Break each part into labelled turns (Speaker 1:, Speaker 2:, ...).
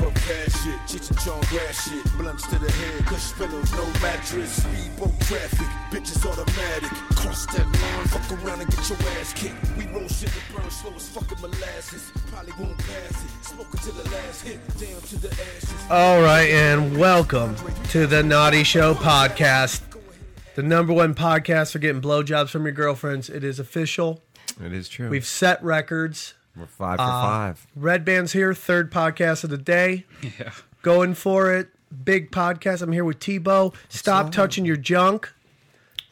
Speaker 1: shit, Cheech and Chong grass shit, blunts to the head, cush pillows, no mattress, speedboat traffic, bitches automatic, cross that line, fuck around and get your ass kicked. We roll shit that burn slow as fucking molasses, probably won't pass it, smoke until the last hit, damn to the ashes.
Speaker 2: All right, and welcome to the Naughty Show podcast, the number one podcast for getting blowjobs from your girlfriends. It is official.
Speaker 3: It is true.
Speaker 2: We've set records.
Speaker 3: We're five for
Speaker 2: Uh,
Speaker 3: five.
Speaker 2: Red Band's here, third podcast of the day. Yeah. Going for it. Big podcast. I'm here with Tebow. Stop touching your junk.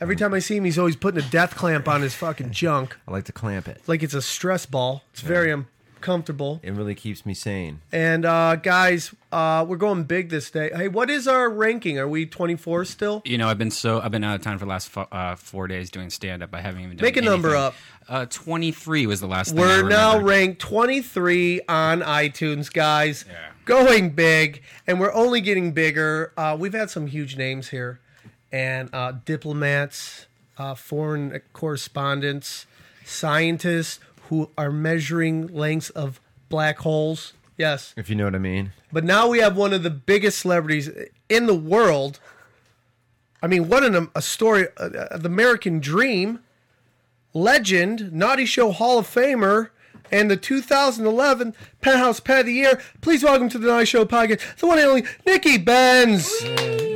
Speaker 2: Every time I see him, he's always putting a death clamp on his fucking junk.
Speaker 3: I like to clamp it.
Speaker 2: Like it's a stress ball. It's very uncomfortable.
Speaker 3: It really keeps me sane.
Speaker 2: And uh, guys, uh, we're going big this day. Hey, what is our ranking? Are we 24 still?
Speaker 4: You know, I've been so I've been out of time for the last fo- uh, four days doing stand up. I haven't even done
Speaker 2: Make a number
Speaker 4: anything.
Speaker 2: up.
Speaker 4: Uh, Twenty three was the last. thing I
Speaker 2: We're now
Speaker 4: remembered.
Speaker 2: ranked 23 on iTunes, guys.
Speaker 4: Yeah.
Speaker 2: Going big, and we're only getting bigger. Uh, we've had some huge names here, and uh, diplomats, uh, foreign correspondents, scientists who are measuring lengths of black holes. Yes.
Speaker 3: If you know what I mean.
Speaker 2: But now we have one of the biggest celebrities in the world. I mean, what an, a story, uh, uh, the American dream, legend, Naughty Show Hall of Famer, and the 2011 Penthouse Pet of the Year. Please welcome to the Naughty Show podcast, the one and only Nikki Benz.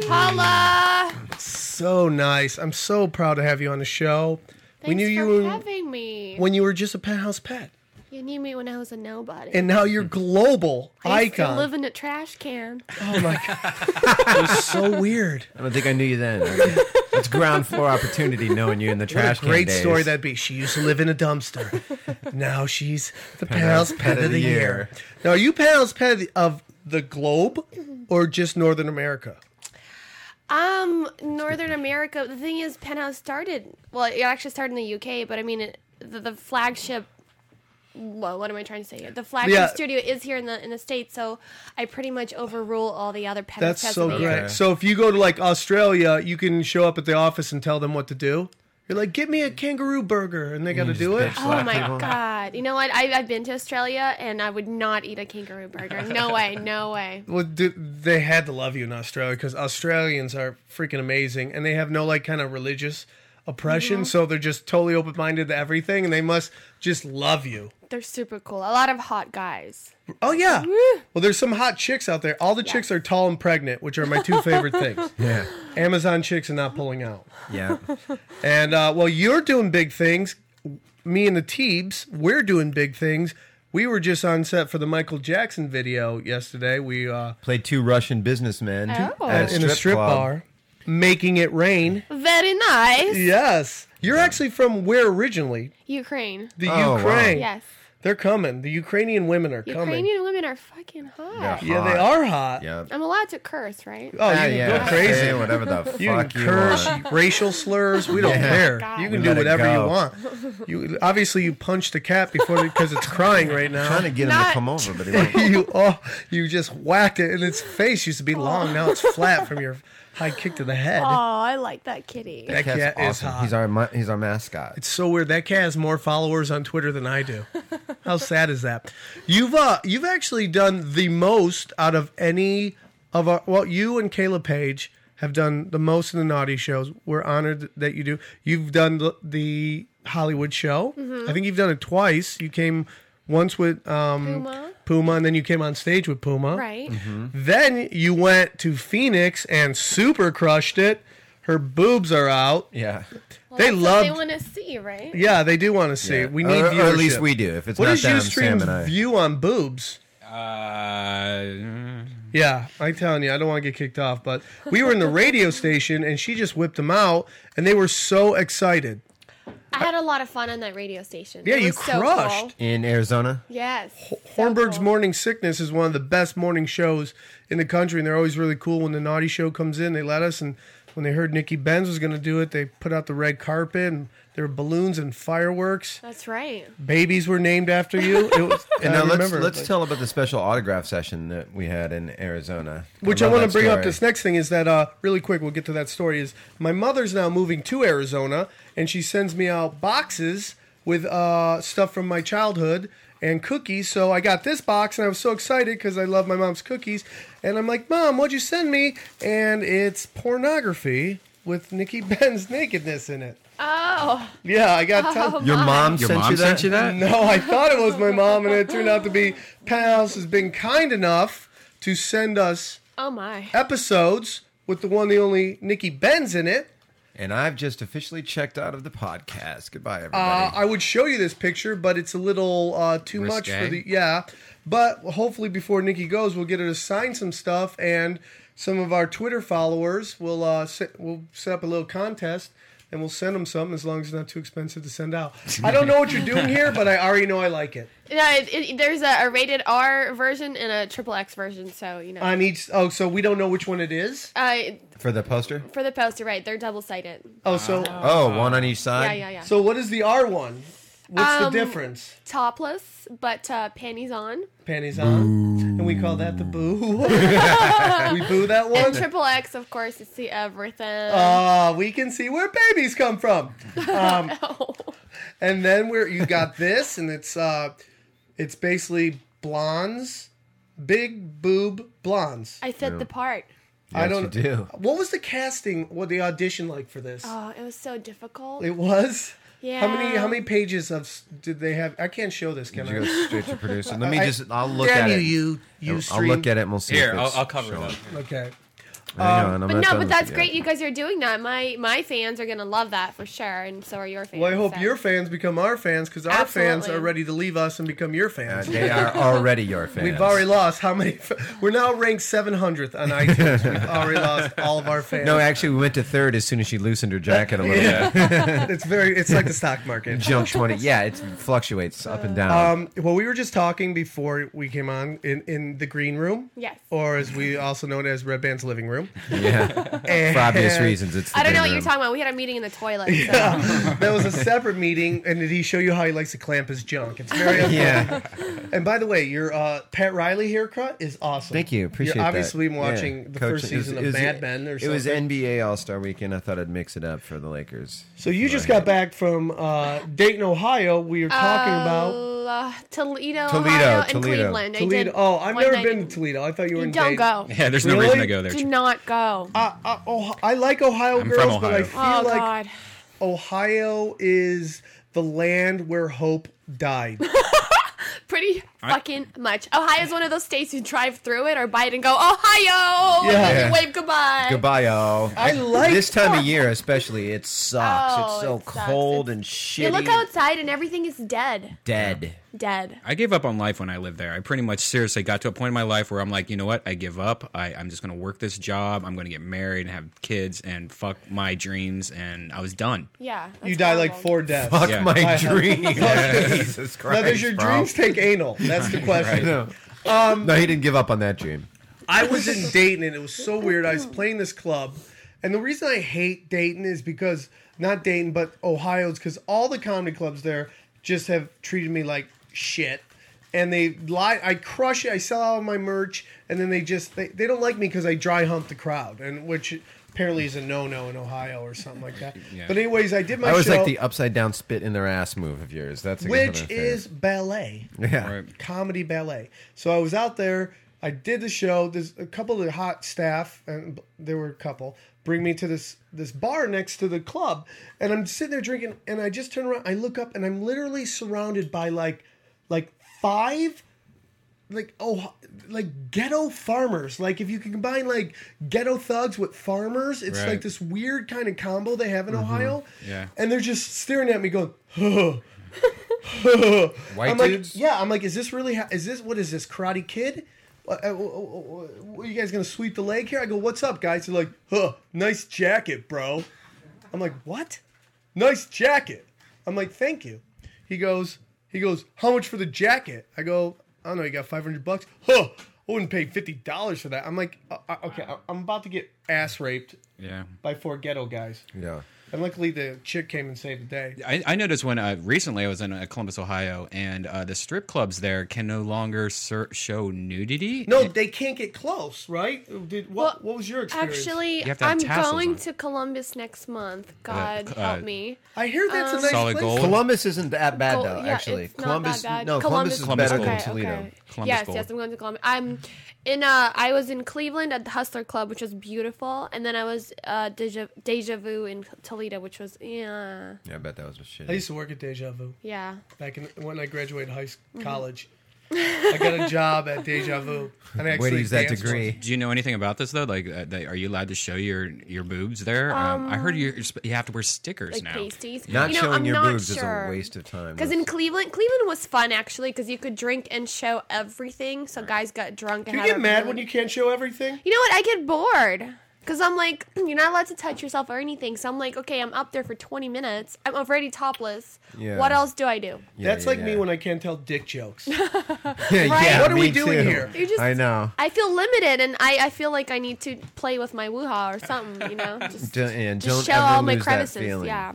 Speaker 5: Holla!
Speaker 2: So nice. I'm so proud to have you on the show. we
Speaker 5: Thanks
Speaker 2: knew you
Speaker 5: for
Speaker 2: when-
Speaker 5: having me.
Speaker 2: when you were just a Penthouse Pet,
Speaker 5: you knew me when I was a nobody.
Speaker 2: and now you're global
Speaker 5: I used to
Speaker 2: icon. Oh
Speaker 5: live in a trash can.
Speaker 2: so weird.
Speaker 3: I don't think I knew you then. Okay. It's ground floor opportunity knowing you in the trash
Speaker 2: what a great
Speaker 3: can days.
Speaker 2: story that'd be. She used to live in a dumpster. now she's the Penthouse Pet, of the year. Now, are you Penthouse Pet of the, of the globe or just Northern America?
Speaker 5: Um, Northern America. The thing is, Penthouse started. Well, it actually started in the UK, but I mean, it, the, the flagship. Well, what am I trying to say? here? The flagship
Speaker 2: Yeah.
Speaker 5: studio is here in the in the states, so I pretty much overrule all the other
Speaker 2: That's
Speaker 5: Penthouse.
Speaker 2: so
Speaker 5: Pets of the
Speaker 2: great.
Speaker 5: Year.
Speaker 3: Okay.
Speaker 2: So if you go to like Australia, you can show up at the office and tell them what to do. You're like, get me a kangaroo burger, and they got to do it.
Speaker 3: bitch.
Speaker 5: Oh
Speaker 3: Black
Speaker 5: my
Speaker 3: people.
Speaker 5: god! You know what? I, I've been to Australia, and I would not eat a kangaroo burger. No way! No way!
Speaker 2: Well, do, they had to love you in Australia because Australians are freaking amazing, and they have no like kind of religious oppression,
Speaker 5: Mm-hmm.
Speaker 2: so they're just totally open minded to everything, and they must just love you.
Speaker 5: They're super cool. A lot of hot guys.
Speaker 2: Oh yeah. Well, there's some hot chicks out there. All the chicks are tall and pregnant, which are my two favorite things.
Speaker 3: Yeah.
Speaker 2: Amazon chicks and not pulling out.
Speaker 3: Yeah.
Speaker 2: And uh, well, you're doing big things. Me and the Teebs, we're doing big things. We were just on set for the Michael Jackson video yesterday. We uh,
Speaker 3: Played two Russian businessmen
Speaker 5: Oh.
Speaker 3: at
Speaker 2: in a strip
Speaker 3: club.
Speaker 2: bar, making it rain.
Speaker 5: Very nice.
Speaker 2: Yes. You're actually from where originally?
Speaker 5: Ukraine.
Speaker 2: The
Speaker 3: Oh, wow.
Speaker 2: Ukraine.
Speaker 5: Yes.
Speaker 2: They're coming. The Ukrainian women are coming.
Speaker 5: Ukrainian women are fucking
Speaker 3: Yeah.
Speaker 5: hot.
Speaker 2: Yeah, they
Speaker 3: Hot.
Speaker 2: are hot.
Speaker 3: Yeah.
Speaker 5: I'm allowed to curse, right?
Speaker 2: Oh, you
Speaker 3: Ah,
Speaker 2: can
Speaker 3: yeah.
Speaker 2: go crazy.
Speaker 3: Say whatever the
Speaker 2: You
Speaker 3: fuck
Speaker 2: can
Speaker 3: you
Speaker 2: curse,
Speaker 3: want.
Speaker 2: racial slurs. We don't
Speaker 3: Yeah.
Speaker 2: care.
Speaker 5: God.
Speaker 2: You can
Speaker 3: We
Speaker 2: do
Speaker 3: let it
Speaker 2: whatever
Speaker 3: go.
Speaker 2: you want. You obviously you punch the cat before because it's crying right
Speaker 3: trying
Speaker 2: now.
Speaker 3: to get him to
Speaker 5: Not-
Speaker 3: come over, but he won't.
Speaker 2: You oh, you just whacked it, and its face used to be long. Now it's flat from your high kick to the head.
Speaker 5: Oh, I like that kitty.
Speaker 2: That
Speaker 3: Cat's
Speaker 2: cat is
Speaker 3: awesome.
Speaker 2: hot.
Speaker 3: He's our ma- he's our mascot.
Speaker 2: It's so weird. That cat has more followers on Twitter than I do. How sad is that? You've uh, you've actually done the most out of any of our. Well, you and Kayla Page have done the most in the naughty shows. We're honored that you do. You've done the, the Hollywood show.
Speaker 5: Mm-hmm.
Speaker 2: I think you've done it twice. You came once with um,
Speaker 5: Puma.
Speaker 2: Puma, and then you Mm-hmm. came on stage with Puma.
Speaker 5: Right?
Speaker 2: Then you went to Phoenix and super crushed it. Her boobs are out.
Speaker 3: yeah.
Speaker 2: they
Speaker 5: That's what
Speaker 2: loved
Speaker 5: They want to see, right?
Speaker 2: yeah, they do want to see.
Speaker 3: Yeah.
Speaker 2: We
Speaker 3: Or-
Speaker 2: need
Speaker 3: or,
Speaker 2: viewership.
Speaker 3: at least we do. If it's
Speaker 2: What
Speaker 3: not
Speaker 2: is
Speaker 3: them,
Speaker 2: Ustream's
Speaker 3: Sam and I.
Speaker 2: view on boobs?
Speaker 4: Uh,
Speaker 2: Yeah, I'm telling you, I don't want to get kicked off, but we were in the radio station and she just whipped them out, and they were so excited.
Speaker 5: I had a lot of fun on that radio station.
Speaker 2: Yeah,
Speaker 5: It
Speaker 2: you
Speaker 5: was so
Speaker 2: crushed.
Speaker 5: cool.
Speaker 3: in Arizona.
Speaker 5: Yes. so
Speaker 2: Hornberg's
Speaker 5: cool.
Speaker 2: Morning Sickness is one of the best morning shows in the country, and they're always really cool. When the Naughty Show comes in, they let us. And when they heard Nikki Benz was going to do it, they put out the red carpet, and there were balloons and fireworks.
Speaker 5: That's right.
Speaker 2: Babies were named after you. It was,
Speaker 3: And
Speaker 2: I
Speaker 3: now let's
Speaker 2: remember,
Speaker 3: let's
Speaker 2: like-
Speaker 3: tell about the special autograph session that we had in Arizona.
Speaker 2: Which I, want to
Speaker 3: love that
Speaker 2: bring up
Speaker 3: story.
Speaker 2: this next thing is that uh, really quick we'll get to that story is my mother's now moving to Arizona and she sends me out boxes with uh, stuff from my childhood and cookies. So I got this box, and I was so excited because I love my mom's cookies. And I'm like, Mom, what'd you send me? And it's pornography with Nikki Ben's nakedness in it.
Speaker 5: Oh,
Speaker 2: Yeah, I got.
Speaker 5: oh
Speaker 2: tel-
Speaker 3: Your
Speaker 5: my.
Speaker 3: mom,
Speaker 4: Your
Speaker 3: sent,
Speaker 4: mom
Speaker 3: you that?
Speaker 4: sent you that?
Speaker 2: no, I thought it was my mom, and it turned out to be Penthouse has been kind enough to send us
Speaker 5: Oh my.
Speaker 2: episodes with the one, the only Nikki Ben's in it.
Speaker 3: And I've just officially checked out of the podcast. Goodbye,
Speaker 2: Uh,
Speaker 3: everybody.
Speaker 2: I would show you this picture, but it's a little uh, too much for
Speaker 4: Risque?
Speaker 2: the yeah. But hopefully, before Nikki goes, we'll get her to sign some stuff, and some of our Twitter followers will uh, set, will set up a little contest, and we'll send them some as long as it's not too expensive to send out. I don't know what you're doing here, but I already know I like it
Speaker 5: Yeah, it, it, there's a, a rated R version and a triple X version, so you know.
Speaker 2: on each. Oh, so we don't know which one it is.
Speaker 5: Uh,
Speaker 3: For the poster?
Speaker 5: for the poster, right? They're double sided.
Speaker 2: Oh, so
Speaker 4: Uh,
Speaker 3: Oh, one on each
Speaker 5: Yeah,
Speaker 3: side?
Speaker 5: yeah, yeah.
Speaker 2: so what is the R one? What's
Speaker 5: Um,
Speaker 2: the difference?
Speaker 5: Topless, but uh, panties on.
Speaker 2: Panties on, and we call that the boo. we boo that one.
Speaker 5: And triple X, of course, it's the everything.
Speaker 2: Uh, we can see where babies come from.
Speaker 5: Oh.
Speaker 2: And then where you got this, and it's uh, it's basically blondes, big boob blondes.
Speaker 5: I said the part.
Speaker 2: I don't
Speaker 3: you do.
Speaker 2: What was the casting? What the audition like for this?
Speaker 5: Oh, it was so difficult.
Speaker 2: it was.
Speaker 5: yeah.
Speaker 2: How many how many pages of s- did they have? I can't show this, can
Speaker 3: Did you go
Speaker 2: I?
Speaker 3: straight to producer? Let me
Speaker 2: I-
Speaker 3: just, I'll look at
Speaker 2: you,
Speaker 3: it.
Speaker 2: you, you
Speaker 3: I'll- I'll
Speaker 2: stream.
Speaker 3: look at it and we'll see.
Speaker 4: Here,
Speaker 3: if
Speaker 4: I'll,
Speaker 3: it's
Speaker 4: I'll cover it.
Speaker 3: showing.
Speaker 4: Up.
Speaker 2: Okay. Um,
Speaker 3: Hang on, I'm not
Speaker 5: But no,
Speaker 3: done
Speaker 5: but
Speaker 3: with
Speaker 5: that's
Speaker 3: it yet.
Speaker 5: great. You guys are doing that. My my fans are gonna love that for sure, and so are your fans.
Speaker 2: Well, I hope
Speaker 5: so.
Speaker 2: your fans become our fans because our fans
Speaker 5: Absolutely.
Speaker 2: are ready to leave us and become your fans.
Speaker 3: Uh, They are already your fans.
Speaker 2: We've already lost how many? We're now ranked 700th on iTunes. We've already lost all of our fans.
Speaker 3: No, actually, we went to third as soon as she loosened her jacket a little bit.
Speaker 2: it's very. It's like the stock market.
Speaker 3: Jump 20. Yeah, it fluctuates up and down.
Speaker 2: Um, well, we were just talking before we came on in, in the green room.
Speaker 5: Yes.
Speaker 2: Or as we also known as Red Band's living room.
Speaker 3: yeah,
Speaker 2: And
Speaker 3: for obvious reasons. It's the
Speaker 5: I don't
Speaker 3: big
Speaker 5: know what
Speaker 3: room.
Speaker 5: you're talking about. We had a meeting in the toilet. So.
Speaker 2: That was a separate meeting, and did he show you how he likes to clamp his junk? It's very.
Speaker 3: Yeah,
Speaker 2: and by the way, your uh, Pat Riley haircut is awesome.
Speaker 3: thank you. Appreciate
Speaker 2: You're
Speaker 3: that.
Speaker 2: obviously
Speaker 3: Yeah.
Speaker 2: watching the
Speaker 3: Coach,
Speaker 2: first
Speaker 3: it was-
Speaker 2: season
Speaker 3: it
Speaker 2: of
Speaker 3: was-
Speaker 2: Mad Men or
Speaker 3: It
Speaker 2: something.
Speaker 3: was NBA All Star Weekend. I thought I'd mix it up for the Lakers.
Speaker 2: so you just got back from uh, Dayton, Ohio. We were talking about.
Speaker 5: Uh, Toledo,
Speaker 3: Toledo,
Speaker 5: Ohio, and
Speaker 3: Toledo.
Speaker 5: Cleveland. I did
Speaker 2: Toledo. Oh, I've
Speaker 5: one
Speaker 2: never
Speaker 5: night
Speaker 2: been
Speaker 5: in-
Speaker 2: to Toledo. I thought you were in Dayton.
Speaker 5: Don't go.
Speaker 4: Yeah, there's no
Speaker 2: Really?
Speaker 4: reason to go there.
Speaker 5: Do not go.
Speaker 2: I, I, oh, I like Ohio
Speaker 4: I'm
Speaker 2: girls,
Speaker 4: from
Speaker 2: but I
Speaker 4: Ohio.
Speaker 2: feel
Speaker 5: oh
Speaker 2: like
Speaker 5: God.
Speaker 2: Ohio is the land where hope died.
Speaker 5: Pretty fucking much. Ohio is one of those states you drive through it or by it and go,
Speaker 2: Yeah.
Speaker 5: Ohio! And
Speaker 3: Yeah.
Speaker 5: you wave goodbye.
Speaker 3: Goodbye, y'all.
Speaker 2: I like-
Speaker 3: this time of year, especially. It sucks.
Speaker 5: Oh,
Speaker 3: it's so
Speaker 5: it sucks.
Speaker 3: cold
Speaker 5: It's-
Speaker 3: and shitty.
Speaker 5: You look outside and everything is dead.
Speaker 3: dead.
Speaker 5: Dead.
Speaker 4: I gave up on life when I lived there. I pretty much seriously got to a point in my life where I'm like, you know what? I give up. I, I'm just going to work this job. I'm going to get married and have kids and fuck my dreams. And I was done.
Speaker 5: Yeah. that's
Speaker 2: you die like
Speaker 5: horrible.
Speaker 2: four deaths.
Speaker 3: Fuck
Speaker 4: Yeah.
Speaker 3: my
Speaker 2: I-
Speaker 3: dream. Jesus Christ.
Speaker 2: now, does your
Speaker 3: bro.
Speaker 2: dreams Um, take anal? That's the question.
Speaker 3: No. no, he didn't give up on that dream.
Speaker 2: I was in Dayton and it was so weird. I was playing this club, and the reason I hate Dayton is because not Dayton, but Ohio's because all the comedy clubs there just have treated me like shit. And they lie. I crush it. I sell all my merch, and then they just they, they don't like me because I dry hump the crowd, and which apparently is a no no in Ohio or something like that.
Speaker 4: Yeah.
Speaker 2: But anyways, I did my
Speaker 3: I was
Speaker 2: show,
Speaker 3: like the upside down spit in their ass move of yours. That's a good
Speaker 2: which
Speaker 3: one, I
Speaker 2: is
Speaker 3: think.
Speaker 2: ballet
Speaker 3: yeah.
Speaker 4: Right.
Speaker 2: comedy ballet. So I was out there. I did the show. There's a couple of the hot staff, and b- there were a couple. Bring me to this this bar next to the club, and I'm sitting there drinking. And I just turn around. I look up, and I'm literally surrounded by like like five like oh like ghetto farmers like if you can combine like ghetto thugs with farmers it's
Speaker 4: Right. Mm-hmm.
Speaker 2: like this weird kind of combo they have in ohio
Speaker 4: Yeah.
Speaker 2: and they're just staring at me going
Speaker 3: White
Speaker 2: I'm like,
Speaker 3: dudes?
Speaker 2: yeah. I'm like, is this really? Ha- is this what is this Karate Kid? What, uh, wh- wh- wh- are you guys gonna sweep the leg here? I go, what's up, guys? They're like, huh, nice jacket, bro. I'm like, what? Nice jacket. I'm like, thank you. He goes, he goes, how much for the jacket? I go, I don't know. You got 500 bucks? Huh. I wouldn't pay fifty dollars for that. I'm like, uh, uh, okay, I- I'm about to get ass raped
Speaker 4: Yeah.
Speaker 2: by four ghetto guys.
Speaker 3: Yeah.
Speaker 2: And luckily, the chick came and saved the day.
Speaker 4: I, I noticed when uh, recently I was in uh, Columbus, Ohio, and uh, the strip clubs there can no longer ser- show nudity.
Speaker 2: No, they can't get close, right? Did what?
Speaker 5: Well,
Speaker 2: what was your experience?
Speaker 5: Actually,
Speaker 4: You have to have
Speaker 5: I'm
Speaker 4: tassels
Speaker 5: going
Speaker 4: on.
Speaker 5: to Columbus next month. God
Speaker 4: uh,
Speaker 5: help me.
Speaker 2: I hear that's
Speaker 5: um,
Speaker 2: a nice
Speaker 4: Solid
Speaker 2: place.
Speaker 4: gold.
Speaker 3: Columbus isn't that bad
Speaker 5: Gold-
Speaker 3: though.
Speaker 5: yeah,
Speaker 3: uh, actually,
Speaker 5: it's not that
Speaker 3: Columbus.
Speaker 5: bad.
Speaker 3: No, Columbus, is
Speaker 4: Columbus
Speaker 3: better
Speaker 4: Gold.
Speaker 3: than
Speaker 4: Okay,
Speaker 3: Toledo.
Speaker 4: Columbus
Speaker 5: yes,
Speaker 4: Gold.
Speaker 5: yes, I'm going to Columbus. I'm in. Uh, I was in Cleveland at the Hustler Club, which was beautiful, and then I was uh, deja, deja vu in Toledo, which was yeah,
Speaker 3: Yeah, I bet that was a shit.
Speaker 2: I used to work at Deja Vu
Speaker 5: yeah.
Speaker 2: back in, when I graduated high s-
Speaker 5: Mm-hmm.
Speaker 2: college. I got a job at Deja Vu. And I actually
Speaker 3: Way to use that
Speaker 2: danced with-
Speaker 3: degree.
Speaker 4: Do you know anything about this though? Like, uh, they, are you allowed to show your your boobs there? Um, I heard you you have to wear stickers
Speaker 5: Like
Speaker 4: now.
Speaker 5: pasties.
Speaker 3: Not
Speaker 5: you know,
Speaker 3: showing
Speaker 5: I'm
Speaker 3: your
Speaker 5: not
Speaker 3: boobs is
Speaker 5: sure.
Speaker 3: a waste of time.
Speaker 5: Because in Cleveland, Cleveland was fun actually because you could drink and show everything. So guys got drunk.
Speaker 2: Do
Speaker 5: and
Speaker 2: you
Speaker 5: had
Speaker 2: get
Speaker 5: a
Speaker 2: mad
Speaker 5: really-
Speaker 2: when you can't show everything?
Speaker 5: You know what? I get bored because I'm like, you're not allowed to touch yourself or anything. So I'm like, okay, I'm up there for 20 minutes. I'm already topless.
Speaker 3: Yeah.
Speaker 5: What else do I do?
Speaker 2: that's like me when I can't tell dick jokes.
Speaker 3: Yeah, yeah,
Speaker 2: What are we
Speaker 3: me
Speaker 2: doing
Speaker 3: too.
Speaker 2: here?
Speaker 5: You just-
Speaker 3: I know.
Speaker 5: I feel limited, and I, I feel like I need to play with my woo-ha or something, you know. Just,
Speaker 3: Don't, and
Speaker 5: just
Speaker 3: don't
Speaker 5: show
Speaker 3: ever
Speaker 5: all my
Speaker 3: lose That
Speaker 5: crevices.
Speaker 3: feeling.
Speaker 5: Yeah.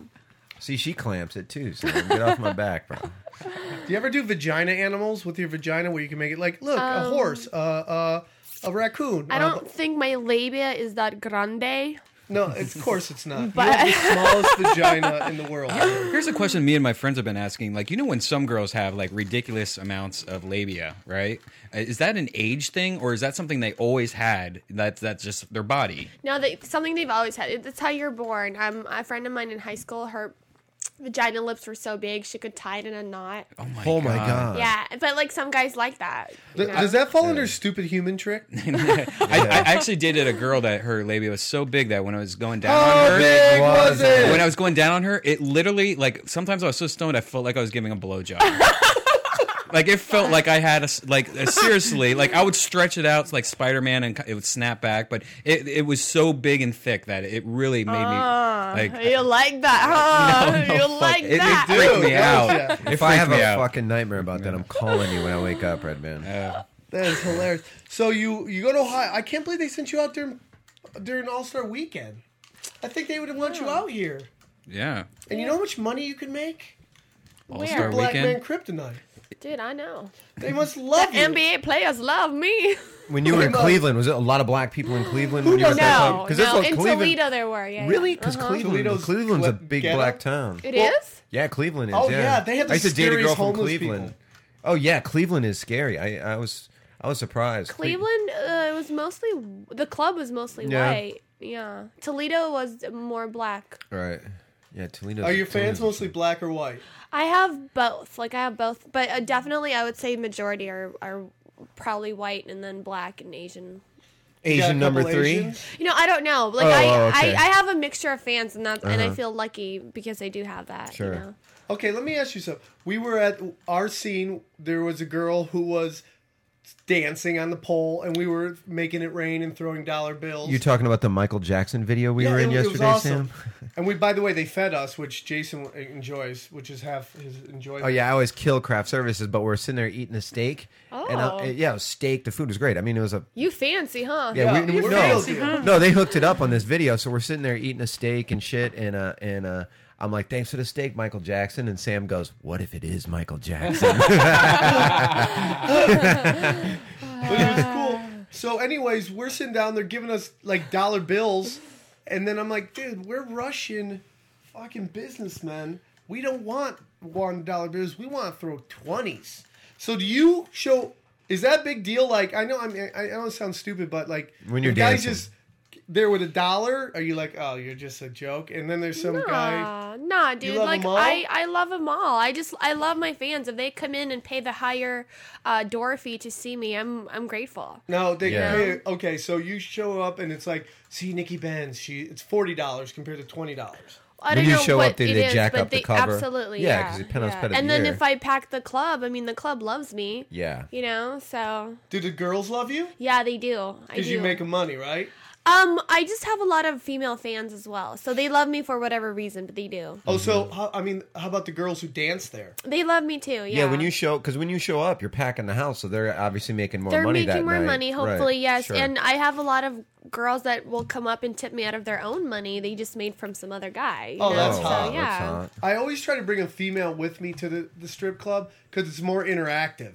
Speaker 3: See, she clamps it too. So get off my back, bro.
Speaker 2: Do you ever do vagina animals with your vagina where you can make it like, look, a horse, uh, uh, a raccoon?
Speaker 5: Um, I
Speaker 2: uh,
Speaker 5: don't think my labia is that grande.
Speaker 2: No, of course it's not.
Speaker 5: But-
Speaker 2: you have the smallest vagina in the world.
Speaker 4: Here's a question me and my friends have been asking. Like, you know, when some girls have like ridiculous amounts of labia, right? Uh, Is that an age thing, or is that something they always had? That's that's just their body.
Speaker 5: No, they, something they've always had. It- It's how you're born. Um, a friend of mine in high school, her vagina lips were so big she could tie it in a knot.
Speaker 4: Oh my,
Speaker 3: Oh my god.
Speaker 5: Yeah, but like some guys like that. you
Speaker 2: Th-
Speaker 5: know?
Speaker 2: Does that fall under stupid human trick?
Speaker 4: I, I actually dated a girl that her labia was so big that when I was going down
Speaker 3: Oh,
Speaker 4: on
Speaker 2: How
Speaker 4: her,
Speaker 2: big was
Speaker 3: was it?
Speaker 4: when
Speaker 2: it?
Speaker 4: I was going down on her, it literally like sometimes I was so stoned I felt like I was giving a blowjob. like it felt like I had a s- like uh, seriously like I would stretch it out like Spider Man and it would snap back, but it it was so big and thick that it really made me like
Speaker 5: Oh, you like that, huh?
Speaker 4: No,
Speaker 5: you
Speaker 4: fuck.
Speaker 5: like
Speaker 4: It- it
Speaker 5: that.
Speaker 4: did freak me
Speaker 2: Dude,
Speaker 4: out.
Speaker 2: yeah.
Speaker 4: It
Speaker 3: If I
Speaker 4: freaked
Speaker 3: have
Speaker 4: me
Speaker 3: a
Speaker 4: out.
Speaker 3: fucking nightmare about that, I'm calling you when I wake up, Redman.
Speaker 4: Uh,
Speaker 2: That is hilarious. So you you go to Ohio. I can't believe they sent you out during during All Star Weekend. I think they would want you out here.
Speaker 4: yeah.
Speaker 2: And you know how much money you could make?
Speaker 4: All
Speaker 5: Where?
Speaker 4: Star
Speaker 2: Black man
Speaker 4: Weekend.
Speaker 2: kryptonite.
Speaker 5: Dude, I know.
Speaker 2: They must love you.
Speaker 5: NBA players love me.
Speaker 3: When you were in
Speaker 2: Pretty much.
Speaker 3: Cleveland, was it a lot of black people in Cleveland? when you
Speaker 2: knows?
Speaker 3: were at that
Speaker 5: No,
Speaker 3: club?
Speaker 5: no.
Speaker 3: that's what
Speaker 5: in
Speaker 3: Cleveland-
Speaker 5: Toledo there were. Yeah, uh-huh.
Speaker 3: Really? Because Cleveland,
Speaker 2: Toledo's
Speaker 3: Cleveland's a
Speaker 2: what,
Speaker 3: big
Speaker 2: ghetto?
Speaker 3: black town.
Speaker 5: It is.
Speaker 2: Well-
Speaker 3: Yeah, Cleveland is.
Speaker 2: Oh,
Speaker 3: yeah.
Speaker 2: yeah, they have
Speaker 3: I used
Speaker 2: the
Speaker 3: to date a
Speaker 2: scariest
Speaker 3: girl from
Speaker 2: homeless
Speaker 3: Cleveland.
Speaker 2: people.
Speaker 3: Oh yeah, Cleveland is scary. I, I was I was surprised. Cle-
Speaker 5: Cleveland uh, was mostly the club was mostly
Speaker 3: Yeah.
Speaker 5: white. Yeah. Toledo was more black.
Speaker 3: Right. Yeah, Toledo.
Speaker 2: Are your fans mostly black or white?
Speaker 5: I have both. Like I have both, but uh, definitely I would say majority are are probably white and then black and Asian.
Speaker 2: You got a
Speaker 3: Asian number
Speaker 2: couple
Speaker 3: three?
Speaker 2: Asians?
Speaker 5: You know, I don't know. Like
Speaker 3: Oh,
Speaker 5: I,
Speaker 3: oh, okay.
Speaker 5: I, I have a mixture of fans and that and I
Speaker 3: Uh-huh.
Speaker 5: feel lucky because I do have that.
Speaker 3: Sure.
Speaker 5: You know?
Speaker 2: Okay, let me ask you something. We were at our scene. There was a girl who was dancing on the pole, and we were making it rain and throwing dollar bills.
Speaker 3: You talking about the Michael Jackson video we
Speaker 2: Yeah,
Speaker 3: were in
Speaker 2: it- it was
Speaker 3: yesterday,
Speaker 2: awesome.
Speaker 3: Sam?
Speaker 2: and we, by the way, they fed us, which Jason enjoys, which is half his enjoyment.
Speaker 3: Oh yeah, I always kill craft services, but we're sitting there eating a steak. And
Speaker 5: Oh.
Speaker 3: I, yeah, it was steak. The food was great. I mean, it was a
Speaker 5: You fancy, huh?
Speaker 3: yeah.
Speaker 2: Yeah,
Speaker 3: we,
Speaker 2: you
Speaker 3: we- no,
Speaker 2: fancy, huh?
Speaker 3: no, they hooked it up on this video, so we're sitting there eating a steak and shit, and uh, and uh, I'm like, thanks for the steak, Michael Jackson. And Sam goes, what if it is Michael Jackson?
Speaker 2: But it was cool. So, anyways, we're sitting down. They're giving us like dollar bills, and then I'm like, dude, we're Russian, fucking businessmen. We don't want one dollar bills. We want to throw twenties. So, do you show? Is that a big deal? Like, I know I'm. I I know it sounds stupid, but like,
Speaker 3: When you're
Speaker 2: the guys
Speaker 3: dancing.
Speaker 2: just there with a dollar, are you like, oh, you're just a joke? And then there's some guy.
Speaker 5: Nah, nah, dude.
Speaker 2: love
Speaker 5: Like
Speaker 2: 'em all?
Speaker 5: I, I love them all. I just, I love my fans. If they come in and pay the higher uh, door fee to see me, I'm, I'm grateful.
Speaker 2: No, they
Speaker 3: Yeah.
Speaker 2: pay- okay. So you show up and it's like, see Nikki Benz. She it's forty dollars compared to twenty dollars.
Speaker 5: I
Speaker 3: When
Speaker 5: don't
Speaker 3: you
Speaker 5: know
Speaker 3: show
Speaker 5: what
Speaker 3: up, they-
Speaker 5: it
Speaker 3: they
Speaker 5: is,
Speaker 3: jack
Speaker 5: but
Speaker 3: up the
Speaker 5: they-
Speaker 3: cover.
Speaker 5: Absolutely,
Speaker 3: Yeah,
Speaker 5: yeah.
Speaker 3: 'cause it's Penthouse Pet of
Speaker 5: And
Speaker 3: the
Speaker 5: then
Speaker 3: Year.
Speaker 5: if I pack the club, I mean, the club loves me.
Speaker 3: yeah.
Speaker 5: You know, so
Speaker 2: Do the girls love you?
Speaker 5: yeah, they do. I do.
Speaker 2: Because you make 'em money, right?
Speaker 5: Um, I just have a lot of female fans as well, so they love me for whatever reason, but they do.
Speaker 2: Oh,
Speaker 3: Mm-hmm.
Speaker 2: so how, I mean, how about the girls who dance there?
Speaker 5: They love me too. Yeah.
Speaker 3: Yeah, when you show because when you show up, you're packing the house, so they're obviously making more
Speaker 5: they're
Speaker 3: money.
Speaker 5: making
Speaker 3: that
Speaker 5: more
Speaker 3: night.
Speaker 5: money,
Speaker 3: Right,
Speaker 5: hopefully, yes.
Speaker 3: sure.
Speaker 5: And I have a lot of girls that will come up and tip me out of their own money they just made from some other guy. you
Speaker 2: Oh,
Speaker 5: know?
Speaker 2: that's
Speaker 5: so,
Speaker 2: hot,
Speaker 3: that's
Speaker 5: yeah.
Speaker 3: hot.
Speaker 2: I always try to bring a female with me to the, the strip club because it's more interactive.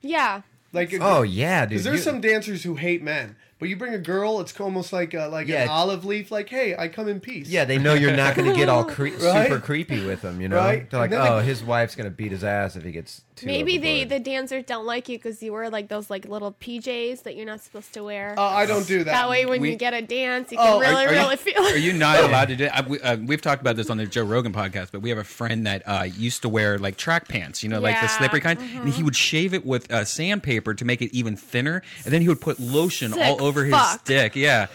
Speaker 5: Yeah.
Speaker 2: Like, a-
Speaker 3: Oh yeah, dude.
Speaker 2: Because there's
Speaker 3: you-
Speaker 2: some dancers who hate men, but you bring a girl, it's almost like a, like
Speaker 3: Yeah.
Speaker 2: an olive leaf. Like, hey, I come in peace.
Speaker 3: Yeah, they know you're not going to get all cre-
Speaker 2: Right?
Speaker 3: super creepy with them. You know,
Speaker 2: Right.
Speaker 3: they're like,
Speaker 2: And then
Speaker 3: oh,
Speaker 2: they-
Speaker 3: his wife's going to beat his ass if he gets too.
Speaker 5: Maybe they,
Speaker 3: overboard."
Speaker 5: the dancers don't like you because you wear like those like little PJs that you're not supposed to wear.
Speaker 2: Uh, I don't do that.
Speaker 5: that way, when
Speaker 4: we-
Speaker 5: you get a dance, you
Speaker 2: Oh,
Speaker 5: can
Speaker 2: are-
Speaker 5: really,
Speaker 4: are you-
Speaker 5: really feel.
Speaker 4: Are you not allowed to do? I, we, uh, we've talked about this on the Joe Rogan podcast, but we have a friend that uh, used to wear like track pants, you know, like the
Speaker 5: Yeah. mm-hmm.
Speaker 4: slippery kind, and he would shave it with uh, sandpaper to make it even thinner, and then he would put lotion
Speaker 5: Sick
Speaker 4: all over his
Speaker 5: fuck.
Speaker 4: dick. Yeah,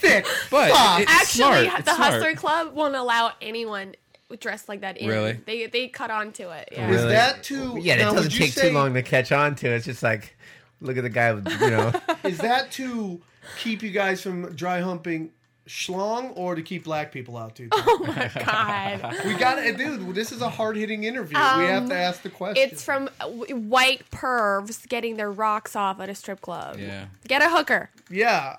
Speaker 2: Thick.
Speaker 4: but it- it's smart.
Speaker 5: Actually,
Speaker 4: It's
Speaker 5: the
Speaker 4: smart.
Speaker 5: Hustler Club won't allow anyone dressed like that in.
Speaker 4: Really?
Speaker 5: They they cut onto it. Yeah.
Speaker 2: Is that too?
Speaker 3: Yeah, it
Speaker 2: now, would
Speaker 3: doesn't
Speaker 2: you
Speaker 3: take
Speaker 2: say-
Speaker 3: too long to catch on to. It's just like, look at the guy. With, you know,
Speaker 2: Is that to keep you guys from dry humping schlong, or to keep black people out, dude?
Speaker 5: Oh my god.
Speaker 2: we got to, dude. This is a hard hitting interview. we have to ask the question.
Speaker 5: Um, It's from uh, w- white pervs getting their rocks off at a strip club.
Speaker 4: Yeah.
Speaker 5: Get a hooker.
Speaker 2: yeah.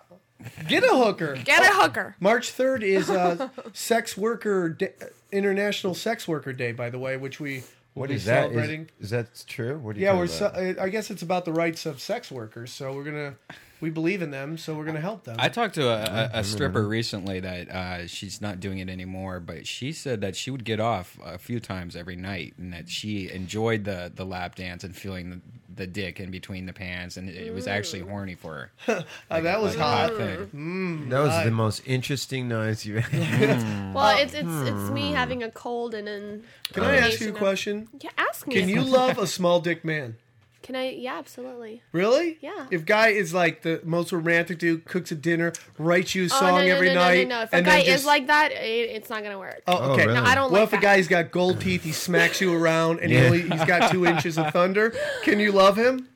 Speaker 2: Get a hooker.
Speaker 5: Get a hooker.
Speaker 2: March 3rd is uh, Sex Worker Day, International Sex Worker Day, by the way, which we
Speaker 3: what
Speaker 2: will
Speaker 3: is
Speaker 2: be
Speaker 3: that?
Speaker 2: celebrating.
Speaker 3: Is, is that true? What are you
Speaker 2: yeah,
Speaker 3: talking
Speaker 2: we're.
Speaker 3: about?
Speaker 2: So, I I guess it's about the rights of sex workers, so we're gonna we believe in them, so we're gonna help them. Uh,
Speaker 4: I talked to a, a, a stripper recently that uh, she's not doing it anymore, but she said that she would get off a few times every night, and that she enjoyed the, the lap dance and feeling the, the dick in between the pants, and it, it was actually horny for her.
Speaker 2: Uh, that was
Speaker 4: Like a
Speaker 2: hot.
Speaker 4: thing.
Speaker 3: that was the most interesting noise you've had.
Speaker 5: Well, it's it's it's me having a cold and then.
Speaker 2: Can I ask you
Speaker 5: combination
Speaker 2: a
Speaker 5: of-
Speaker 2: question?
Speaker 5: Yeah, ask me.
Speaker 2: Can you love a small dick man?
Speaker 5: Can I? Yeah, absolutely.
Speaker 2: Really?
Speaker 5: Yeah.
Speaker 2: If guy is like the most romantic dude, cooks a dinner, writes you a
Speaker 5: Oh,
Speaker 2: song
Speaker 5: no, no,
Speaker 2: every
Speaker 5: no, no,
Speaker 2: night,
Speaker 5: No, no, If a
Speaker 2: and then
Speaker 5: guy
Speaker 2: just-
Speaker 5: is like that, it, it's not gonna work.
Speaker 2: Oh, okay.
Speaker 3: Oh, really?
Speaker 5: I don't.
Speaker 2: Well,
Speaker 5: like
Speaker 2: if a
Speaker 5: that.
Speaker 2: guy's got gold teeth, he smacks you around, and he
Speaker 3: Yeah.
Speaker 2: only, he's got two inches of thunder. Can you love him?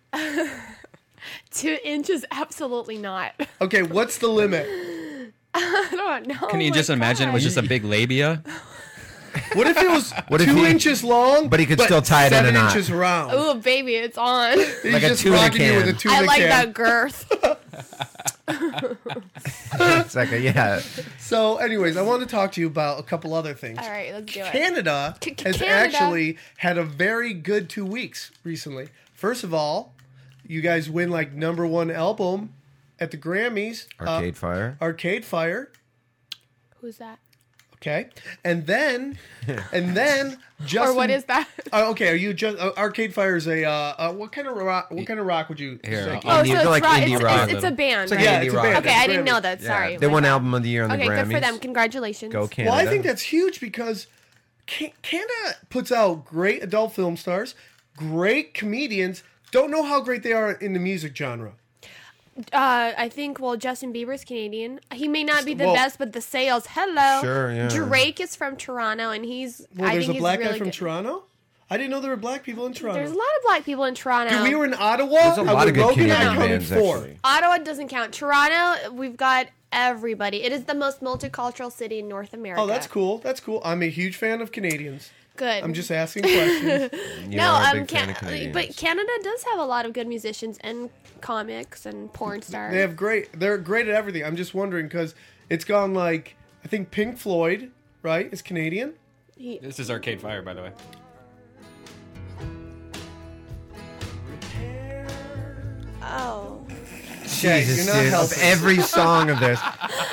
Speaker 5: two inches, absolutely not.
Speaker 2: Okay, what's the limit?
Speaker 5: I don't know. Oh
Speaker 4: Can you
Speaker 5: my
Speaker 4: just imagine it was
Speaker 5: God.
Speaker 4: just a big labia?
Speaker 2: What if it was
Speaker 3: What if
Speaker 2: two
Speaker 3: he-
Speaker 2: inches long,
Speaker 3: but he could still tie it in a
Speaker 2: seven
Speaker 3: knot?
Speaker 2: inches round?
Speaker 5: Ooh, baby, it's on.
Speaker 2: He's
Speaker 3: Like a
Speaker 2: just
Speaker 3: tuna
Speaker 2: rocking you
Speaker 3: can.
Speaker 2: with a tuna
Speaker 5: I like
Speaker 2: can.
Speaker 5: that girth.
Speaker 3: It's like, a, yeah,
Speaker 2: So, anyways, I want to talk to you about a couple other things.
Speaker 5: All right, let's do it.
Speaker 2: Canada
Speaker 5: C- c-
Speaker 2: has
Speaker 5: Canada.
Speaker 2: actually had a very good two weeks recently. First of all, you guys win like number one album at the Grammys,
Speaker 3: arcade fire.
Speaker 2: uh, Arcade Fire.
Speaker 5: Who's that?
Speaker 2: Okay, and then, and then, Justin.
Speaker 5: Or what is that?
Speaker 2: Uh, okay, are you just uh, Arcade Fire is a uh, uh, what kind of rock? What kind of rock would you?
Speaker 4: Here,
Speaker 2: say?
Speaker 4: I'll-
Speaker 5: Oh,
Speaker 3: Indie-
Speaker 5: so it's,
Speaker 3: like
Speaker 5: rock,
Speaker 3: indie
Speaker 5: it's,
Speaker 3: rock.
Speaker 5: It's, it's a band.
Speaker 3: like
Speaker 5: right?
Speaker 2: yeah, it's a
Speaker 3: rock.
Speaker 2: band.
Speaker 5: Okay, I didn't know that.
Speaker 3: Yeah,
Speaker 5: Sorry.
Speaker 3: they
Speaker 5: my
Speaker 3: won
Speaker 5: bad.
Speaker 3: album of the year on
Speaker 5: Okay,
Speaker 3: the Grammys.
Speaker 5: good for them. Congratulations.
Speaker 3: Go Canada.
Speaker 2: Well, I think that's huge because Ca- Canada puts out great adult film stars, great comedians. Don't know how great they are in the music genre.
Speaker 5: Uh, I think well, Justin Bieber's Canadian. He may not be the
Speaker 2: Well-
Speaker 5: best, but the sales. Hello.
Speaker 3: Sure, yeah.
Speaker 5: Drake is from Toronto, and he's.
Speaker 2: Well,
Speaker 5: I
Speaker 2: there's
Speaker 5: think
Speaker 2: a black
Speaker 5: he's really
Speaker 2: guy from
Speaker 5: good.
Speaker 2: Toronto. I didn't know there were black people in Toronto.
Speaker 5: There's a lot of black people in Toronto.
Speaker 2: Oh, Dude, we were in Ottawa.
Speaker 3: There's a
Speaker 2: I
Speaker 3: lot of
Speaker 2: was-
Speaker 3: good
Speaker 2: Rogan and I
Speaker 3: Canadian
Speaker 2: counted
Speaker 3: bands
Speaker 2: four.
Speaker 3: actually.
Speaker 5: Ottawa doesn't count. Toronto, we've got everybody. It is the most multicultural city in North America.
Speaker 2: Oh, that's cool. That's cool. I'm a huge fan of Canadians.
Speaker 5: Good.
Speaker 2: I'm just asking questions.
Speaker 3: You
Speaker 5: no,
Speaker 3: are a
Speaker 5: um,
Speaker 3: big fan
Speaker 5: Can-
Speaker 3: of Canadians.
Speaker 5: but Canada does have a lot of good musicians and comics and porn stars.
Speaker 2: They have great. They're great at everything. I'm just wondering because it's gone like I think Pink Floyd, right, is Canadian.
Speaker 4: This is Arcade Fire, by the way.
Speaker 5: oh,
Speaker 3: Jesus,
Speaker 2: you're not
Speaker 3: dude, of
Speaker 2: helping.
Speaker 3: every song of theirs,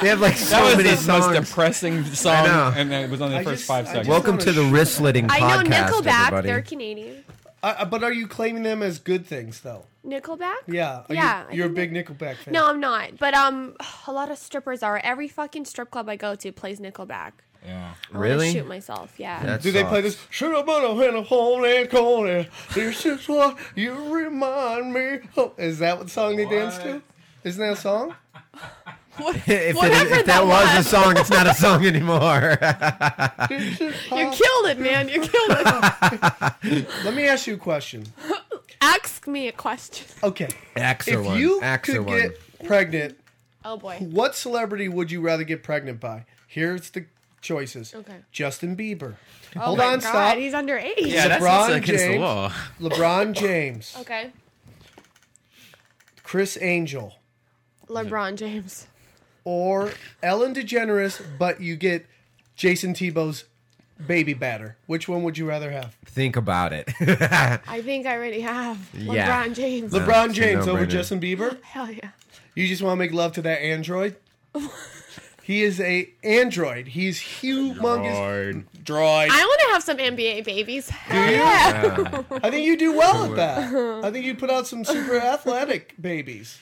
Speaker 3: they have like so
Speaker 4: That was
Speaker 3: many
Speaker 4: the most
Speaker 3: songs.
Speaker 4: depressing song,
Speaker 3: know.
Speaker 4: and it was only the
Speaker 2: I
Speaker 4: first
Speaker 2: just-
Speaker 4: five
Speaker 2: I
Speaker 4: seconds.
Speaker 2: just-
Speaker 4: Well,
Speaker 3: Welcome to the wrist slitting podcast.
Speaker 5: I know Nickelback.
Speaker 3: everybody.
Speaker 5: They're Canadian.
Speaker 2: Uh, but are you claiming them as good things though?
Speaker 5: Nickelback.
Speaker 2: Yeah. Are
Speaker 5: yeah. I
Speaker 2: You, you're a
Speaker 5: think
Speaker 2: big
Speaker 5: they-
Speaker 2: Nickelback fan.
Speaker 5: No, I'm not. But um, a lot of strippers are. Every fucking strip club I go to plays Nickelback.
Speaker 4: yeah.
Speaker 5: I wanna
Speaker 3: Really?
Speaker 5: Shoot myself. Yeah.
Speaker 3: That
Speaker 2: Do they play
Speaker 3: sucks.
Speaker 2: this? Should have been a in a hole and corner. This is what you remind me. Of. Is that what song they dance to? Isn't that a song?
Speaker 3: if, it-
Speaker 5: Whatever
Speaker 3: if that,
Speaker 5: that
Speaker 3: was,
Speaker 5: was.
Speaker 3: a song, it's not a song anymore.
Speaker 5: You killed it, man. You killed it.
Speaker 2: Let me ask you a question.
Speaker 5: Ask me a question.
Speaker 2: Okay.
Speaker 3: Axe
Speaker 2: if
Speaker 3: or one.
Speaker 2: you
Speaker 3: Axe or
Speaker 2: could
Speaker 3: one.
Speaker 2: get pregnant
Speaker 5: Oh boy.
Speaker 2: What celebrity would you rather get pregnant by? Here's the choices.
Speaker 5: Okay.
Speaker 2: Justin Bieber.
Speaker 5: Oh
Speaker 2: Hold
Speaker 5: my
Speaker 2: on,
Speaker 5: God,
Speaker 2: stop.
Speaker 5: He's underage.
Speaker 4: Yeah, that's, that's
Speaker 2: LeBron
Speaker 4: against the
Speaker 2: James.
Speaker 4: law.
Speaker 2: LeBron James.
Speaker 5: Okay.
Speaker 2: Chris Angel. Mm-hmm.
Speaker 5: LeBron James.
Speaker 2: Or Ellen DeGeneres, but you get Jason Tebow's baby batter. Which one would you rather have?
Speaker 3: Think about it.
Speaker 5: I think I already have LeBron
Speaker 3: Yeah.
Speaker 5: James.
Speaker 2: LeBron
Speaker 3: it's a
Speaker 2: James over
Speaker 3: no-brainer.
Speaker 2: Justin Bieber?
Speaker 5: Hell yeah.
Speaker 2: You just want to make love to that android? he is a android. He's humongous. Droid.
Speaker 5: I want to have some NBA babies. Hell
Speaker 2: you?
Speaker 5: yeah.
Speaker 2: I think you do well at that. I think you put out some super athletic babies.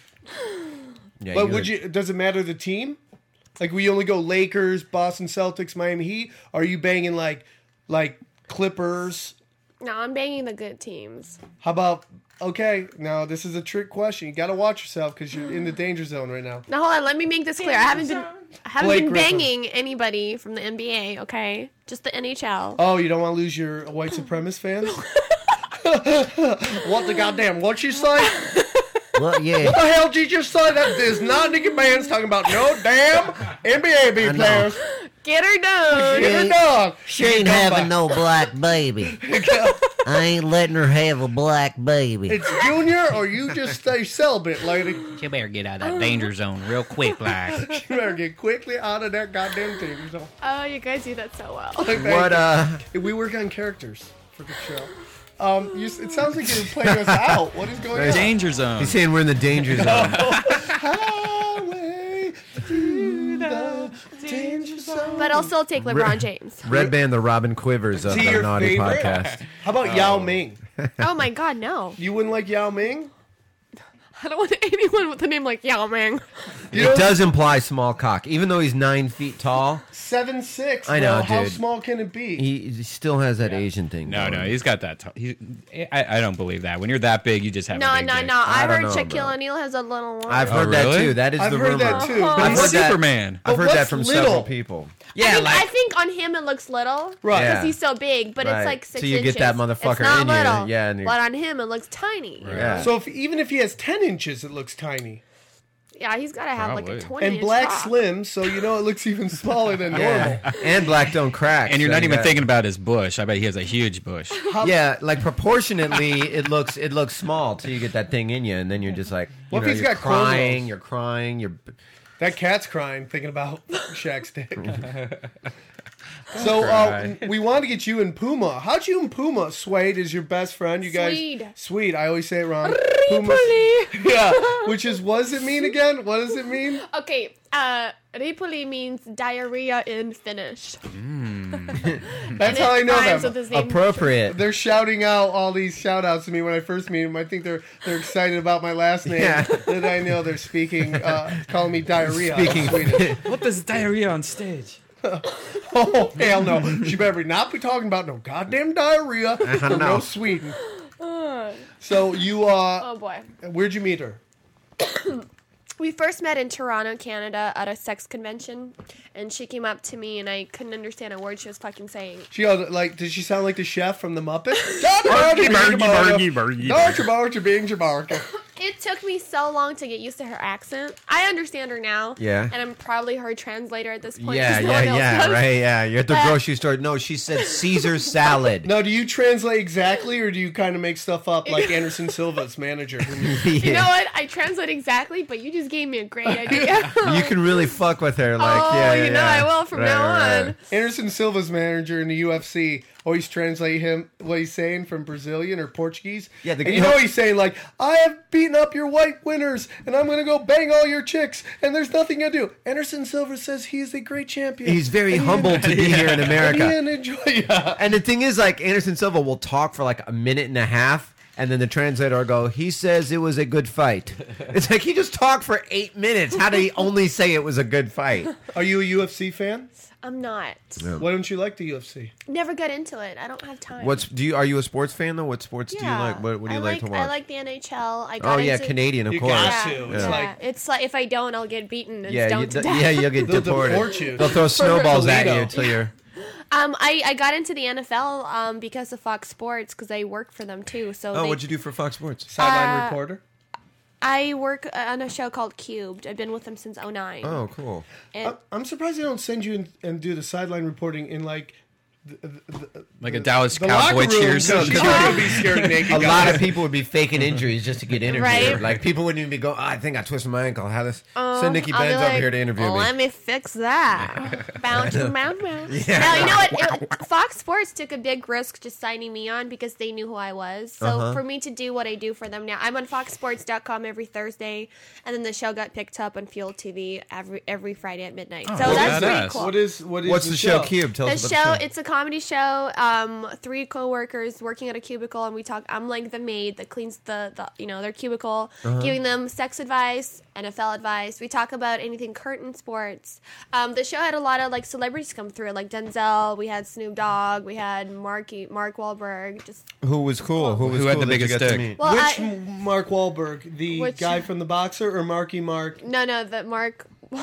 Speaker 3: Yeah,
Speaker 2: But would you? Does it matter the team? Like we only go Lakers, Boston Celtics, Miami Heat. Are you banging like like Clippers?
Speaker 5: No, I'm banging the good teams.
Speaker 2: How about? Okay, now this is a trick question. You got to watch yourself because you're in the danger zone right now.
Speaker 5: Now hold on, let me make this clear. I haven't been I haven't
Speaker 2: Blake
Speaker 5: been
Speaker 2: Griffin.
Speaker 5: banging anybody from the NBA, okay? Just the NHL.
Speaker 2: Oh, you don't want to lose your white supremacist fans. what the goddamn? What you say?
Speaker 3: Well, yeah.
Speaker 2: The hell did you say? That is not Nicky Man's talking about no damn NBA
Speaker 6: know.
Speaker 2: players.
Speaker 5: Get her done.
Speaker 2: Get her
Speaker 6: She-
Speaker 2: dog.
Speaker 6: She ain't having no black baby. I ain't letting her have a black baby.
Speaker 2: It's Junior, or you just stay celibate, lady.
Speaker 7: You better get out of that danger zone real quick, like.
Speaker 2: You better get quickly out of that goddamn thing. So,
Speaker 5: Oh, you guys do that so well.
Speaker 2: thank
Speaker 3: What?
Speaker 2: you.
Speaker 3: Uh,
Speaker 2: We work on characters for the show. Um, you, s- it sounds like you're playing us out. What is going on?
Speaker 4: Danger zone.
Speaker 3: he's saying we're in the danger zone.
Speaker 2: Highway to the danger zone.
Speaker 5: But I'll still take LeBron James.
Speaker 3: Red band, the Robin Quivers of
Speaker 2: Is he
Speaker 3: the
Speaker 2: your
Speaker 3: Naughty
Speaker 2: favorite?
Speaker 3: Podcast.
Speaker 2: How about Yao Ming?
Speaker 5: Oh my god, no.
Speaker 2: You wouldn't like Yao Ming?
Speaker 5: I don't want anyone with a name like Yao Ming.
Speaker 2: You
Speaker 3: It does imply small cock, even though he's nine feet tall.
Speaker 2: Seven six.
Speaker 3: I know,
Speaker 2: bro. How
Speaker 3: dude.
Speaker 2: small can it be?
Speaker 3: He he still has that Asian thing.
Speaker 4: No,
Speaker 3: going.
Speaker 4: no, he's got that. T- he, I, I don't believe that. When you're that big, you just have.
Speaker 5: No,
Speaker 4: a big
Speaker 5: no,
Speaker 4: dick.
Speaker 5: no. I,
Speaker 3: I don't
Speaker 5: heard
Speaker 3: know,
Speaker 5: Shaquille
Speaker 3: bro.
Speaker 5: O'Neal has a little one.
Speaker 3: I've
Speaker 4: Oh,
Speaker 3: heard that
Speaker 4: really?
Speaker 3: too. That is
Speaker 2: I've
Speaker 3: the
Speaker 2: heard
Speaker 3: rumor.
Speaker 2: that too.
Speaker 5: Uh-huh.
Speaker 2: but
Speaker 3: I've
Speaker 4: He's
Speaker 2: he's-
Speaker 3: heard that-
Speaker 4: Superman.
Speaker 3: I've heard that
Speaker 2: what's
Speaker 3: from
Speaker 2: little?
Speaker 3: several people.
Speaker 5: I,
Speaker 7: Yeah,
Speaker 5: think, I
Speaker 7: like.
Speaker 5: think on him it looks little.
Speaker 2: Right.
Speaker 5: Because he's so big, but
Speaker 3: Right.
Speaker 5: it's like six
Speaker 3: So you
Speaker 5: inches.
Speaker 3: get that
Speaker 5: it's
Speaker 3: motherfucker
Speaker 5: not
Speaker 3: in you,
Speaker 5: little,
Speaker 3: yeah, and you're-
Speaker 5: but on him it looks tiny.
Speaker 3: Yeah.
Speaker 2: So if, even if he has ten inches, it looks tiny.
Speaker 5: Yeah, he's got to have like
Speaker 4: Probably.
Speaker 5: a twenty.
Speaker 2: And
Speaker 5: inch
Speaker 2: black
Speaker 5: cock.
Speaker 2: slim, so you know it looks even smaller than normal.
Speaker 3: yeah. and black don't crack.
Speaker 4: And you're
Speaker 3: so
Speaker 4: not
Speaker 3: you
Speaker 4: even
Speaker 3: got-
Speaker 4: thinking about his bush. I bet he has a huge bush.
Speaker 3: Yeah, like proportionately, it looks it looks small till you get that thing in you, and then you're just like, you
Speaker 2: What if
Speaker 3: know,
Speaker 2: he's
Speaker 3: you're
Speaker 2: got
Speaker 3: crying,
Speaker 2: cornrows?
Speaker 3: you're crying, you're
Speaker 2: That cat's crying thinking about Shaq's dick. so uh, we wanted to get you and Puma. How'd you and Puma? Suede is your best friend. You guys,
Speaker 5: Swede.
Speaker 2: Swede. I always say it wrong. Puma. Yeah. Which is what does it mean again? What does it mean?
Speaker 5: Okay, uh, Ripoli means diarrhea in Finnish.
Speaker 2: That's how I know
Speaker 5: Rhymes
Speaker 2: them.
Speaker 5: with his name.
Speaker 3: appropriate.
Speaker 2: They're shouting out all these shout outs to me when I first meet them. I think they're they're excited about my last name.
Speaker 3: Yeah.
Speaker 2: That I know they're speaking, uh, calling me diarrhea.
Speaker 3: Speaking
Speaker 4: what does diarrhea on stage?
Speaker 2: Oh hell no! She better not be talking about no goddamn diarrhea or Uh-huh, no.
Speaker 3: No.
Speaker 2: Sweden. So you, uh,
Speaker 5: Oh boy.
Speaker 2: where'd you meet her?
Speaker 5: We first met in Toronto, Canada, at a sex convention, and she came up to me, and I couldn't understand a word she was fucking saying.
Speaker 2: She goes like, did she sound like the chef from the Muppet?
Speaker 5: It took me so long to get used to her accent. I understand her now.
Speaker 3: Yeah.
Speaker 5: And I'm probably her translator at this point.
Speaker 3: Yeah,
Speaker 5: 'cause no one
Speaker 3: yeah,
Speaker 5: else
Speaker 3: yeah,
Speaker 5: does.
Speaker 3: right, yeah. You're at the
Speaker 5: But-
Speaker 3: grocery store. No, she said Caesar salad.
Speaker 2: Now, do you translate exactly, or do you kind of make stuff up like Anderson Silva's manager? who-
Speaker 5: You know what? I translate exactly, but you just gave me a great idea.
Speaker 3: You can really fuck with her, like
Speaker 5: oh,
Speaker 3: yeah, yeah,
Speaker 5: you know
Speaker 3: yeah.
Speaker 5: I will from
Speaker 3: Right,
Speaker 5: now
Speaker 3: right,
Speaker 5: on.
Speaker 3: right.
Speaker 2: Anderson Silva's manager in the UFC always translate him what he's saying from Brazilian or Portuguese.
Speaker 3: Yeah, the-
Speaker 2: and you know he's saying like, "I have beaten up your white winners, and I'm gonna go bang all your chicks, and there's nothing I do." Anderson Silva says he is a great champion.
Speaker 3: He's very
Speaker 2: and he-
Speaker 3: humble to be here in
Speaker 2: and
Speaker 3: America.
Speaker 2: He and enjoy. Yeah.
Speaker 3: And the thing is, like Anderson Silva will talk for like a minute and a half, and then the translator will go, "He says it was a good fight." It's like he just talked for eight minutes. How did he only say it was a good fight?
Speaker 2: Are you a UFC fan?
Speaker 5: I'm not.
Speaker 2: Why don't you like the UFC?
Speaker 5: Never got into it. I don't have time.
Speaker 3: What's do you? Are you a sports fan though? What sports do you
Speaker 5: Yeah.
Speaker 3: like? What, what do you
Speaker 5: I
Speaker 3: like, to watch?
Speaker 5: I like the NHL. I
Speaker 3: oh
Speaker 5: got
Speaker 3: yeah,
Speaker 5: into-
Speaker 3: Canadian, of
Speaker 2: You
Speaker 3: course.
Speaker 2: got
Speaker 5: Yeah.
Speaker 2: to.
Speaker 5: It's,
Speaker 2: It's
Speaker 5: yeah.
Speaker 2: like-
Speaker 5: like, it's like if I don't, I'll get beaten and
Speaker 3: Yeah, you,
Speaker 5: stoned to death.
Speaker 3: yeah, you'll get
Speaker 2: They'll
Speaker 3: deported.
Speaker 2: deport you.
Speaker 3: They'll throw snowballs at you
Speaker 2: Toledo.
Speaker 3: until you're.
Speaker 5: Um, I, I got into the NFL um, because of Fox Sports because I work for them too. So
Speaker 3: Oh,
Speaker 5: they,
Speaker 3: what'd you do for Fox Sports?
Speaker 2: Sideline
Speaker 5: Uh,
Speaker 2: reporter.
Speaker 5: I work uh, on a show called Cubed. I've been with them since 09.
Speaker 3: Oh, cool.
Speaker 5: And-
Speaker 2: I'm surprised they don't send you in, and do the sideline reporting in like the, the, the,
Speaker 4: Like a Dallas
Speaker 2: the locker
Speaker 4: Cowboy
Speaker 2: room.
Speaker 4: cheers.
Speaker 2: No, 'cause you're gonna be scared naked.
Speaker 3: A lot of people would be faking injuries just to get interviewed.
Speaker 5: Right.
Speaker 3: Like people wouldn't even go. "Oh, I think I twisted my ankle. How this? Send Nikki
Speaker 5: Um, I'll be
Speaker 3: Benz
Speaker 5: like, "Oh,
Speaker 3: over here to interview me.
Speaker 5: Let me fix that. bound to mound mound. Now you know what? It- Fox Sports took a big risk just signing me on because they knew who I was. So
Speaker 3: Uh-huh.
Speaker 5: for me to do what I do for them now, I'm on FoxSports.com every Thursday, and then the show got picked up on Fuel TV every every Friday at midnight.
Speaker 3: Oh,
Speaker 5: so
Speaker 4: well,
Speaker 5: that's
Speaker 4: badass.
Speaker 5: pretty cool.
Speaker 2: What is what is
Speaker 3: What's the show? Cube. Tell
Speaker 5: The
Speaker 3: us
Speaker 5: show,
Speaker 3: about the show.
Speaker 5: it's a comedy show. Um, three coworkers working at a cubicle, and we talk. I'm like the maid that cleans the, the you know their cubicle,
Speaker 3: Uh-huh.
Speaker 5: giving them sex advice, NFL advice. We talk about anything curtain sports. Um, the show had a lot of like celebrities come through, like Denzel. We had Snoop Dogg. We had Mark Mark Wahlberg. Just
Speaker 3: Who was cool? Who was
Speaker 4: Who had
Speaker 3: cool
Speaker 4: the
Speaker 3: that you
Speaker 4: biggest
Speaker 3: got to
Speaker 4: dick?
Speaker 3: meet?
Speaker 5: well,
Speaker 2: Which
Speaker 5: I,
Speaker 2: Mark Wahlberg, the
Speaker 5: Which-
Speaker 2: guy from The Boxer, or Marky Mark?
Speaker 5: no, no, the Mark.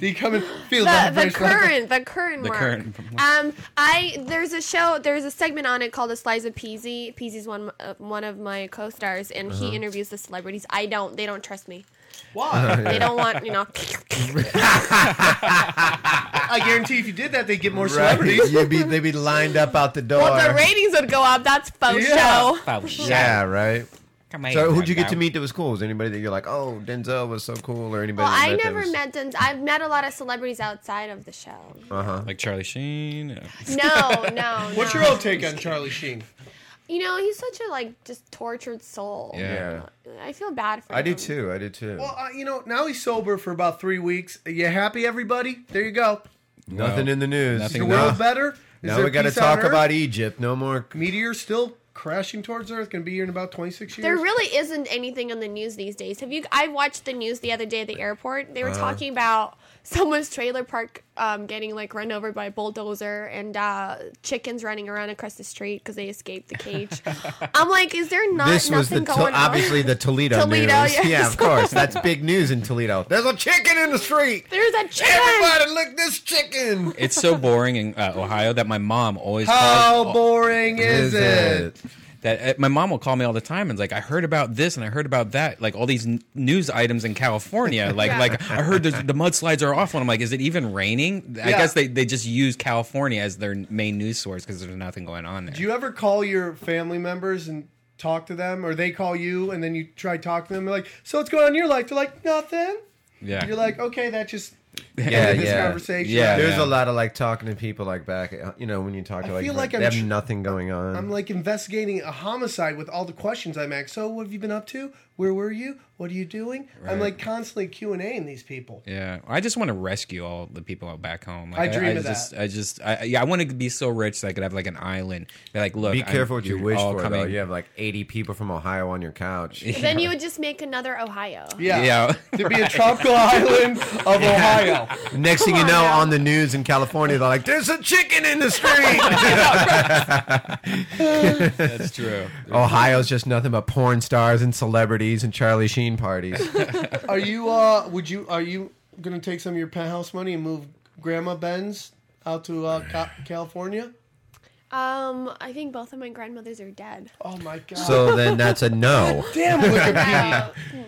Speaker 2: The coming feel
Speaker 5: the,
Speaker 2: that
Speaker 5: the
Speaker 2: first one.
Speaker 5: current the current
Speaker 4: The
Speaker 5: mark.
Speaker 4: current.
Speaker 5: um i there's a show there's a segment on it called a slice of peasy peasy's one uh, one of my co-stars and he interviews the celebrities i don't they don't trust me
Speaker 2: Why?
Speaker 5: they don't want you know uh,
Speaker 2: I guarantee if you did that, they'd get more
Speaker 3: Right.
Speaker 2: celebrities.
Speaker 3: You'd be, they'd be lined up out the door.
Speaker 5: well the ratings would go up that's faux
Speaker 2: Yeah.
Speaker 5: show
Speaker 7: Oh, shit.
Speaker 3: yeah, right.
Speaker 7: Come here,
Speaker 3: So who'd you get
Speaker 7: Denzel.
Speaker 3: to meet that was cool? Is anybody that you're like, oh, Denzel was so cool, or anybody?
Speaker 5: well,
Speaker 3: you
Speaker 5: I
Speaker 3: met that
Speaker 5: never
Speaker 3: was-
Speaker 5: met Denzel. I've met a lot of celebrities outside of the show.
Speaker 4: Like Charlie Sheen. yeah.
Speaker 5: No, no.
Speaker 2: What's
Speaker 5: no.
Speaker 2: your own take on Charlie Sheen?
Speaker 5: You know, he's such a like just tortured soul.
Speaker 3: Yeah,
Speaker 5: I feel bad for
Speaker 3: I
Speaker 5: him.
Speaker 3: do too. I do too.
Speaker 2: Well, uh, you know, now he's sober for about three weeks. Are you happy, everybody? There you go.
Speaker 3: Nothing in the news.
Speaker 2: The
Speaker 4: Nothing. No.
Speaker 2: world better. Is
Speaker 3: Now
Speaker 2: there
Speaker 3: we got to
Speaker 2: peace on
Speaker 3: talk
Speaker 2: Earth?
Speaker 3: about Egypt. No more.
Speaker 2: meteor still crashing towards Earth. Going to be here in about 26 years.
Speaker 5: There really isn't anything on the news these days. Have you? I watched the news the other day at the airport. They were
Speaker 3: Uh-huh.
Speaker 5: talking about someone's trailer park um, getting like run over by a bulldozer and uh, chickens running around across the street because they escaped the cage. I'm like, is there not
Speaker 3: This
Speaker 5: nothing
Speaker 3: was the
Speaker 5: going
Speaker 3: obviously
Speaker 5: on?
Speaker 3: the Toledo,
Speaker 5: Toledo,
Speaker 3: news.
Speaker 5: yes.
Speaker 3: Yeah, of course. That's big news in Toledo. There's a chicken in the street.
Speaker 5: There's a chicken.
Speaker 3: Everybody, look this chicken.
Speaker 4: It's so boring in uh, Ohio that my mom always calls-
Speaker 2: How boring Oh. is, it?
Speaker 4: that uh, my mom will call me all the time and is like I heard about this and I heard about that like all these n- news items in California like
Speaker 5: Yeah.
Speaker 4: like I heard the, the mudslides are awful and I'm like is it even raining I
Speaker 2: Yeah.
Speaker 4: guess they, they just use California as their main news source because there's nothing going on there
Speaker 2: Do you ever call your family members and talk to them, or they call you and then you try to talk to them? You're like, so what's going on in your life? They're like, nothing.
Speaker 4: yeah
Speaker 2: You're like, okay, that just
Speaker 3: Yeah,
Speaker 2: this
Speaker 3: yeah.
Speaker 2: conversation.
Speaker 4: Yeah.
Speaker 3: There's a lot of like talking to people like back, you know, when you talk to like,
Speaker 2: feel like
Speaker 3: they
Speaker 2: I'm
Speaker 3: have
Speaker 2: tr-
Speaker 3: nothing going on.
Speaker 2: I'm like investigating a homicide with all the questions I'm asked. So, what have you been up to? Where were you? What are you doing? I'm like constantly Q and A in these people.
Speaker 4: yeah I just want to rescue all the people out back home like,
Speaker 2: I dream of that.
Speaker 4: just, I just I, yeah I want to be so rich that I could have like an island Be like look
Speaker 3: Be
Speaker 4: I'm-
Speaker 3: careful what you
Speaker 4: you're
Speaker 3: wish
Speaker 4: all
Speaker 3: for, though.
Speaker 4: coming-
Speaker 3: You have like 80 people from Ohio on your couch.
Speaker 5: Then you would just make another Ohio.
Speaker 2: Yeah,
Speaker 4: yeah
Speaker 2: to be a tropical island of Ohio.
Speaker 3: Next thing you
Speaker 5: on
Speaker 3: know,
Speaker 5: now.
Speaker 3: on the news in California, they're like, "There's a chicken in the street."
Speaker 4: that's true
Speaker 3: Ohio's just nothing but porn stars and celebrities and Charlie Sheen parties.
Speaker 2: Are you? uh Would you? Are you gonna take some of your penthouse money and move Grandma Ben's out to uh, Ca- California?
Speaker 5: Um, I think both of my grandmothers are dead.
Speaker 2: Oh my god!
Speaker 3: So then that's a no.
Speaker 2: Damn Wikipedia.
Speaker 5: Wow.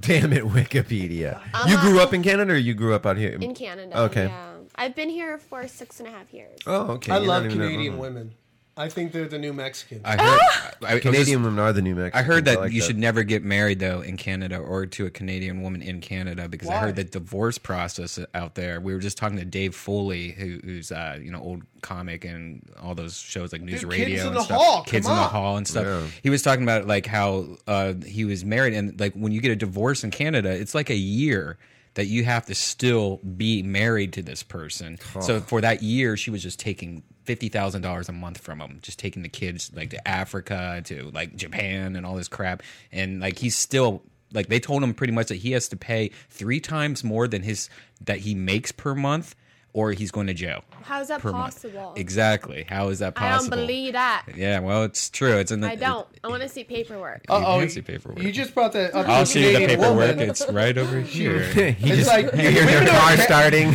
Speaker 3: Damn it, Wikipedia. You grew up in Canada, or you grew up out here?
Speaker 5: Uh-huh. in Canada.
Speaker 3: Okay.
Speaker 5: Yeah. I've been here for six and a half years.
Speaker 3: Oh, okay.
Speaker 2: I
Speaker 3: You're
Speaker 2: love
Speaker 3: not even that
Speaker 2: Canadian
Speaker 3: old.
Speaker 2: women. I think they're the new Mexicans.
Speaker 4: I
Speaker 2: Ah!
Speaker 4: heard I, I was just-
Speaker 3: Canadian women are the new Mexican.
Speaker 4: I heard that you should never get married though in Canada or to a Canadian woman in Canada because I
Speaker 2: Why?
Speaker 4: heard the divorce process out there. We were just talking to Dave Foley, who, who's uh, you know old comic and all those shows like News
Speaker 2: Dude,
Speaker 4: Radio
Speaker 2: Kids in
Speaker 4: and
Speaker 2: the
Speaker 4: stuff,
Speaker 2: Hall,
Speaker 4: Kids
Speaker 2: come
Speaker 4: in the
Speaker 2: on.
Speaker 4: Hall and stuff.
Speaker 3: Yeah.
Speaker 4: He was talking about like how uh, he was married and like when you get a divorce in Canada, it's like a year. That you have to still be married to this person. So for that year, she was just taking fifty thousand dollars a month from him, just taking the kids like to Africa, to like Japan, and all this crap. And like he's still like they told him pretty much that he has to pay three times more than his that he makes per month or he's going to jail.
Speaker 5: How's that
Speaker 4: per month.
Speaker 5: possible?
Speaker 4: Exactly. How is that
Speaker 5: I don't
Speaker 4: possible?
Speaker 5: believe that.
Speaker 4: Yeah, well, it's true. It's in the.
Speaker 5: I don't. I want to see paperwork.
Speaker 3: Oh,
Speaker 2: Uh-oh,
Speaker 4: can see paperwork.
Speaker 2: Oh, you just brought that up. to
Speaker 4: I'll see the
Speaker 2: Canadian
Speaker 4: paperwork.
Speaker 2: woman.
Speaker 4: It's right over here.
Speaker 3: he
Speaker 2: It's
Speaker 3: just,
Speaker 2: like-
Speaker 3: you hear their
Speaker 2: Women are
Speaker 3: car
Speaker 2: ca-
Speaker 3: starting.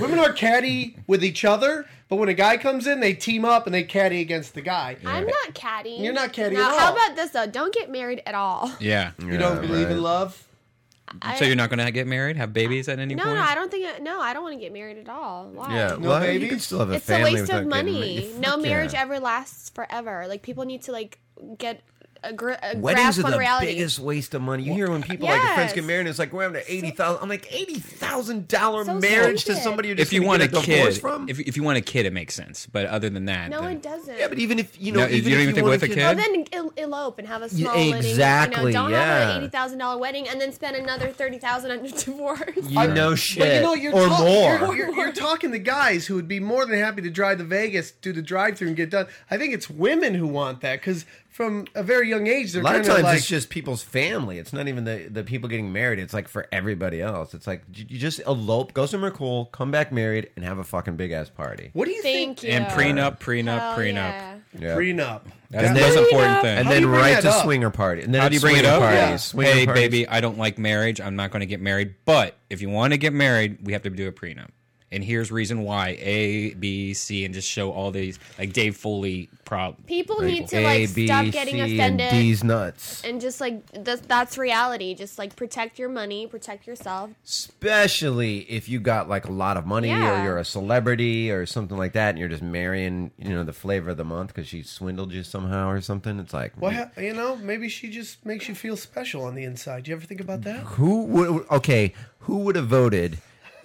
Speaker 2: Women are catty with each other, but when a guy comes in, they team up and they catty against the guy.
Speaker 5: I'm not catty.
Speaker 2: You're not catty
Speaker 5: Now,
Speaker 2: at
Speaker 5: How
Speaker 2: all.
Speaker 5: about this though? Don't get married at all.
Speaker 4: yeah.
Speaker 2: You don't believe in love?
Speaker 5: I-
Speaker 4: So you're not going to get married, have babies at any
Speaker 5: No,
Speaker 4: point?
Speaker 5: no, I don't think. I- No, I don't want to get married at all. Why?
Speaker 3: yeah,
Speaker 2: No
Speaker 3: well,
Speaker 2: babies?
Speaker 3: you can still have a
Speaker 5: It's a
Speaker 3: family
Speaker 5: waste of
Speaker 3: without getting
Speaker 5: money.
Speaker 3: married.
Speaker 5: No
Speaker 3: Fuck
Speaker 5: marriage
Speaker 3: yeah.
Speaker 5: ever lasts forever. Like people need to like get a, gr- a
Speaker 3: Weddings
Speaker 5: grasp
Speaker 3: are
Speaker 5: on
Speaker 3: the
Speaker 5: reality.
Speaker 3: biggest waste of money. You hear when people like their friends get
Speaker 5: Yes.
Speaker 3: married, and it's like we're having an eighty thousand. I'm like eighty thousand dollar
Speaker 5: So
Speaker 3: marriage to
Speaker 5: stupid.
Speaker 3: somebody. You're just
Speaker 4: If you
Speaker 3: gonna
Speaker 4: want a
Speaker 3: get a divorce
Speaker 4: kid,
Speaker 3: from
Speaker 4: if, if you want a kid, it makes sense. But other than that,
Speaker 5: no,
Speaker 4: then-
Speaker 5: it doesn't.
Speaker 3: yeah, but even if you
Speaker 4: No,
Speaker 3: know,
Speaker 4: you
Speaker 3: even
Speaker 4: don't
Speaker 3: if
Speaker 4: even
Speaker 3: you
Speaker 4: think
Speaker 3: want
Speaker 4: with a
Speaker 3: kid-
Speaker 4: kid?
Speaker 5: Well, then el- elope and have a
Speaker 3: Yeah,
Speaker 5: small
Speaker 3: exactly,
Speaker 5: wedding. You know, don't have
Speaker 3: yeah.
Speaker 5: an eighty thousand dollar wedding and then spend another thirty thousand on a divorce.
Speaker 3: you know
Speaker 2: But
Speaker 3: shit
Speaker 2: you know, you're,
Speaker 3: or
Speaker 2: talk-
Speaker 3: more.
Speaker 2: You're, you're- you're talking to guys who would be more than happy to drive to Vegas, do the drive-through, and get done. I think it's women who want that because from a very young age, they're
Speaker 3: a lot
Speaker 2: kind
Speaker 3: of times
Speaker 2: like,
Speaker 3: it's just people's family. It's not even the, the people getting married. It's like for everybody else. It's like you you just elope, go somewhere cool, come back married, and have a fucking big ass party.
Speaker 2: "What do you
Speaker 5: Thank
Speaker 2: think?"
Speaker 5: you.
Speaker 4: and prenup, prenup,
Speaker 5: Hell
Speaker 4: prenup.
Speaker 5: yeah.
Speaker 3: Yeah.
Speaker 2: Prenup.
Speaker 4: That's
Speaker 3: then-
Speaker 4: the most important
Speaker 5: Prenup.
Speaker 3: and
Speaker 4: thing.
Speaker 2: How do
Speaker 3: then
Speaker 2: you bring
Speaker 3: right
Speaker 2: that
Speaker 3: to
Speaker 2: up?
Speaker 3: swinger party. And then
Speaker 4: How do you bring it up?
Speaker 3: Parties,
Speaker 2: Yeah.
Speaker 3: swinger
Speaker 4: hey,
Speaker 3: parties.
Speaker 4: baby, I don't like marriage. I'm not going to get married. But if you want to get married, we have to do a prenup. And here's reason why: A, B, C, and just show all these like Dave Foley problem.
Speaker 5: People need to
Speaker 3: A,
Speaker 5: like
Speaker 3: B,
Speaker 5: stop getting
Speaker 3: C,
Speaker 5: offended. Uh,
Speaker 3: And D's nuts.
Speaker 5: and just like th- that's reality. Just like protect your money, protect yourself.
Speaker 3: Especially if you got like a lot of money or
Speaker 5: Yeah.
Speaker 3: you're a celebrity or something like that, and you're just marrying, you know, the flavor of the month because she swindled you somehow or something. It's like,
Speaker 2: Well, ha- you know, maybe she just makes you feel special on the inside. You ever think about that?
Speaker 3: Who would okay? Who would have voted?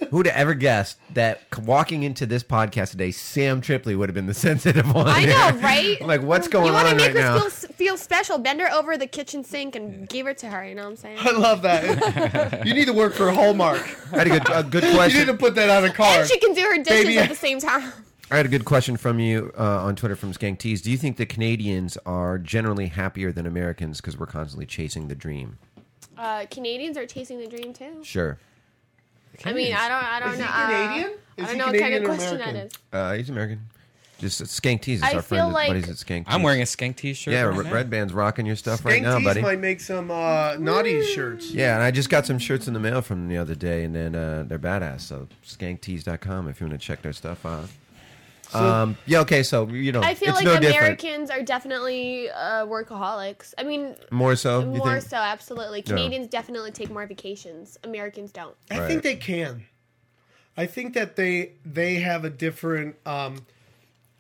Speaker 3: Who would have ever guessed that c- walking into this podcast today, Sam Tripley would have been the sensitive one?
Speaker 5: I
Speaker 3: here?
Speaker 5: know, right?
Speaker 3: I'm like, what's going
Speaker 5: you
Speaker 3: on
Speaker 5: wanna
Speaker 3: right
Speaker 5: make her
Speaker 3: now?
Speaker 5: Feel, s- feel special. Bend her over the kitchen sink and give it to her. You know what I'm saying?
Speaker 2: I love that. you need to work for Hallmark.
Speaker 3: I had a good, a good
Speaker 2: You need to
Speaker 3: question.
Speaker 2: put that on a
Speaker 5: And
Speaker 2: card.
Speaker 5: she can do her dishes
Speaker 2: Baby-
Speaker 5: at the same time.
Speaker 3: I had a good question from you uh, on Twitter from Skank Tees. Do you think that Canadians are generally happier than Americans because we're constantly chasing the dream?
Speaker 5: Uh, Canadians are chasing the dream too.
Speaker 3: Sure.
Speaker 5: I mean, I don't, I don't
Speaker 2: Is he
Speaker 5: know.
Speaker 2: Canadian?
Speaker 5: Uh,
Speaker 2: Is
Speaker 5: I
Speaker 2: he
Speaker 5: don't know what kind
Speaker 2: Canadian
Speaker 5: of
Speaker 2: or
Speaker 5: question that
Speaker 2: American?
Speaker 5: is.
Speaker 3: Uh, he's American. Just uh, Skank Tees is
Speaker 5: I
Speaker 3: our
Speaker 5: feel
Speaker 3: friend.
Speaker 5: like-
Speaker 3: buddies at Skank.
Speaker 4: I'm
Speaker 3: Tees.
Speaker 4: wearing a skank T-shirt.
Speaker 3: Yeah,
Speaker 4: right
Speaker 3: Red
Speaker 4: now.
Speaker 3: Red Band's rocking your stuff right
Speaker 2: Skank
Speaker 3: now,
Speaker 2: Tees
Speaker 3: buddy.
Speaker 2: might make some uh, naughty shirts.
Speaker 3: Yeah, and I just got some shirts in the mail from the other day, and then uh, they're badass. So skanktees.com if you want to check their stuff out. um, yeah, okay, so you know,
Speaker 5: I feel
Speaker 3: it's
Speaker 5: like
Speaker 3: no different.
Speaker 5: Americans are definitely uh, workaholics. I mean,
Speaker 3: More so, you
Speaker 5: more
Speaker 3: think?
Speaker 5: so, absolutely. Canadians definitely take more vacations. Americans don't.
Speaker 2: I
Speaker 3: Right.
Speaker 2: think they can. I think that they they have a different um,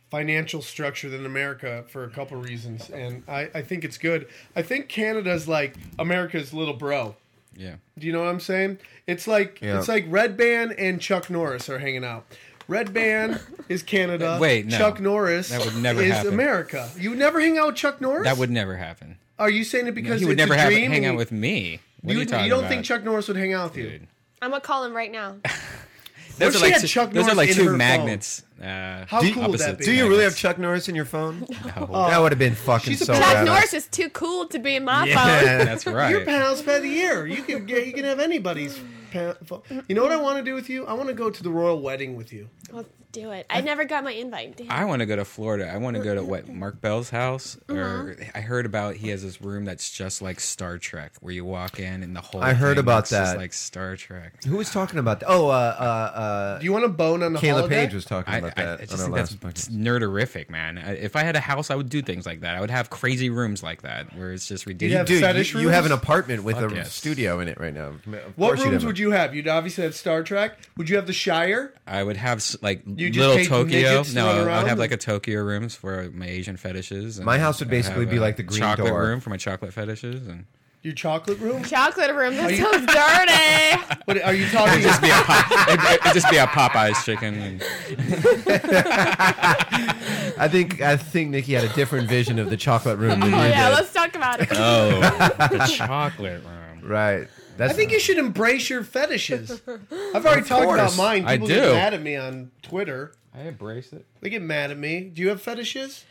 Speaker 2: financial structure than America for a couple reasons, and I, I think it's good. I think Canada's like America's little bro.
Speaker 4: Yeah.
Speaker 2: Do you know what I'm saying? It's like
Speaker 3: Yeah.
Speaker 2: it's like Red Band and Chuck Norris are hanging out. Red Band is Canada.
Speaker 4: Uh, Wait, no.
Speaker 2: Chuck Norris
Speaker 4: That would never
Speaker 2: is
Speaker 4: happen.
Speaker 2: America. You would never hang out with Chuck Norris.
Speaker 4: That would never happen.
Speaker 2: Are you saying it because
Speaker 4: he would
Speaker 2: it's
Speaker 4: never
Speaker 2: a
Speaker 4: have,
Speaker 2: dream
Speaker 4: hang
Speaker 2: and
Speaker 4: out
Speaker 2: you-
Speaker 4: with me. What
Speaker 2: You,
Speaker 4: are you talking
Speaker 2: you don't
Speaker 4: about?
Speaker 2: think Chuck Norris would hang out with you?
Speaker 4: Dude.
Speaker 5: I'm gonna call him right now.
Speaker 2: if
Speaker 4: Those are
Speaker 2: she
Speaker 4: like
Speaker 2: had
Speaker 4: two,
Speaker 2: Chuck
Speaker 4: those are
Speaker 2: Norris
Speaker 4: like
Speaker 2: in her
Speaker 4: two
Speaker 2: phone?
Speaker 4: magnets. Uh,
Speaker 2: How cool would that
Speaker 4: opposite
Speaker 2: be?
Speaker 3: Do you really have
Speaker 4: magnets.
Speaker 3: Chuck Norris in your phone? that would have been fucking
Speaker 2: She's a
Speaker 3: so
Speaker 2: Oh,
Speaker 5: Chuck
Speaker 3: badass.
Speaker 5: Norris is too cool to be in my phone.
Speaker 3: Yeah.
Speaker 4: That's right.
Speaker 2: Your pals by the year. You can get. You can have anybody's. pa- fo- You know what I want to do with you? I want to go to the royal wedding with you.
Speaker 5: Let's do it. I never got my invite. Damn.
Speaker 4: I want to go to Florida. I want to go to what Mark Bell's house, or
Speaker 2: Uh-huh.
Speaker 4: I heard about he has this room that's just like Star Trek, where you walk in and the whole
Speaker 3: I heard
Speaker 4: thing
Speaker 3: about
Speaker 4: looks just
Speaker 3: that.
Speaker 4: like Star Trek.
Speaker 3: Who was talking about that? Oh, uh, uh, uh,
Speaker 2: Do you want to bone on the
Speaker 3: Kayla
Speaker 2: holiday?
Speaker 3: Page was talking
Speaker 4: I,
Speaker 3: about
Speaker 4: I-
Speaker 3: that
Speaker 4: I
Speaker 3: on
Speaker 4: just
Speaker 3: our
Speaker 4: think
Speaker 3: last
Speaker 4: that's
Speaker 3: podcast.
Speaker 4: nerderific, man. I, if I had a house, I would do things like that. I would have crazy rooms like that where it's just ridiculous.
Speaker 2: have-
Speaker 3: Dude,
Speaker 2: fetish
Speaker 3: you, you have an
Speaker 2: rooms?
Speaker 3: apartment with
Speaker 4: Fuck
Speaker 3: a
Speaker 4: yes.
Speaker 3: studio in it right now. Of
Speaker 2: What
Speaker 3: course you'd
Speaker 2: rooms
Speaker 3: have
Speaker 2: would
Speaker 3: it.
Speaker 2: you have? You'd obviously have Star Trek. Would you have the Shire?
Speaker 4: I would have s- like
Speaker 2: just
Speaker 4: little
Speaker 2: take
Speaker 4: Tokyo.
Speaker 2: midgets to
Speaker 4: No,
Speaker 2: run
Speaker 4: I would
Speaker 2: around
Speaker 4: have like
Speaker 2: and-
Speaker 4: a Tokyo rooms for my Asian fetishes. and
Speaker 3: My house would
Speaker 4: I'd have
Speaker 3: basically be
Speaker 4: a
Speaker 3: like the green
Speaker 4: chocolate
Speaker 3: door.
Speaker 4: room for my chocolate fetishes, and
Speaker 2: Your chocolate room?
Speaker 5: Chocolate room. That
Speaker 2: you-
Speaker 5: sounds dirty.
Speaker 2: What are you talking?
Speaker 4: just be a pop, it'd, it'd just be a Popeyes chicken. And,
Speaker 3: I think I think Nikki had a different vision of the chocolate room than you
Speaker 5: Oh yeah,
Speaker 3: did.
Speaker 5: let's talk about it.
Speaker 4: oh, the chocolate room.
Speaker 3: Right. That's
Speaker 2: I think you should embrace your fetishes. I've already talked about
Speaker 3: course.
Speaker 2: mine.
Speaker 4: I
Speaker 2: People get
Speaker 4: do.
Speaker 2: mad at me on Twitter.
Speaker 4: I embrace it.
Speaker 2: They get mad at me. Do you have fetishes?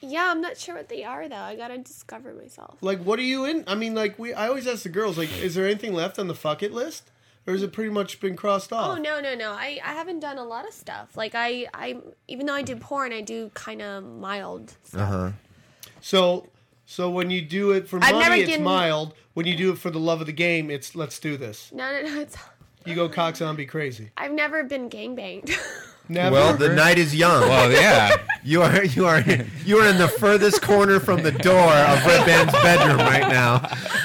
Speaker 5: Yeah, I'm not sure what they are though. I gotta discover myself.
Speaker 2: Like, what are you in? I mean, like, we. I always ask the girls, like, is there anything left on the fuck it list? Or has it pretty much been crossed off?
Speaker 5: Oh no no no! I, I haven't done a lot of stuff. Like I I even though I do porn, I do kind of mild. stuff.
Speaker 2: So, so when you do it for
Speaker 5: I've
Speaker 2: money,
Speaker 5: never
Speaker 2: it's
Speaker 5: given-
Speaker 2: mild. When you do it for the love of the game, it's let's do this.
Speaker 5: No no no! It's
Speaker 2: You go cock zombie crazy.
Speaker 5: I've never been gangbanged.
Speaker 2: Never.
Speaker 3: Well, the night is young.
Speaker 4: Well, yeah.
Speaker 3: You are you are you are in the furthest corner from the door of Red Band's bedroom right now.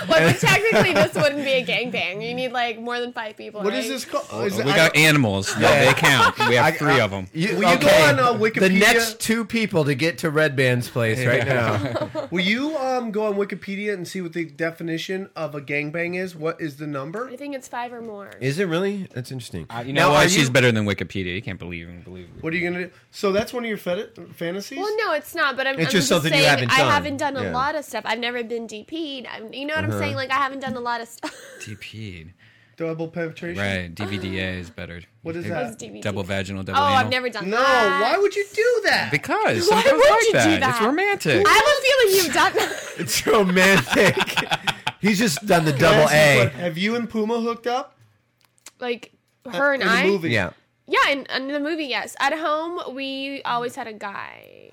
Speaker 5: well, but technically, this wouldn't be a gangbang. You need like more than five people.
Speaker 2: what
Speaker 5: right?
Speaker 2: is this called? Is
Speaker 4: we
Speaker 2: I-
Speaker 4: got animals. No, they count. We have three of them.
Speaker 3: You,
Speaker 2: Will you go on, uh,
Speaker 3: The
Speaker 2: Wikipedia?
Speaker 3: next two people to get to Red Band's place right now.
Speaker 2: will you um go on Wikipedia and see what the definition of a gangbang is? What is the number?
Speaker 5: I think it's five or more.
Speaker 3: Is it really? That's interesting.
Speaker 2: Uh,
Speaker 4: You
Speaker 3: Now,
Speaker 4: know why
Speaker 3: are
Speaker 4: she's
Speaker 3: you-
Speaker 4: better than Wikipedia? You can't believe and believe.
Speaker 2: What are you gonna do? So that's one of your fed- fantasies.
Speaker 5: Well, no, it's not. But I'm,
Speaker 3: It's
Speaker 5: I'm
Speaker 3: just
Speaker 5: just,
Speaker 3: something you
Speaker 5: saying
Speaker 3: haven't
Speaker 5: I
Speaker 3: done.
Speaker 5: haven't done a
Speaker 3: Yeah. Uh-huh.
Speaker 5: lot of stuff. I've never been DP'd. I'm, you know what I'm saying? Like I haven't done a lot of stuff.
Speaker 4: DP.
Speaker 2: Double penetration.
Speaker 4: Right. DVDA is better.
Speaker 2: What is
Speaker 4: It-
Speaker 2: that?
Speaker 5: It's DVD.
Speaker 4: Double vaginal, double
Speaker 5: Oh, I've
Speaker 4: anal.
Speaker 5: never done.
Speaker 2: No.
Speaker 5: that.
Speaker 2: Why would you do that?
Speaker 4: Because
Speaker 5: Why
Speaker 4: sometimes
Speaker 5: would
Speaker 4: like
Speaker 5: you do
Speaker 4: that.
Speaker 5: that?
Speaker 4: It's romantic.
Speaker 5: I have a feeling you've done that.
Speaker 3: It's romantic. He's just done the
Speaker 2: Can I
Speaker 3: double
Speaker 2: ask you what-
Speaker 3: A.
Speaker 2: Have you and Puma hooked up?
Speaker 5: like her and
Speaker 2: in
Speaker 5: I.
Speaker 2: the movie.
Speaker 3: Yeah.
Speaker 5: Yeah, in, in the movie, yes. At home, we always had a guy.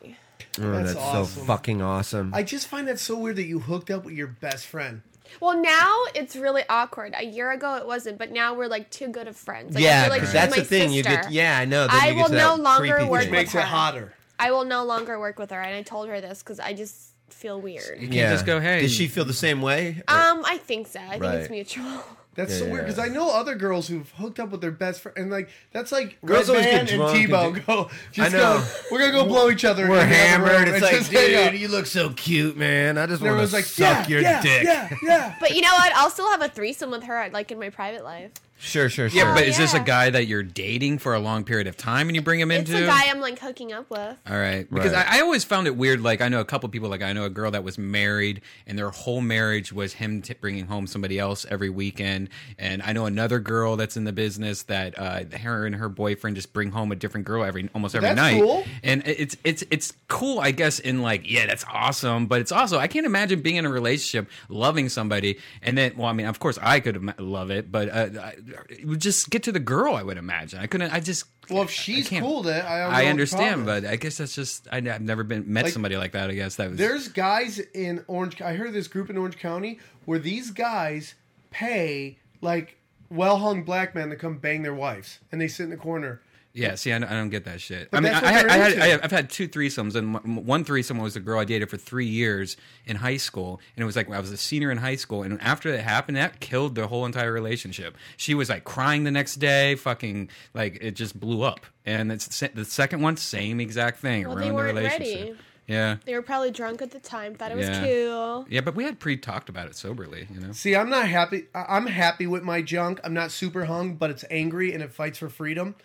Speaker 3: Oh,
Speaker 2: That's
Speaker 3: that's
Speaker 2: awesome.
Speaker 3: so fucking awesome.
Speaker 2: I just find that so weird that you hooked up with your best friend.
Speaker 5: Well, now it's really awkward. A year ago, it wasn't, but now we're like too good of friends. Like, I
Speaker 3: yeah,
Speaker 5: feel like
Speaker 3: 'cause
Speaker 5: she's
Speaker 3: that's
Speaker 5: my
Speaker 3: the thing. You
Speaker 5: sister.
Speaker 3: get yeah, I know. then
Speaker 5: I
Speaker 3: you get
Speaker 5: will
Speaker 3: to that
Speaker 5: no longer
Speaker 3: creepy
Speaker 5: work
Speaker 3: thing.
Speaker 5: with
Speaker 2: Makes it
Speaker 5: her.
Speaker 2: hotter.
Speaker 5: I will no longer work with her, and I told her this because I just feel weird.
Speaker 4: You just go, hey.
Speaker 3: Does she feel the same way?
Speaker 5: Um, I think so. I think
Speaker 3: Right.
Speaker 5: it's mutual.
Speaker 2: That's so
Speaker 3: Yeah.
Speaker 2: weird because I know other girls who've hooked up with their best friend, and like that's like
Speaker 3: Girls
Speaker 2: Red
Speaker 3: always get
Speaker 2: Band and
Speaker 3: drunk and
Speaker 2: Tebow
Speaker 3: do-
Speaker 2: go. Just
Speaker 3: I know.
Speaker 2: go. We're gonna go blow each other.
Speaker 3: We're
Speaker 2: in the other
Speaker 3: hammered.
Speaker 2: room
Speaker 3: It's
Speaker 2: and
Speaker 3: like,
Speaker 2: just hang out."
Speaker 3: dude, you look so cute, man. I just
Speaker 2: There
Speaker 3: want to
Speaker 2: was like,
Speaker 3: suck
Speaker 2: yeah,
Speaker 3: your
Speaker 2: yeah,
Speaker 3: dick.
Speaker 2: yeah, yeah.
Speaker 5: But you know what? I'll still have a threesome with her, like in my private life.
Speaker 3: Sure, sure, sure.
Speaker 4: Yeah, but is this a
Speaker 5: yeah.
Speaker 4: guy that you're dating for a long period of time and you bring him
Speaker 5: It's
Speaker 4: into?
Speaker 5: a guy I'm like hooking up with.
Speaker 4: All right. Because
Speaker 3: Right.
Speaker 4: I, I always found it weird. Like, I know a couple people, like, I know a girl that was married, and their whole marriage was him t- bringing home somebody else every weekend. And I know another girl that's in the business that uh, her and her boyfriend just bring home a different girl every almost every
Speaker 2: That's
Speaker 4: night.
Speaker 2: cool.
Speaker 4: And it- it's it's it's cool, I guess, in like, yeah, that's awesome. But it's also, I can't imagine being in a relationship, loving somebody, and then, well, I mean, of course, I could ima- love it, but uh, I, it would just get to the girl, I would imagine. I couldn't, I just.
Speaker 2: Well, if
Speaker 4: I
Speaker 2: she's
Speaker 4: can't-
Speaker 2: cool, then I, don't know what
Speaker 4: I
Speaker 2: the
Speaker 4: understand,
Speaker 2: problem
Speaker 4: but
Speaker 2: is.
Speaker 4: I guess that's just I, have never been met
Speaker 2: Like,
Speaker 4: somebody like that. I guess that was
Speaker 2: there's guys in Orange. I heard this group in Orange County where these guys pay like well-hung black men to come bang their wives, and they sit in the corner.
Speaker 4: yeah. See, I don't, I don't get that shit. I mean,
Speaker 2: that's
Speaker 4: I, I,
Speaker 2: what
Speaker 4: had, I
Speaker 2: they're
Speaker 4: had
Speaker 2: into.
Speaker 4: I have, I've had two threesomes, and one- one threesome was a girl I dated for three years in high school, and it was like I was a senior in high school, and after that happened, that killed the whole entire relationship. She was like crying the next day, fucking like it just blew up, and it's se- the second one, same exact thing,
Speaker 5: Well, they
Speaker 4: ruined
Speaker 5: weren't
Speaker 4: the relationship.
Speaker 5: ready.
Speaker 4: Yeah,
Speaker 5: They were probably drunk at the time, thought it was
Speaker 4: Yeah.
Speaker 5: cool.
Speaker 4: yeah, but we had pre talked about it soberly, you know.
Speaker 2: See, I'm not happy. I- I'm happy with my junk. I'm not super hung, but it's angry and it fights for freedom.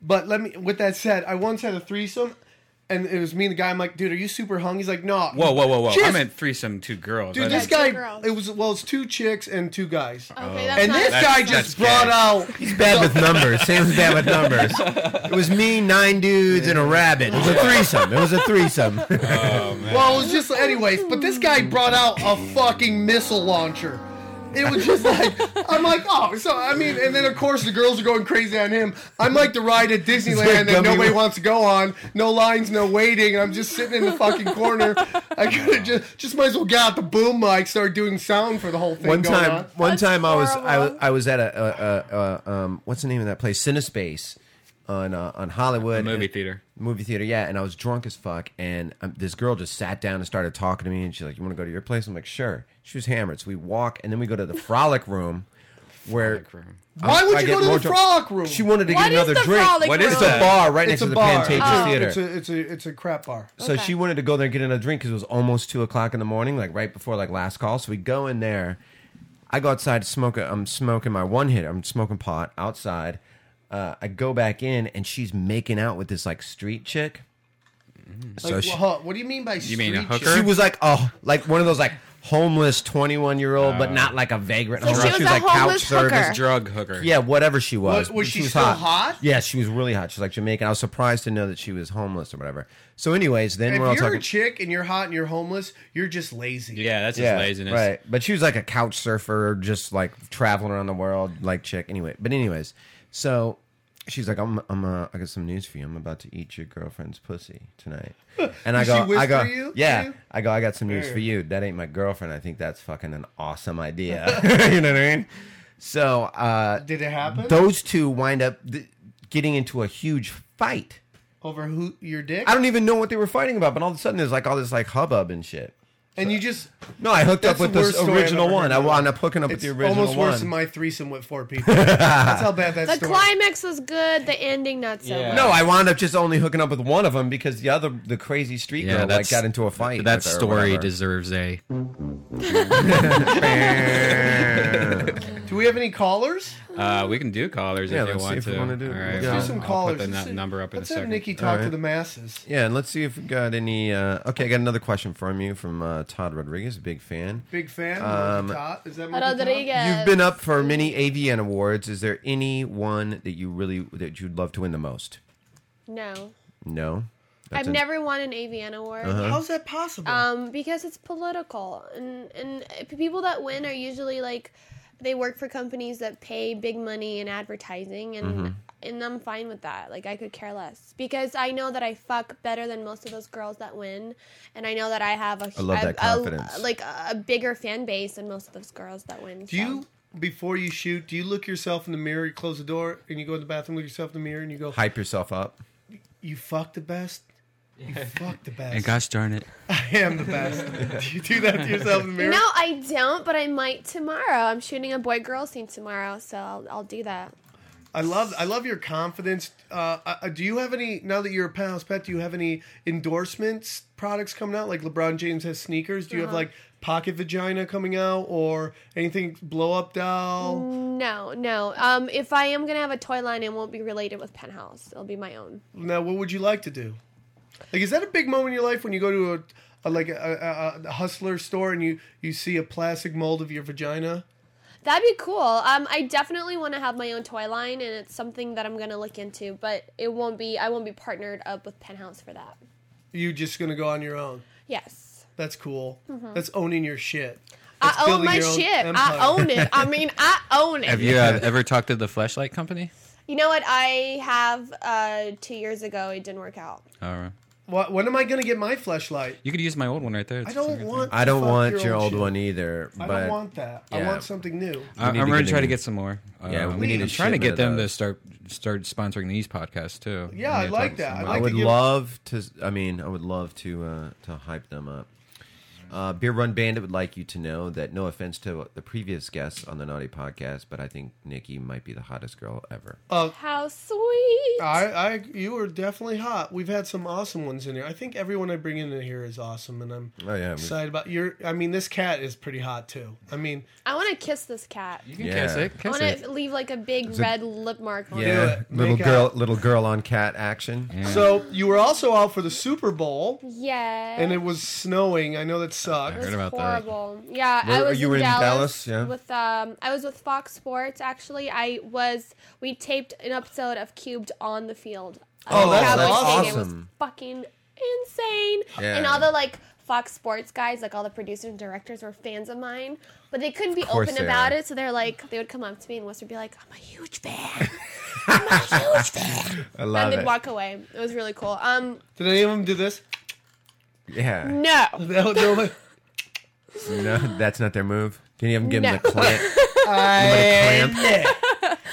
Speaker 2: but let me. With that said, I once had a threesome, and it was me and the guy. I'm like, dude, are you super hung? He's like, no.
Speaker 4: Whoa, whoa, whoa, whoa! I
Speaker 2: Just-
Speaker 4: meant threesome, two girls. I
Speaker 2: Dude, this
Speaker 4: didn't-
Speaker 5: Yeah,
Speaker 2: guy.
Speaker 5: two girls.
Speaker 2: It was well, it's two chicks and two guys.
Speaker 5: Okay, that's
Speaker 2: and
Speaker 5: not.
Speaker 2: this
Speaker 5: that's
Speaker 2: guy
Speaker 5: not-
Speaker 4: that's
Speaker 2: just brought
Speaker 4: gay.
Speaker 2: out.
Speaker 3: He's bad with numbers. Sam's bad with numbers. It was me, nine dudes, and a rabbit. It was a threesome. It was a threesome.
Speaker 2: Well, it was just anyways. But this guy brought out a fucking missile launcher. It was just like I'm like, oh, so I mean, and then of course the girls are going crazy on him. I'm like the ride at Disneyland that
Speaker 3: gummy
Speaker 2: nobody
Speaker 3: worm.
Speaker 2: wants to go on. No lines, no waiting. And I'm just sitting in the fucking corner. I could have just just might as well get out the boom mic, start doing sound for the whole thing.
Speaker 3: one
Speaker 2: going
Speaker 3: time,
Speaker 2: on.
Speaker 3: one
Speaker 5: That's
Speaker 3: time I was I,
Speaker 5: horrible.
Speaker 3: was- I was at a, a, a, a um what's the name of that place? CineSpace on uh, on Hollywood
Speaker 4: movie
Speaker 3: And-
Speaker 4: theater.
Speaker 3: Movie theater, yeah. And I was drunk as fuck, and um, this girl just sat down and started talking to me, and she's like, "You want to go to your place?" I'm like, "Sure." She was hammered, so we walk, and then we go to the frolic room, where
Speaker 2: Why would
Speaker 3: I
Speaker 2: you
Speaker 3: get
Speaker 2: go to
Speaker 3: more
Speaker 2: the
Speaker 3: drunk.
Speaker 2: frolic room?
Speaker 3: she wanted to
Speaker 5: What
Speaker 3: get
Speaker 5: is
Speaker 3: another
Speaker 5: the
Speaker 3: drink.
Speaker 5: frolic
Speaker 4: What is
Speaker 5: room?
Speaker 3: It's a bar right next
Speaker 2: it's
Speaker 3: to
Speaker 2: a
Speaker 3: the Pantages
Speaker 2: bar. It's a-
Speaker 3: Theater.
Speaker 2: It's a, it's a it's a crap bar.
Speaker 3: So
Speaker 5: Okay.
Speaker 3: she wanted to go there and get another drink because it was almost two o'clock in the morning, like right before like last call. So we go in there. I go outside to smoke. A, I'm smoking my one hit. I'm smoking pot outside. Uh, I go back in and she's making out with this like street chick. So
Speaker 2: Mm. Like,
Speaker 3: she,
Speaker 2: wha- what do you mean by you
Speaker 4: mean a hooker?
Speaker 3: she was like, oh, like one of those like homeless 21 year old,
Speaker 2: Uh.
Speaker 3: but not like a vagrant.
Speaker 5: So she
Speaker 3: homeless.
Speaker 5: was a homeless hooker.
Speaker 4: drug hooker.
Speaker 3: Yeah, whatever she was.
Speaker 2: Was- was she still hot?
Speaker 3: Yeah, she was really hot. She's like Jamaican. I was surprised to know that she was homeless or whatever. So, anyways, then
Speaker 2: If
Speaker 3: we're all
Speaker 2: you're
Speaker 3: talking.
Speaker 2: a chick and you're hot and you're homeless, you're just lazy.
Speaker 4: yeah, that's
Speaker 3: yeah,
Speaker 4: just laziness.
Speaker 3: Right. But she was like a couch surfer, just like traveling around the world, like chick. Anyway, but anyways, so she's like, I'm, I'm, uh, I got some news for you. I'm about to eat your girlfriend's pussy tonight. And I
Speaker 2: Did
Speaker 3: go,
Speaker 2: she
Speaker 3: I go,
Speaker 2: whisper you-
Speaker 3: yeah.
Speaker 2: to you?
Speaker 3: I go, I got some news for you. That ain't my girlfriend. I think that's fucking an awesome idea. you know what I mean? So, uh,
Speaker 2: Did it happen
Speaker 3: those two wind up th- getting into a huge fight.
Speaker 2: over who your dick?
Speaker 3: I don't even know what they were fighting about, but all of a sudden there's like all this like hubbub and shit.
Speaker 2: and you just
Speaker 3: No, I hooked up
Speaker 2: That's
Speaker 3: with
Speaker 2: the
Speaker 3: the
Speaker 2: worst story I've
Speaker 3: original
Speaker 2: ever
Speaker 3: one.
Speaker 2: heard.
Speaker 3: I wound up hooking up
Speaker 2: it's
Speaker 3: with the original
Speaker 2: almost
Speaker 3: one.
Speaker 2: worse than my threesome with four people. That's how bad that
Speaker 5: The
Speaker 2: story.
Speaker 5: climax was good. The ending not so
Speaker 4: Yeah.
Speaker 5: much.
Speaker 3: no, I wound up just only hooking up with one of them because the other, the crazy street
Speaker 7: Yeah,
Speaker 3: girl, like
Speaker 7: that's-
Speaker 3: got into a fight.
Speaker 7: That
Speaker 3: with her or
Speaker 7: story
Speaker 3: whatever.
Speaker 7: deserves a.
Speaker 2: Do we have any callers?
Speaker 4: Uh, we can do callers
Speaker 3: Yeah,
Speaker 4: if you
Speaker 3: let's see
Speaker 4: want
Speaker 3: if
Speaker 4: to.
Speaker 3: we wanna do-
Speaker 4: All
Speaker 3: let's
Speaker 4: right,
Speaker 3: do
Speaker 2: Do
Speaker 4: I'll-
Speaker 2: some
Speaker 4: I'll
Speaker 2: callers.
Speaker 4: Put the
Speaker 2: Let's
Speaker 4: nu-
Speaker 2: see-
Speaker 4: number up in
Speaker 2: Let's
Speaker 4: a
Speaker 2: have
Speaker 4: second.
Speaker 2: Nikki talk to
Speaker 3: Alright.
Speaker 2: the masses.
Speaker 3: Yeah, and let's see if we got any. Uh, okay, I got another question from you from uh, Todd Rodriguez, a big fan.
Speaker 2: Big fan.
Speaker 4: Um,
Speaker 2: Todd- is that Todd?
Speaker 5: Rodriguez.
Speaker 3: You've been up for many AVN awards. Is there any one that you really that you'd love to win the most?
Speaker 5: No.
Speaker 3: No, That's
Speaker 5: I've
Speaker 3: an-
Speaker 5: never won an AVN award.
Speaker 2: How's that possible?
Speaker 5: Um, because it's political, and and people that win are usually like they work for companies that pay big money in advertising, and
Speaker 3: Mm-hmm.
Speaker 5: and I'm fine with that. Like I could care less because I know that I fuck better than most of those girls that win, and I know that I have a
Speaker 3: I love that
Speaker 5: a-
Speaker 3: confidence.
Speaker 5: a, like a bigger fan base than most of those girls that win.
Speaker 2: do you before you shoot? Do you look yourself in the mirror? You close the door and you go in the bathroom. Look yourself in the mirror and you go,
Speaker 3: Hype yourself up.
Speaker 2: "You fuck the best." You fuck the best.
Speaker 4: And gosh darn it.
Speaker 2: I am the best. do you do that to yourself in the mirror?
Speaker 5: No, I don't, but I might tomorrow. I'm shooting a boy girl scene tomorrow, so I'll, I'll do that.
Speaker 2: I love I love your confidence. Uh, uh, do you have any now that you're a penthouse pet? Do you have any endorsements products coming out? Like LeBron James has sneakers. Do you have like pocket vagina coming out or anything blow up doll?
Speaker 5: No, no. Um, if I am gonna have a toy line, it won't be related with Penthouse. It'll be my own.
Speaker 2: Now, what would you like to do? Like, is that a big moment in your life when you go to a, a like a, a, a hustler store and you you see a plastic mold of your vagina?
Speaker 5: That'd be cool. Um, I definitely want to have my own toy line, and it's something that I'm gonna look into. But it won't be. I won't be partnered up with Penthouse for that.
Speaker 2: You just gonna go on your own?
Speaker 5: Yes.
Speaker 2: That's cool. That's owning your shit. That's
Speaker 5: I own
Speaker 2: building
Speaker 5: my
Speaker 2: your own
Speaker 5: shit.
Speaker 2: empire.
Speaker 5: I own it. I mean, I own it.
Speaker 4: Have you uh, ever talked to the flashlight company?
Speaker 5: You know what? I have uh, two years ago. It didn't work out.
Speaker 3: Oh,
Speaker 4: All
Speaker 3: uh,
Speaker 4: right.
Speaker 2: Wha- When am I gonna get my flashlight?
Speaker 4: You could use my old one right there.
Speaker 2: I don't want.
Speaker 3: I don't
Speaker 2: fuck
Speaker 3: want your, old
Speaker 2: shit.
Speaker 3: one either.
Speaker 2: I
Speaker 3: but
Speaker 2: don't want that. I
Speaker 3: yeah.
Speaker 2: want something new.
Speaker 4: I,
Speaker 3: need to
Speaker 4: I'm going
Speaker 3: get
Speaker 4: to try
Speaker 3: a
Speaker 4: to
Speaker 3: new-
Speaker 4: get some more.
Speaker 3: Yeah,
Speaker 4: Um,
Speaker 3: we need a
Speaker 4: I'm trying to
Speaker 3: shipment
Speaker 4: get
Speaker 3: of
Speaker 4: them to
Speaker 3: those.
Speaker 4: start start sponsoring these podcasts too.
Speaker 2: Yeah,
Speaker 4: We
Speaker 2: I
Speaker 4: need to
Speaker 2: like
Speaker 4: talk
Speaker 2: that.
Speaker 4: some
Speaker 2: I
Speaker 4: more.
Speaker 2: like
Speaker 3: I
Speaker 2: to
Speaker 3: would
Speaker 2: give-
Speaker 3: love to. I mean, I would love to uh, to hype them up. Uh, Beer Run Bandit would like you to know that no offense to the previous guests on the Naughty Podcast, but I think Nikki might be the hottest girl ever.
Speaker 5: How sweet.
Speaker 2: I, I, you were definitely hot. We've had some awesome ones in here. I think everyone I bring in here is awesome, and I'm
Speaker 3: Oh, yeah.
Speaker 2: excited about your. I mean, this cat is pretty hot too. I mean,
Speaker 5: I want to kiss this cat.
Speaker 4: You can
Speaker 3: Yeah.
Speaker 4: kiss it.
Speaker 5: I
Speaker 4: Kiss
Speaker 5: want
Speaker 4: it.
Speaker 5: to leave like a big red lip mark on it.
Speaker 2: Yeah.
Speaker 3: Oh, little
Speaker 2: Make
Speaker 3: girl,
Speaker 2: out.
Speaker 3: little girl on cat action.
Speaker 2: so you were also out for the Super Bowl,
Speaker 5: Yeah.
Speaker 2: and it was snowing. I know that
Speaker 5: It
Speaker 2: sucked.
Speaker 5: was
Speaker 4: Heard about that.
Speaker 5: horrible. Yeah, I
Speaker 3: Where-
Speaker 5: was
Speaker 3: you
Speaker 5: in,
Speaker 3: were in Dallas,
Speaker 5: Dallas,
Speaker 3: yeah.
Speaker 5: with um I was with Fox Sports actually. I was we taped an episode of Cubed on the field.
Speaker 2: Oh, that's
Speaker 5: Cowboys game. It was
Speaker 3: awesome.
Speaker 5: fucking insane.
Speaker 3: Yeah.
Speaker 5: And all the like Fox Sports guys, like all the producers and directors were fans of mine, but they couldn't be
Speaker 3: course
Speaker 5: open
Speaker 3: they
Speaker 5: about
Speaker 3: are.
Speaker 5: it, so they're like they would come up to me and whisper be like, "I'm a huge fan." I'm a huge fan.
Speaker 3: I
Speaker 5: And
Speaker 3: love
Speaker 5: they'd
Speaker 3: it.
Speaker 5: walk away. It was really cool. Um,
Speaker 2: Did any of them do this?
Speaker 3: yeah,
Speaker 5: no,
Speaker 2: No, no.
Speaker 3: no, that's not their move. Can you even give them
Speaker 5: No.
Speaker 3: the clamp? Give 'em the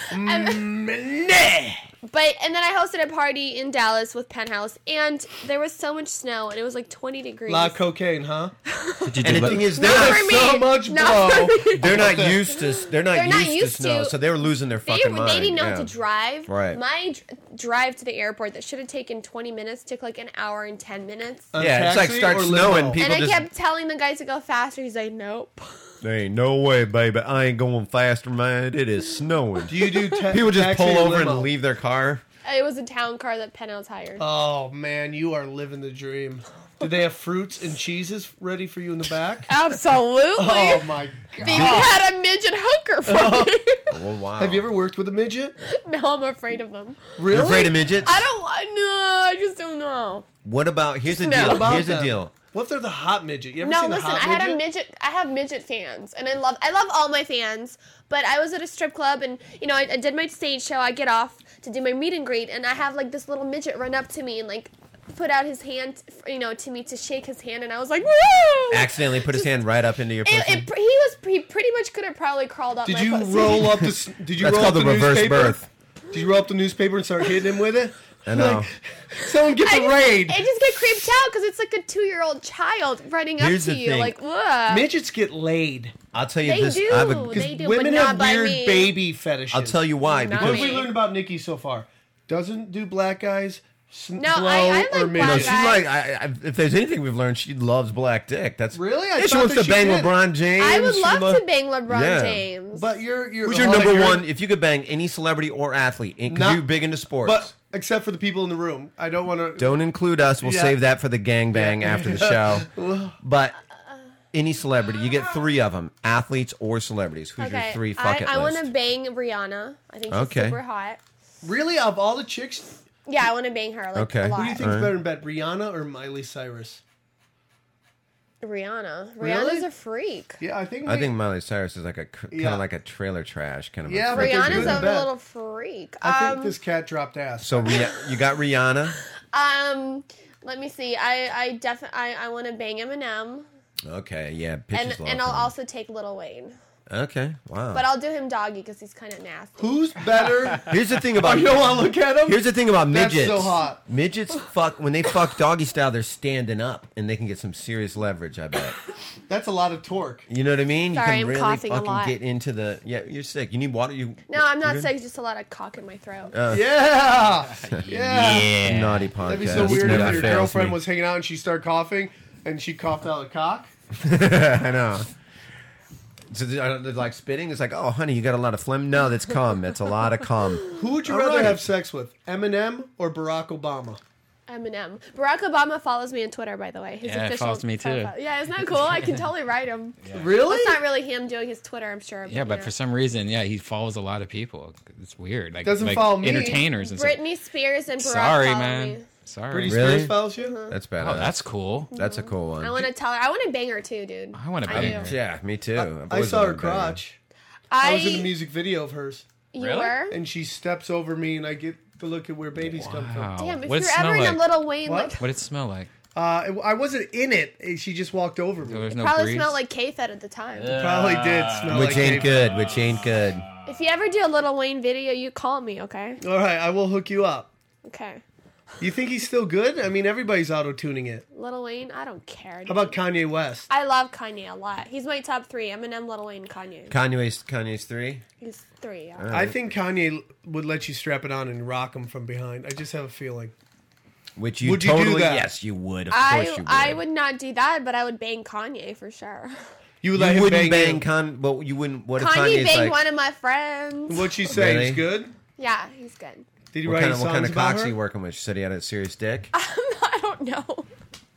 Speaker 3: clamp?
Speaker 5: But and then I hosted a party in Dallas with Penthouse, and there was so much snow, and it was like 20 degrees.
Speaker 2: lot of cocaine, huh?
Speaker 4: Did you do
Speaker 3: And the
Speaker 4: lo-
Speaker 3: thing is,
Speaker 5: Not
Speaker 3: they're not,
Speaker 5: for me.
Speaker 2: so much
Speaker 5: Not
Speaker 2: blow.
Speaker 5: for me.
Speaker 3: they're not used to. They're not,
Speaker 5: They're not
Speaker 3: used,
Speaker 5: used
Speaker 3: to snow,
Speaker 5: to-
Speaker 3: so they were losing their
Speaker 5: They,
Speaker 3: fucking
Speaker 5: were-
Speaker 3: mind.
Speaker 5: they didn't know
Speaker 3: yeah.
Speaker 5: how to drive.
Speaker 3: Right.
Speaker 5: My dr- drive to the airport that should have taken 20 minutes took like an hour and 10 minutes.
Speaker 2: A
Speaker 3: Yeah, it's like
Speaker 2: taxi
Speaker 3: start
Speaker 2: or
Speaker 3: snowing.
Speaker 2: limo?
Speaker 3: Uh, People
Speaker 5: and I
Speaker 3: just
Speaker 5: kept telling the guys to go faster. He's like, nope.
Speaker 3: There ain't no way, baby. I ain't going faster, man. It is snowing.
Speaker 2: Do you do? Ta-
Speaker 3: People just
Speaker 2: taxi
Speaker 3: pull
Speaker 2: or
Speaker 3: over
Speaker 2: limo?
Speaker 3: and leave their car. Uh,
Speaker 5: It was a town car that Penthouse hired.
Speaker 2: Oh man, you are living the dream. Did they have fruits and cheeses ready for you in the back?
Speaker 8: Absolutely.
Speaker 2: Oh my god!
Speaker 8: They had a midget hooker for me.
Speaker 3: Oh, wow.
Speaker 2: Have you ever worked with a midget?
Speaker 8: now I'm afraid of them.
Speaker 2: Really?
Speaker 3: You're afraid of midgets?
Speaker 8: I don't. I- No, I just don't know.
Speaker 3: What about? Here's the
Speaker 8: No.
Speaker 3: deal.
Speaker 8: What
Speaker 2: about
Speaker 3: here's the
Speaker 2: them?
Speaker 3: deal.
Speaker 2: What if they're the hot midget? You ever
Speaker 5: No,
Speaker 2: seen the
Speaker 5: listen. I
Speaker 2: hot
Speaker 5: had a midget.
Speaker 8: I have midget fans,
Speaker 5: and I love I love all my fans. But I was at a strip club, and you know, I, I did my stage show. I get off to do my meet and greet, and I have like this little midget run up to me and like put out his hand, you know, to me to shake his hand, and I was like, woo!
Speaker 3: Accidentally put his hand right up into your
Speaker 5: It,
Speaker 3: person.
Speaker 5: it, he was he pretty much could have probably crawled up.
Speaker 2: Did
Speaker 5: my
Speaker 2: you
Speaker 5: pussy.
Speaker 2: roll up the? s- Did you
Speaker 3: That's
Speaker 2: roll up
Speaker 3: called
Speaker 2: the,
Speaker 3: the reverse
Speaker 2: newspaper?
Speaker 3: birth.
Speaker 2: Did you roll up the newspaper and start hitting him with it?
Speaker 3: I know.
Speaker 2: Someone get
Speaker 5: I
Speaker 2: the
Speaker 5: just,
Speaker 2: raid.
Speaker 5: I just get creeped out because it's like a two-year-old child running
Speaker 3: Here's the
Speaker 5: up to you,
Speaker 3: thing.
Speaker 5: like, ugh.
Speaker 2: Midgets get laid.
Speaker 3: I'll tell you
Speaker 5: They
Speaker 3: this.
Speaker 5: do.
Speaker 3: I would,
Speaker 5: They do,
Speaker 2: Women
Speaker 5: but not
Speaker 2: have
Speaker 5: by
Speaker 2: weird
Speaker 5: me.
Speaker 2: baby fetishes.
Speaker 3: I'll tell you why.
Speaker 8: Not
Speaker 2: What
Speaker 3: Because
Speaker 2: have we learned about Nikki so far? Doesn't do black guys. No,
Speaker 5: I- I like
Speaker 2: or
Speaker 5: black
Speaker 2: midgets.
Speaker 3: no,
Speaker 5: guys.
Speaker 3: she's like, I, I, if there's anything we've learned, she loves black dick. That's
Speaker 2: Really? I
Speaker 3: Yeah, she
Speaker 2: thought
Speaker 3: wants
Speaker 2: that
Speaker 3: to
Speaker 2: she
Speaker 3: bang
Speaker 2: did.
Speaker 3: LeBron James.
Speaker 5: I would
Speaker 3: She
Speaker 5: love
Speaker 3: lo-
Speaker 5: to bang LeBron
Speaker 3: Yeah.
Speaker 5: James.
Speaker 2: But you're you're.
Speaker 3: Who's your
Speaker 2: oh,
Speaker 3: number
Speaker 2: you're-
Speaker 3: one? If you could bang any celebrity or athlete, because
Speaker 2: Not-
Speaker 3: you're big into sports.
Speaker 2: But except for the people in the room, I don't want to.
Speaker 3: Don't include us. We'll
Speaker 2: Yeah.
Speaker 3: save that for the gangbang after the show. But any celebrity, you get three of them: athletes or celebrities. Who's
Speaker 5: okay,
Speaker 3: your three? Fuck
Speaker 5: I,
Speaker 3: it
Speaker 5: I want to
Speaker 3: list?
Speaker 5: bang Rihanna. I think she's
Speaker 3: Okay.
Speaker 5: super hot.
Speaker 2: Really, of all the chicks,
Speaker 5: Yeah, I want to bang her like
Speaker 3: Okay.
Speaker 5: a lot.
Speaker 2: who do you think's
Speaker 3: Alright.
Speaker 2: better in bed, Rihanna or Miley Cyrus?
Speaker 5: Rihanna. Rihanna's
Speaker 2: Really?
Speaker 5: a freak.
Speaker 2: Yeah, I think.
Speaker 3: I
Speaker 2: we-
Speaker 3: think Miley Cyrus is like a kind of
Speaker 2: Yeah.
Speaker 3: like a trailer trash kind of.
Speaker 2: Yeah,
Speaker 3: a
Speaker 2: but they're
Speaker 5: Rihanna's
Speaker 2: good in
Speaker 5: a
Speaker 2: bed.
Speaker 5: little freak.
Speaker 2: I think
Speaker 5: Um,
Speaker 2: this cat dropped ass.
Speaker 3: so Rih- you got Rihanna.
Speaker 5: um, let me see. I I definitely I, I want to bang Eminem,
Speaker 3: Okay, yeah,
Speaker 5: and
Speaker 3: pictures
Speaker 5: and I'll also take Lil Wayne,
Speaker 3: Okay, wow.
Speaker 5: but I'll do him doggy because he's kind of nasty.
Speaker 2: Who's better?
Speaker 3: Here's the thing
Speaker 2: oh,
Speaker 3: about
Speaker 2: you don't want to look at him.
Speaker 3: Here's the thing about
Speaker 2: That's
Speaker 3: midgets.
Speaker 2: so hot.
Speaker 3: Midgets fuck when they fuck doggy style. They're standing up and they can get some serious leverage. I bet.
Speaker 2: That's a lot of torque.
Speaker 3: You know what I mean?
Speaker 5: Sorry,
Speaker 3: you
Speaker 5: I'm
Speaker 3: can really
Speaker 5: coughing a
Speaker 3: fucking
Speaker 5: lot.
Speaker 3: get into the. Yeah, you're sick. You need water. You
Speaker 5: No, I'm not
Speaker 3: you're
Speaker 5: sick. Just a lot of cock in my throat.
Speaker 2: Uh.
Speaker 3: Uh,
Speaker 2: Yeah, yeah.
Speaker 3: good? Naughty podcast.
Speaker 2: That'd be so weird
Speaker 3: Never
Speaker 2: if your
Speaker 3: fails
Speaker 2: girlfriend
Speaker 3: me.
Speaker 2: was hanging out and she started coughing and she coughed out a cock.
Speaker 3: I know. So they- I don't- they're like spitting. It's like, oh, honey, you got a lot of phlegm. No, that's cum. That's a lot of cum.
Speaker 2: Who would you
Speaker 3: All
Speaker 2: rather
Speaker 3: right.
Speaker 2: have sex with, Eminem or Barack Obama?
Speaker 5: Eminem. Barack Obama follows me on Twitter, by the way. His
Speaker 4: Yeah, he
Speaker 5: official
Speaker 4: follows me too.
Speaker 5: profile. Yeah, isn't that cool? I can totally write him.
Speaker 2: Really?
Speaker 5: It's not really him doing his Twitter, I'm sure.
Speaker 7: Yeah, but
Speaker 5: you
Speaker 7: for
Speaker 5: know.
Speaker 7: some reason, yeah, he follows a lot of people. It's weird. Like
Speaker 2: Doesn't
Speaker 7: like
Speaker 2: follow me.
Speaker 7: Entertainers and stuff.
Speaker 5: Britney Spears and Barack
Speaker 7: Sorry,
Speaker 5: follow
Speaker 7: man.
Speaker 5: me.
Speaker 7: Sorry.
Speaker 2: Britney
Speaker 3: Really?
Speaker 2: Spears follows you.
Speaker 3: That's bad.
Speaker 7: Oh, that's cool.
Speaker 3: that's a cool one.
Speaker 5: I want to tell her. I want to bang her too, dude.
Speaker 7: I want to
Speaker 5: I
Speaker 7: bang
Speaker 5: do.
Speaker 7: her.
Speaker 3: yeah, me too. I've
Speaker 2: I
Speaker 3: always
Speaker 2: saw
Speaker 3: been
Speaker 2: her
Speaker 3: a banger.
Speaker 2: crotch.
Speaker 5: I,
Speaker 2: I was in a music video of hers,
Speaker 5: You
Speaker 7: Really?
Speaker 5: were?
Speaker 2: and she steps over me, and I get to look at where babies come from.
Speaker 7: Wow.
Speaker 5: Damn, if
Speaker 7: What it
Speaker 5: you're
Speaker 7: smell
Speaker 5: ever in a
Speaker 7: like?
Speaker 5: Little Wayne,
Speaker 2: What?
Speaker 5: like,
Speaker 7: What did it smell like?
Speaker 2: Uh, it- I wasn't in it; it- she just walked over
Speaker 7: So
Speaker 4: Oh,
Speaker 2: me.
Speaker 7: there's no
Speaker 5: probably
Speaker 7: breeze.
Speaker 5: smelled like K-Fed at the time.
Speaker 2: Probably did smell
Speaker 3: Which
Speaker 2: like
Speaker 3: ain't
Speaker 2: baby.
Speaker 3: good. Which ain't good.
Speaker 5: If you ever do a Little Wayne video, you call me, okay?
Speaker 2: All right, I will hook you up.
Speaker 5: Okay.
Speaker 2: You think he's still good? I mean, everybody's auto tuning it.
Speaker 5: Little Wayne, I don't care. dude.
Speaker 2: How about Kanye West?
Speaker 5: I love Kanye a lot. He's my top three: Eminem, Little Wayne, Kanye.
Speaker 3: Kanye's Kanye's three.
Speaker 5: He's three. Yeah.
Speaker 2: I think Kanye would let you strap it on and rock him from behind. I just have a feeling.
Speaker 3: Which you
Speaker 2: Would you do
Speaker 3: totally
Speaker 2: that?
Speaker 3: yes you would of course you
Speaker 5: I
Speaker 3: would.
Speaker 5: I would not do that, but I would bang Kanye for sure.
Speaker 2: You would
Speaker 3: You
Speaker 2: let him
Speaker 3: wouldn't bang,
Speaker 2: bang, you.
Speaker 3: Con, but you wouldn't. What if
Speaker 5: Kanye
Speaker 3: Kanye's
Speaker 5: banged
Speaker 3: like?
Speaker 5: one of my friends.
Speaker 2: What'd she say?
Speaker 3: Really?
Speaker 2: He's good.
Speaker 5: Yeah, he's good.
Speaker 2: Did he
Speaker 3: what
Speaker 2: write
Speaker 3: kind
Speaker 2: any
Speaker 3: of
Speaker 2: songs
Speaker 3: what kind of
Speaker 2: about
Speaker 3: cocks
Speaker 2: her?
Speaker 3: are you working with? She said he had a serious dick.
Speaker 5: I don't know.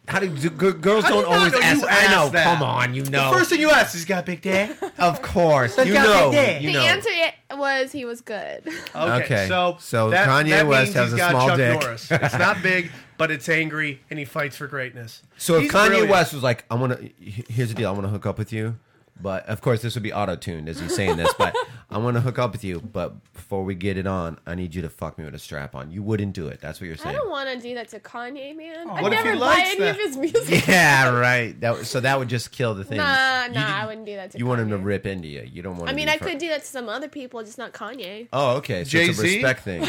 Speaker 3: How do, do g- girls
Speaker 2: do you
Speaker 3: don't
Speaker 2: not
Speaker 3: always
Speaker 2: know?
Speaker 3: ask?
Speaker 2: You
Speaker 3: I know.
Speaker 2: asked that.
Speaker 3: Come on, you
Speaker 2: The
Speaker 3: know.
Speaker 2: first thing you asked is, "Got a big dick?"
Speaker 3: of course, you
Speaker 2: got
Speaker 3: know.
Speaker 2: that dick.
Speaker 3: You
Speaker 5: The
Speaker 3: know.
Speaker 5: answer i- was he was good.
Speaker 2: Okay,
Speaker 3: Okay,
Speaker 2: so
Speaker 3: so
Speaker 2: that,
Speaker 3: Kanye
Speaker 2: that
Speaker 3: West
Speaker 2: means
Speaker 3: has
Speaker 2: he's
Speaker 3: a
Speaker 2: got
Speaker 3: small
Speaker 2: Chuck
Speaker 3: dick.
Speaker 2: Norris. It's not big, but it's angry, and he fights for greatness.
Speaker 3: So if
Speaker 2: He's
Speaker 3: Kanye
Speaker 2: brilliant.
Speaker 3: West was like, "I want to," here's the deal: I want to hook up with you, but of course this would be auto tuned as he's saying this. But I want to hook up with you, but before we get it on, I need you to fuck me with a strap on. You wouldn't do it. That's what you're
Speaker 5: I
Speaker 3: saying.
Speaker 5: don't want to do that to Kanye, man. I
Speaker 2: Oh, What if he
Speaker 5: never buy
Speaker 2: likes
Speaker 5: any
Speaker 2: that?
Speaker 5: of his music.
Speaker 3: Yeah, right. That would- so that would just kill the thing.
Speaker 5: Nah,
Speaker 3: You
Speaker 5: nah,
Speaker 3: didn't-
Speaker 5: I wouldn't do that to
Speaker 3: You want him to
Speaker 5: Kanye.
Speaker 3: rip into you. You don't want.
Speaker 5: I
Speaker 3: him
Speaker 5: mean,
Speaker 3: to
Speaker 5: I
Speaker 3: fir-
Speaker 5: could do that to some other people, just not Kanye.
Speaker 3: Oh, okay. So it's a
Speaker 2: Jay-Z?
Speaker 3: respect thing.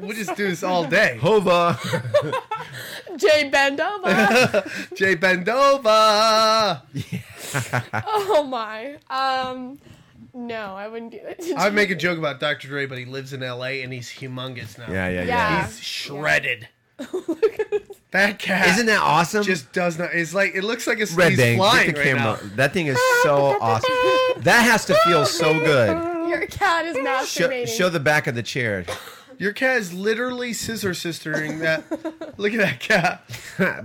Speaker 2: We just do this all day.
Speaker 3: Hova.
Speaker 2: Oh.
Speaker 5: Jay Bendova.
Speaker 2: Jay Bendova.
Speaker 5: oh my. Um, no, I wouldn't do that. To
Speaker 2: I
Speaker 5: Jay.
Speaker 2: make a joke about Dr. Dre, but he lives in L.A. and he's humongous now.
Speaker 3: Yeah, yeah, yeah.
Speaker 5: Yeah.
Speaker 2: he's shredded. that cat
Speaker 3: Isn't that awesome?
Speaker 2: just does not. It's like it looks like it's
Speaker 3: red
Speaker 2: he's
Speaker 3: bang. Get
Speaker 2: flying
Speaker 3: the
Speaker 2: right
Speaker 3: camera.
Speaker 2: now.
Speaker 3: That thing is so awesome. That has to feel so good.
Speaker 5: Your cat is masturbating.
Speaker 3: Show, show the back of the chair.
Speaker 2: Your cat is literally scissor sistering that. Look at that cat.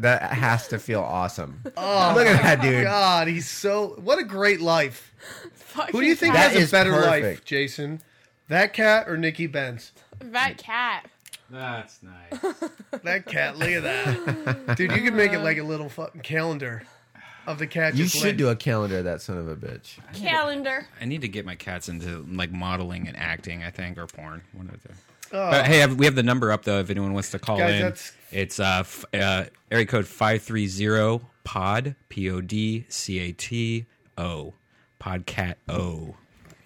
Speaker 3: that has to feel awesome. Oh, look at that dude.
Speaker 2: God, he's so. What a great life. Who do you think
Speaker 3: That
Speaker 2: has a
Speaker 3: is
Speaker 2: better life,
Speaker 3: perfect.
Speaker 2: Jason? That cat or Nikki Benz?
Speaker 5: That cat.
Speaker 9: That's nice.
Speaker 2: That cat, look at that. Dude, you could make it like a little fucking calendar of the cat.
Speaker 3: You
Speaker 2: just
Speaker 3: should
Speaker 2: laying-
Speaker 3: do a calendar, of that son of a bitch.
Speaker 5: Calendar.
Speaker 4: I need to get my cats into like modeling and acting, I think, or porn. One of the two. But hey, I've- we have the number up though. If anyone wants to call
Speaker 2: Oh. Guys,
Speaker 4: in,
Speaker 2: that's-
Speaker 4: it's uh, f- uh area code five three zero pod p o d c a t o podcat o.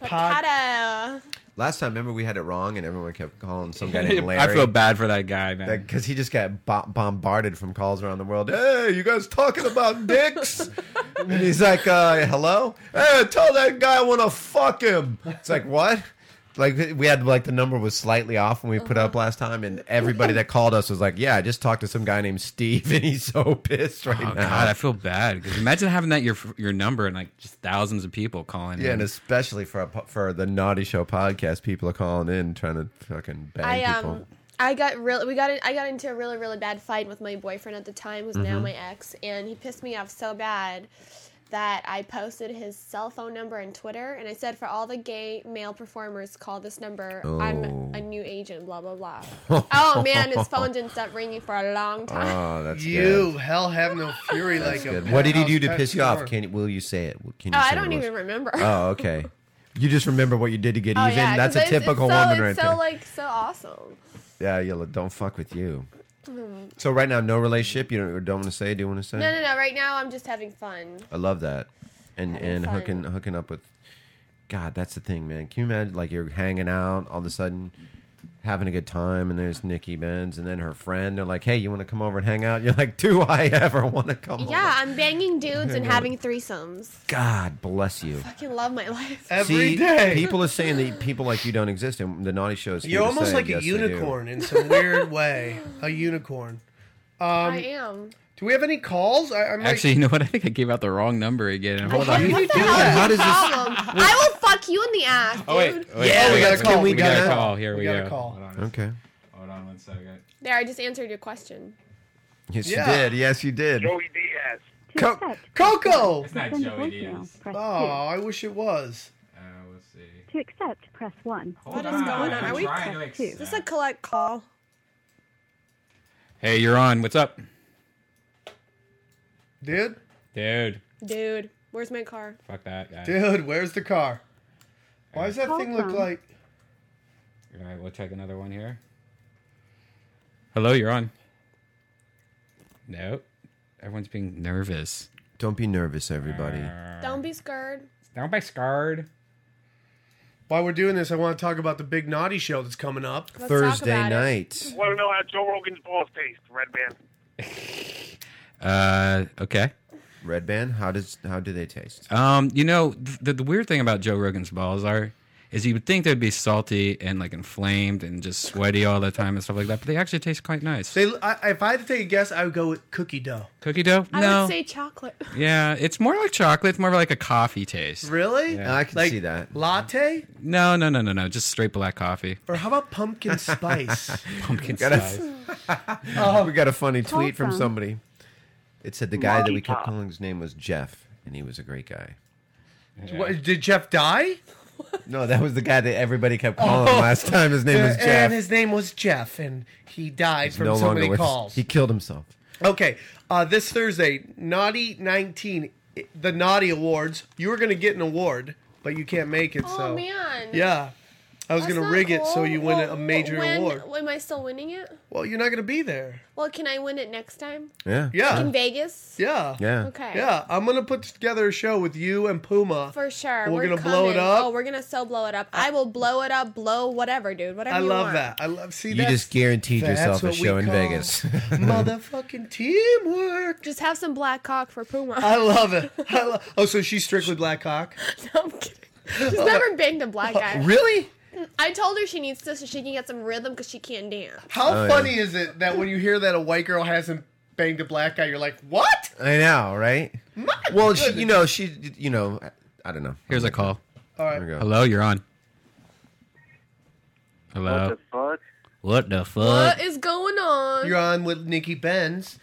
Speaker 2: Pod-
Speaker 5: Potato.
Speaker 3: Last time, remember we had it wrong, and everyone kept calling some guy named Larry.
Speaker 4: I feel bad for that guy, man.
Speaker 3: because he just got bo- bombarded from calls around the world. Hey, you guys talking about dicks? and he's like, uh, "Hello, hey, tell that guy I want to fuck him." It's like what? Like we had like the number was slightly off when we put
Speaker 5: Uh-huh.
Speaker 3: up last time, and everybody that called us was like, "Yeah, I just talked to some guy named Steve, and he's so pissed right
Speaker 4: Oh
Speaker 3: now."
Speaker 4: God, I feel bad because imagine having that your your number and like just thousands of people calling.
Speaker 3: yeah,
Speaker 4: in.
Speaker 3: and especially for a, po- for the Naughty Show podcast, people are calling in trying to fucking bang
Speaker 5: I
Speaker 3: people.
Speaker 5: um I got real we got in, I got into a really really bad fight with my boyfriend at the time who's
Speaker 3: Mm-hmm.
Speaker 5: now my ex and he pissed me off so bad that I posted his cell phone number on Twitter and I said for all the gay male performers call this number I'm
Speaker 3: Oh.
Speaker 5: a new agent blah blah blah. oh man, his phone didn't stop ringing for a long time.
Speaker 3: Oh, that's
Speaker 2: You, hell have no fury like
Speaker 3: Good.
Speaker 2: a
Speaker 3: Good. What did he do to
Speaker 2: penthouse
Speaker 3: piss you
Speaker 2: cat
Speaker 3: off?
Speaker 2: storm.
Speaker 3: Can you, will you say it? Will- Can
Speaker 5: oh,
Speaker 3: you say
Speaker 5: I
Speaker 3: what
Speaker 5: don't
Speaker 3: it was?
Speaker 5: even remember.
Speaker 3: Oh, okay. You just remember what you did to get
Speaker 5: Oh,
Speaker 3: even. That's a
Speaker 5: 'cause it's-
Speaker 3: typical
Speaker 5: it's so,
Speaker 3: woman right
Speaker 5: it's so
Speaker 3: there.
Speaker 5: like so awesome.
Speaker 3: yeah, you don't fuck with you. So right now, no relationship. You don't, don't want to say. Do you want to say?
Speaker 5: Mm. No, no, no. Right now, I'm just having fun.
Speaker 3: I love that. And and
Speaker 5: fun.
Speaker 3: hooking hooking up with. God, that's the thing, man. Can you imagine? Like you're hanging out, all of a sudden, having a good time, and there's Nikki Benz, and then her friend. They're like, "Hey, you want to come over and hang out?" You're like, "Do I ever want to come?" Over?
Speaker 5: Yeah, I'm banging dudes and having threesomes.
Speaker 3: God bless you.
Speaker 5: Fucking love my life.
Speaker 2: Every day.
Speaker 3: People are saying that people like you don't exist, and the naughty shows.
Speaker 2: You're almost like a unicorn in some weird way. A unicorn.
Speaker 5: I am.
Speaker 2: Do we have any calls? I, I'm
Speaker 4: Actually, you know what? I think I gave out the wrong number again. Hold
Speaker 2: Like,
Speaker 4: on.
Speaker 2: how do you do
Speaker 5: What
Speaker 2: that?
Speaker 3: How does this?
Speaker 5: Problem. I will fuck you in the ass, dude.
Speaker 4: Oh wait, wait.
Speaker 2: Yeah, we got a
Speaker 4: wait.
Speaker 2: call.
Speaker 4: We
Speaker 2: We
Speaker 4: got
Speaker 2: got
Speaker 4: a
Speaker 2: a-
Speaker 4: call. Here
Speaker 2: we
Speaker 4: we
Speaker 2: got a
Speaker 4: go.
Speaker 2: call.
Speaker 9: Hold on.
Speaker 3: Okay.
Speaker 9: Hold on one second.
Speaker 5: There, I just answered your question.
Speaker 3: Yes,
Speaker 2: Yeah.
Speaker 3: you did. Yes, you did.
Speaker 10: Joey Diaz.
Speaker 3: Co-
Speaker 2: Coco!
Speaker 9: It's not
Speaker 8: Send
Speaker 9: Joey
Speaker 8: voicemail.
Speaker 9: Diaz.
Speaker 8: Press
Speaker 2: Oh, I wish it was.
Speaker 9: Uh, let's see.
Speaker 8: two. To accept, press one.
Speaker 9: Hold
Speaker 5: is going on?
Speaker 9: I'm
Speaker 5: Are we-
Speaker 9: trying to
Speaker 8: Press two.
Speaker 9: accept.
Speaker 5: Is this a collect call?
Speaker 4: Hey, you're on. What's up,
Speaker 2: Dude?
Speaker 4: dude?
Speaker 5: Dude, where's my car?
Speaker 4: Fuck that guy.
Speaker 2: Dude, where's the car? Why does that thing look
Speaker 8: Welcome.
Speaker 2: like.
Speaker 4: All right, we'll check another one here. Hello, you're on. Nope. Everyone's being nervous.
Speaker 3: Don't be nervous, everybody.
Speaker 5: Don't be scared.
Speaker 4: Don't be scarred.
Speaker 2: While we're doing this, I want to talk about the big naughty show that's coming up.
Speaker 5: Let's
Speaker 3: Thursday
Speaker 5: talk about It.
Speaker 3: night.
Speaker 10: Want to know how Joe Rogan's balls taste, Red Band?
Speaker 4: Uh, okay.
Speaker 3: Red band. How does? How do they taste?
Speaker 4: Um, you know, th- the, the weird thing about Joe Rogan's balls are, is you would think they'd be salty and like inflamed and just sweaty all the time and stuff like that, but they actually taste quite nice.
Speaker 2: They, I, if I had to take a guess, I would go with cookie dough.
Speaker 4: Cookie dough?
Speaker 5: I
Speaker 4: no.
Speaker 5: would say chocolate.
Speaker 4: yeah, it's more like chocolate. It's more like a coffee taste.
Speaker 2: Really?
Speaker 3: I can
Speaker 2: Like
Speaker 3: see that.
Speaker 2: Latte?
Speaker 4: No, no, no, no, no. Just straight black coffee.
Speaker 2: Or how about pumpkin spice?
Speaker 4: Pumpkin
Speaker 3: Got a- Oh,
Speaker 4: spice.
Speaker 3: we got a funny tweet from
Speaker 8: Awesome.
Speaker 3: somebody. It said the guy that we kept
Speaker 10: Lollipop.
Speaker 3: calling his name was Jeff, and he was a great guy.
Speaker 2: what, did Jeff die?
Speaker 3: No, that was the guy that everybody
Speaker 2: Oh.
Speaker 3: kept calling last time. His name was Jeff.
Speaker 2: And his name was Jeff, and he died from
Speaker 3: no
Speaker 2: so
Speaker 3: longer
Speaker 2: many
Speaker 3: with.
Speaker 2: calls.
Speaker 3: He killed himself.
Speaker 2: Okay, uh, this Thursday, Naughty 19, the Naughty Awards. You were going to get an award, but you can't make it.
Speaker 5: Oh
Speaker 2: so
Speaker 5: man.
Speaker 2: Yeah. I was
Speaker 5: That's
Speaker 2: going to
Speaker 5: not
Speaker 2: rig it so
Speaker 5: cool.
Speaker 2: you win
Speaker 5: Well,
Speaker 2: a major
Speaker 5: when,
Speaker 2: award.
Speaker 5: Am I still winning it?
Speaker 2: Well, you're not going to be there.
Speaker 5: Well, can I win it next time
Speaker 3: Yeah.
Speaker 2: Yeah.
Speaker 5: in Vegas?
Speaker 2: Yeah.
Speaker 3: Yeah.
Speaker 5: Okay.
Speaker 2: Yeah. I'm going to put together a show with you and Puma.
Speaker 5: For sure.
Speaker 2: We're
Speaker 5: going
Speaker 2: gonna
Speaker 5: to
Speaker 2: blow it up.
Speaker 5: Oh, we're going to so blow it up. I will blow it up, blow whatever, dude. Whatever
Speaker 2: I
Speaker 5: you
Speaker 2: love
Speaker 5: want.
Speaker 2: that. I love see
Speaker 3: You
Speaker 2: that's-
Speaker 3: just guaranteed
Speaker 2: that's
Speaker 3: yourself a
Speaker 2: what we
Speaker 3: show in
Speaker 2: call
Speaker 3: Vegas.
Speaker 2: Motherfucking teamwork.
Speaker 5: Just have some black cock for Puma.
Speaker 2: I love it. I lo- oh, so she's strictly black hawk.
Speaker 5: No, I'm kidding. She's never banged a black guy.
Speaker 2: Uh, Oh, Really?
Speaker 5: I told her she needs to so she can get some rhythm because she can't dance.
Speaker 2: How
Speaker 3: Oh,
Speaker 2: funny is it that when you hear that a white girl hasn't banged a black guy, you're like, what?
Speaker 3: I know, right? well, she, you know, she, you know, I, I don't know.
Speaker 4: Here's a call.
Speaker 2: All
Speaker 3: Here we
Speaker 2: right.
Speaker 3: go.
Speaker 4: Hello, you're on. Hello.
Speaker 10: fuck?
Speaker 7: What the fuck?
Speaker 5: What is going on?
Speaker 2: Uh, You're on with Nikki Benz.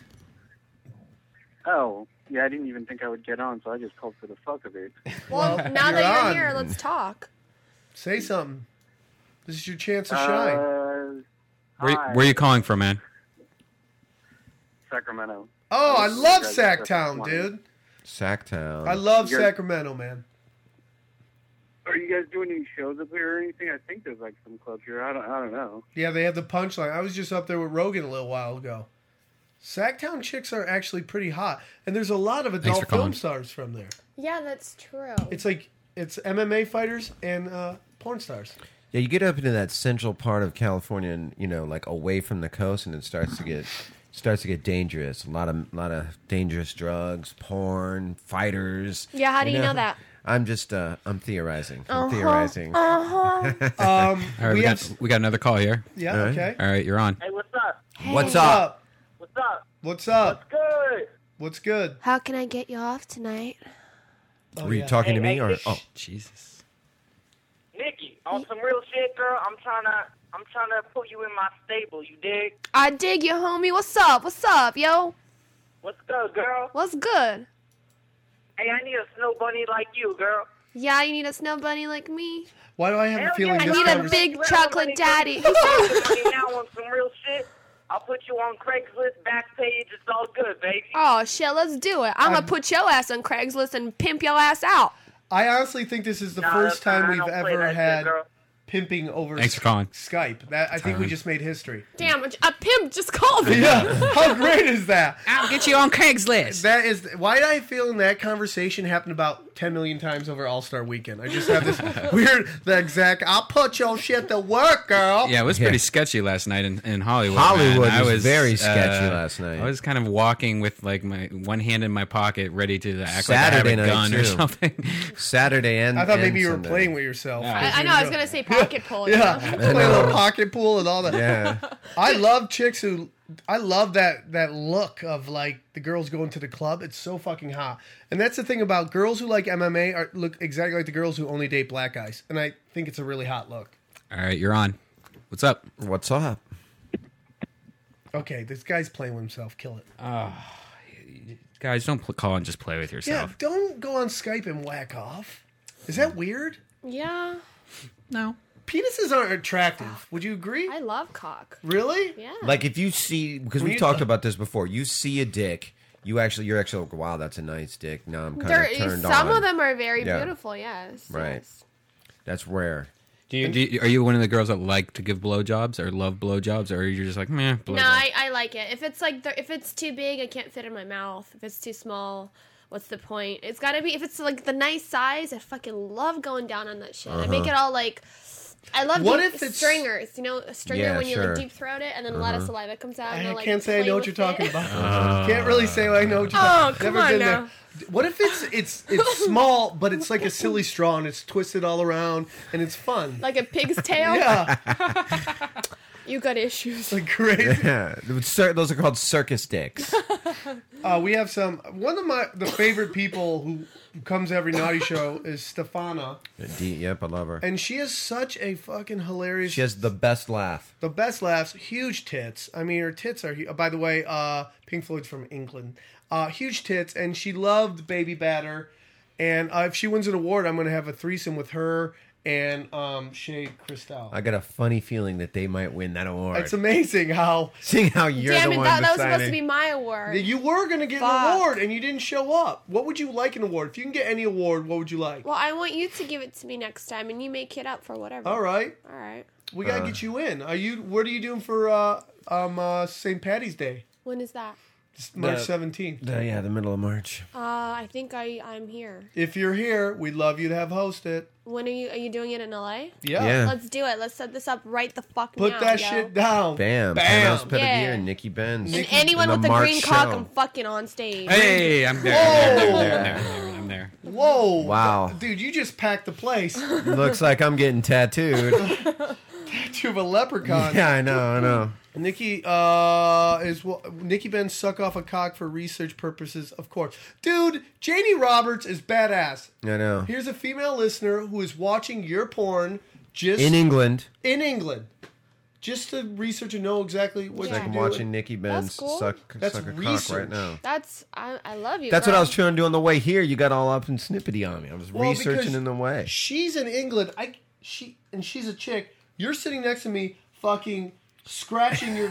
Speaker 11: Oh, yeah, I didn't even think I would get on, so I just called for the fuck of it.
Speaker 5: well, now
Speaker 2: You're
Speaker 5: that you're
Speaker 2: on.
Speaker 5: here, let's talk.
Speaker 2: Say something. This is your chance to shine.
Speaker 11: Uh,
Speaker 4: Where,
Speaker 11: hi,
Speaker 4: where are you calling from, man?
Speaker 11: Sacramento.
Speaker 2: oh, I
Speaker 11: you
Speaker 2: love
Speaker 11: guys are so
Speaker 2: Sacktown,
Speaker 11: funny.
Speaker 2: dude.
Speaker 3: Sacktown.
Speaker 2: I love
Speaker 11: You're-
Speaker 2: Sacramento, man.
Speaker 11: Are you guys doing any shows up here or anything? I think there's like some clubs here. I don't, I don't know.
Speaker 2: Yeah, they have the punchline. I was just up there with Rogan a little while ago. Sacktown chicks are actually pretty hot, and there's a lot of adult
Speaker 7: for
Speaker 2: film
Speaker 7: calling.
Speaker 2: stars from there.
Speaker 8: Yeah, that's true.
Speaker 2: It's like it's MMA fighters and uh, porn stars.
Speaker 3: Yeah, you get up into that central part of California, and you know, like away from the coast, and it starts to get starts to get dangerous. A lot of lot of dangerous drugs, porn, fighters.
Speaker 5: Yeah, how do you know that?
Speaker 3: I'm just uh, I'm theorizing.
Speaker 5: Uh-huh,
Speaker 3: I'm theorizing.
Speaker 2: Um,
Speaker 4: All right, we,
Speaker 2: we
Speaker 4: got
Speaker 2: have,
Speaker 4: we got another call here.
Speaker 2: yeah,
Speaker 3: All right.
Speaker 2: okay.
Speaker 4: All right, you're on.
Speaker 10: Hey, what's up?
Speaker 3: What's up?
Speaker 10: What's up?
Speaker 2: What's up?
Speaker 10: Good.
Speaker 2: What's good?
Speaker 5: How can I get you off tonight?
Speaker 2: Oh,
Speaker 3: Were you
Speaker 2: yeah.
Speaker 3: talking to me or oh?
Speaker 4: Jesus.
Speaker 10: Nikki, on some real shit, girl. I'm trying to, I'm trying to put you in my stable. You dig?
Speaker 5: I dig you, homie. What's up? What's up, yo?
Speaker 10: What's good, girl?
Speaker 5: What's good?
Speaker 10: Hey, I need a snow bunny like you, girl.
Speaker 5: Yeah, you need a snow bunny like me.
Speaker 2: Why do I have a
Speaker 10: Hell
Speaker 2: feeling
Speaker 10: yeah,
Speaker 2: this
Speaker 5: I need a
Speaker 2: conversation?
Speaker 5: big
Speaker 10: You ready,
Speaker 5: chocolate
Speaker 10: buddy?
Speaker 5: daddy.
Speaker 10: You ready, buddy, now on some real shit. I'll put you on Craigslist back page. It's all good, baby.
Speaker 5: Oh shit, let's do it. I'm gonna put your ass on Craigslist and pimp your ass out.
Speaker 2: I honestly think this is the
Speaker 10: Nah,
Speaker 2: first time
Speaker 10: that's fine. I
Speaker 2: we've
Speaker 10: don't play
Speaker 2: ever
Speaker 10: that shit,
Speaker 2: had
Speaker 10: girl.
Speaker 2: pimping over
Speaker 4: Thanks for calling.
Speaker 2: Skype. That I think we just made history.
Speaker 5: Damn, a pimp just called me.
Speaker 2: Yeah, how great is that?
Speaker 4: I'll get you on Craigslist.
Speaker 2: That is why did I feel in that conversation happened about ten million times over All Star Weekend. I just have this weird, the exact. I'll put your shit to work, girl.
Speaker 4: Yeah, it was
Speaker 3: Yeah.
Speaker 4: pretty sketchy last night in, in Hollywood.
Speaker 3: Hollywood
Speaker 4: man. I
Speaker 3: was
Speaker 4: was
Speaker 3: very
Speaker 4: uh,
Speaker 3: sketchy last night.
Speaker 4: I was kind of walking with like my one hand in my pocket, ready to act
Speaker 3: Saturday
Speaker 4: like
Speaker 3: night,
Speaker 4: I have a gun
Speaker 3: too.
Speaker 4: or something.
Speaker 3: Saturday and
Speaker 2: I thought
Speaker 3: and
Speaker 2: maybe you were
Speaker 3: Sunday.
Speaker 2: playing with yourself.
Speaker 5: I, I know. I was gonna say pocket pull. you
Speaker 2: Yeah,
Speaker 5: know?
Speaker 2: play a little pocket pool and all that.
Speaker 3: Yeah,
Speaker 2: I love chicks who. I love that that look of like the girls going to the club. It's so fucking hot, and that's the thing about girls who like MMA are look exactly like the girls who only date black guys, and I think it's a really hot look.
Speaker 4: All right, you're on. What's up?
Speaker 3: what's up?
Speaker 2: Okay, this guy's playing with himself. Kill it.
Speaker 4: Guys, don't pl- call and just play with
Speaker 2: yeah,
Speaker 4: yourself.
Speaker 2: don't go on Skype and whack off. Is that weird?
Speaker 8: Yeah,
Speaker 4: No.
Speaker 2: Penises aren't attractive. Would you agree?
Speaker 8: I love cock.
Speaker 2: really?
Speaker 8: Yeah.
Speaker 3: Like if you see because
Speaker 2: When
Speaker 3: we've
Speaker 2: you-
Speaker 3: talked about this before, you see a dick, you actually you're actually like, wow, that's a nice dick. Now I'm kind
Speaker 5: There-
Speaker 3: of turned
Speaker 5: some
Speaker 3: on.
Speaker 5: of them are very
Speaker 3: Yeah.
Speaker 5: beautiful. Yes.
Speaker 3: Right.
Speaker 5: yes.
Speaker 3: That's rare.
Speaker 4: Do you, do you- are you one of the girls that like to give blowjobs or love blowjobs, or are you just like meh? Blowjobs?
Speaker 5: No, I, I like it. If it's like the, if it's too big, I can't fit in my mouth. If it's too small, what's the point? It's gotta be if it's like the nice size. I fucking love going down on that shit. I
Speaker 3: Uh-huh.
Speaker 5: make it all like. I love
Speaker 2: What
Speaker 5: deep
Speaker 2: if it's-
Speaker 5: stringers. You know, a stringer
Speaker 3: Yeah,
Speaker 5: when you
Speaker 3: sure. Uh-huh.
Speaker 5: like deep throat it, and then a lot of saliva comes out. And
Speaker 2: I
Speaker 5: I'll, like,
Speaker 2: can't say I
Speaker 5: play
Speaker 2: know what
Speaker 5: with
Speaker 2: you're talking
Speaker 5: it.
Speaker 2: about. can't really say I know what you're
Speaker 5: Oh,
Speaker 2: talking about.
Speaker 5: come
Speaker 2: Never
Speaker 5: on
Speaker 2: been
Speaker 5: now.
Speaker 2: there. What if it's it's it's small, but it's like a silly straw and it's twisted all around and it's fun?
Speaker 5: Like a pig's tail.
Speaker 2: yeah,
Speaker 5: You got issues.
Speaker 2: like crazy.
Speaker 3: Yeah, Cir- those are called circus dicks.
Speaker 2: Uh, we have some. One of my the favorite people who comes every naughty show is Stefana,
Speaker 3: D- yep, I love her.
Speaker 2: and she has such a fucking hilarious.
Speaker 3: She has the best laugh.
Speaker 2: the best laughs, huge tits. I mean, her tits are. Hu- by the way, uh, Pink Floyd's from England. Uh, huge tits, and she loved Baby Batter. And uh, if she wins an award, I'm going to have a threesome with her and um, Shay Christal.
Speaker 3: I got a funny feeling that they might win that award.
Speaker 2: it's amazing how
Speaker 3: Seeing how you're
Speaker 5: Damn
Speaker 3: the
Speaker 5: it!
Speaker 3: one
Speaker 5: That, that was supposed
Speaker 3: deciding.
Speaker 5: to be my award.
Speaker 2: that you were going to get an
Speaker 5: Fuck.
Speaker 2: award and you didn't show up. What would you like an award? If you can get any award, what would you like?
Speaker 5: Well, I want you to give it to me next time, and you make it up for whatever.
Speaker 2: All right,
Speaker 5: All right.
Speaker 2: we
Speaker 3: Uh.
Speaker 2: got to get you in. Are you? What are you doing for uh, um, uh, St. Patty's Day?
Speaker 5: When is that?
Speaker 2: It's March
Speaker 3: The-
Speaker 2: 17th.
Speaker 3: Uh, yeah, the middle of March.
Speaker 5: Uh, I think I I'm here.
Speaker 2: If you're here, we'd love you to have host it.
Speaker 5: When are you? Are you doing it in LA?
Speaker 3: Yeah.
Speaker 5: Let's do it. Let's set this up right the fuck
Speaker 2: Put
Speaker 5: now.
Speaker 2: that
Speaker 5: yo.
Speaker 2: shit down.
Speaker 3: Bam.
Speaker 2: Bam.
Speaker 3: Panos Pettigier
Speaker 5: Yeah.
Speaker 3: and Nikki Benz.
Speaker 5: And anyone
Speaker 3: In the
Speaker 5: with the
Speaker 3: March
Speaker 5: green cock,
Speaker 3: show.
Speaker 5: I'm fucking on stage.
Speaker 4: Hey, I'm there. I'm there, I'm there, I'm there, I'm there, I'm there.
Speaker 2: Whoa.
Speaker 3: Wow.
Speaker 2: Dude, you just packed the place.
Speaker 3: Looks like I'm getting
Speaker 2: Oh,
Speaker 3: tattooed.
Speaker 2: you have a leprechaun.
Speaker 3: yeah, I know, I know.
Speaker 2: Nikki uh, is well, Nikki Ben suck off a cock for research purposes, of course. Dude, Janie Roberts is badass.
Speaker 3: I know.
Speaker 2: Here's a female listener who is watching your porn just
Speaker 3: In
Speaker 2: in,
Speaker 3: England,
Speaker 2: England. just to research and know exactly what
Speaker 3: It's
Speaker 2: you're
Speaker 3: like
Speaker 2: doing.
Speaker 3: watching Nikki Benz
Speaker 5: That's cool.
Speaker 3: suck,
Speaker 2: That's
Speaker 3: suck a cock
Speaker 2: research.
Speaker 3: right now.
Speaker 5: That's I, I love you.
Speaker 3: That's what I
Speaker 5: girl.
Speaker 3: was trying to do on the way here. You got all up and snippety on me. I was
Speaker 2: Well, because
Speaker 3: researching in the way.
Speaker 2: She's in England. I she and she's a chick. You're sitting next to me, fucking scratching your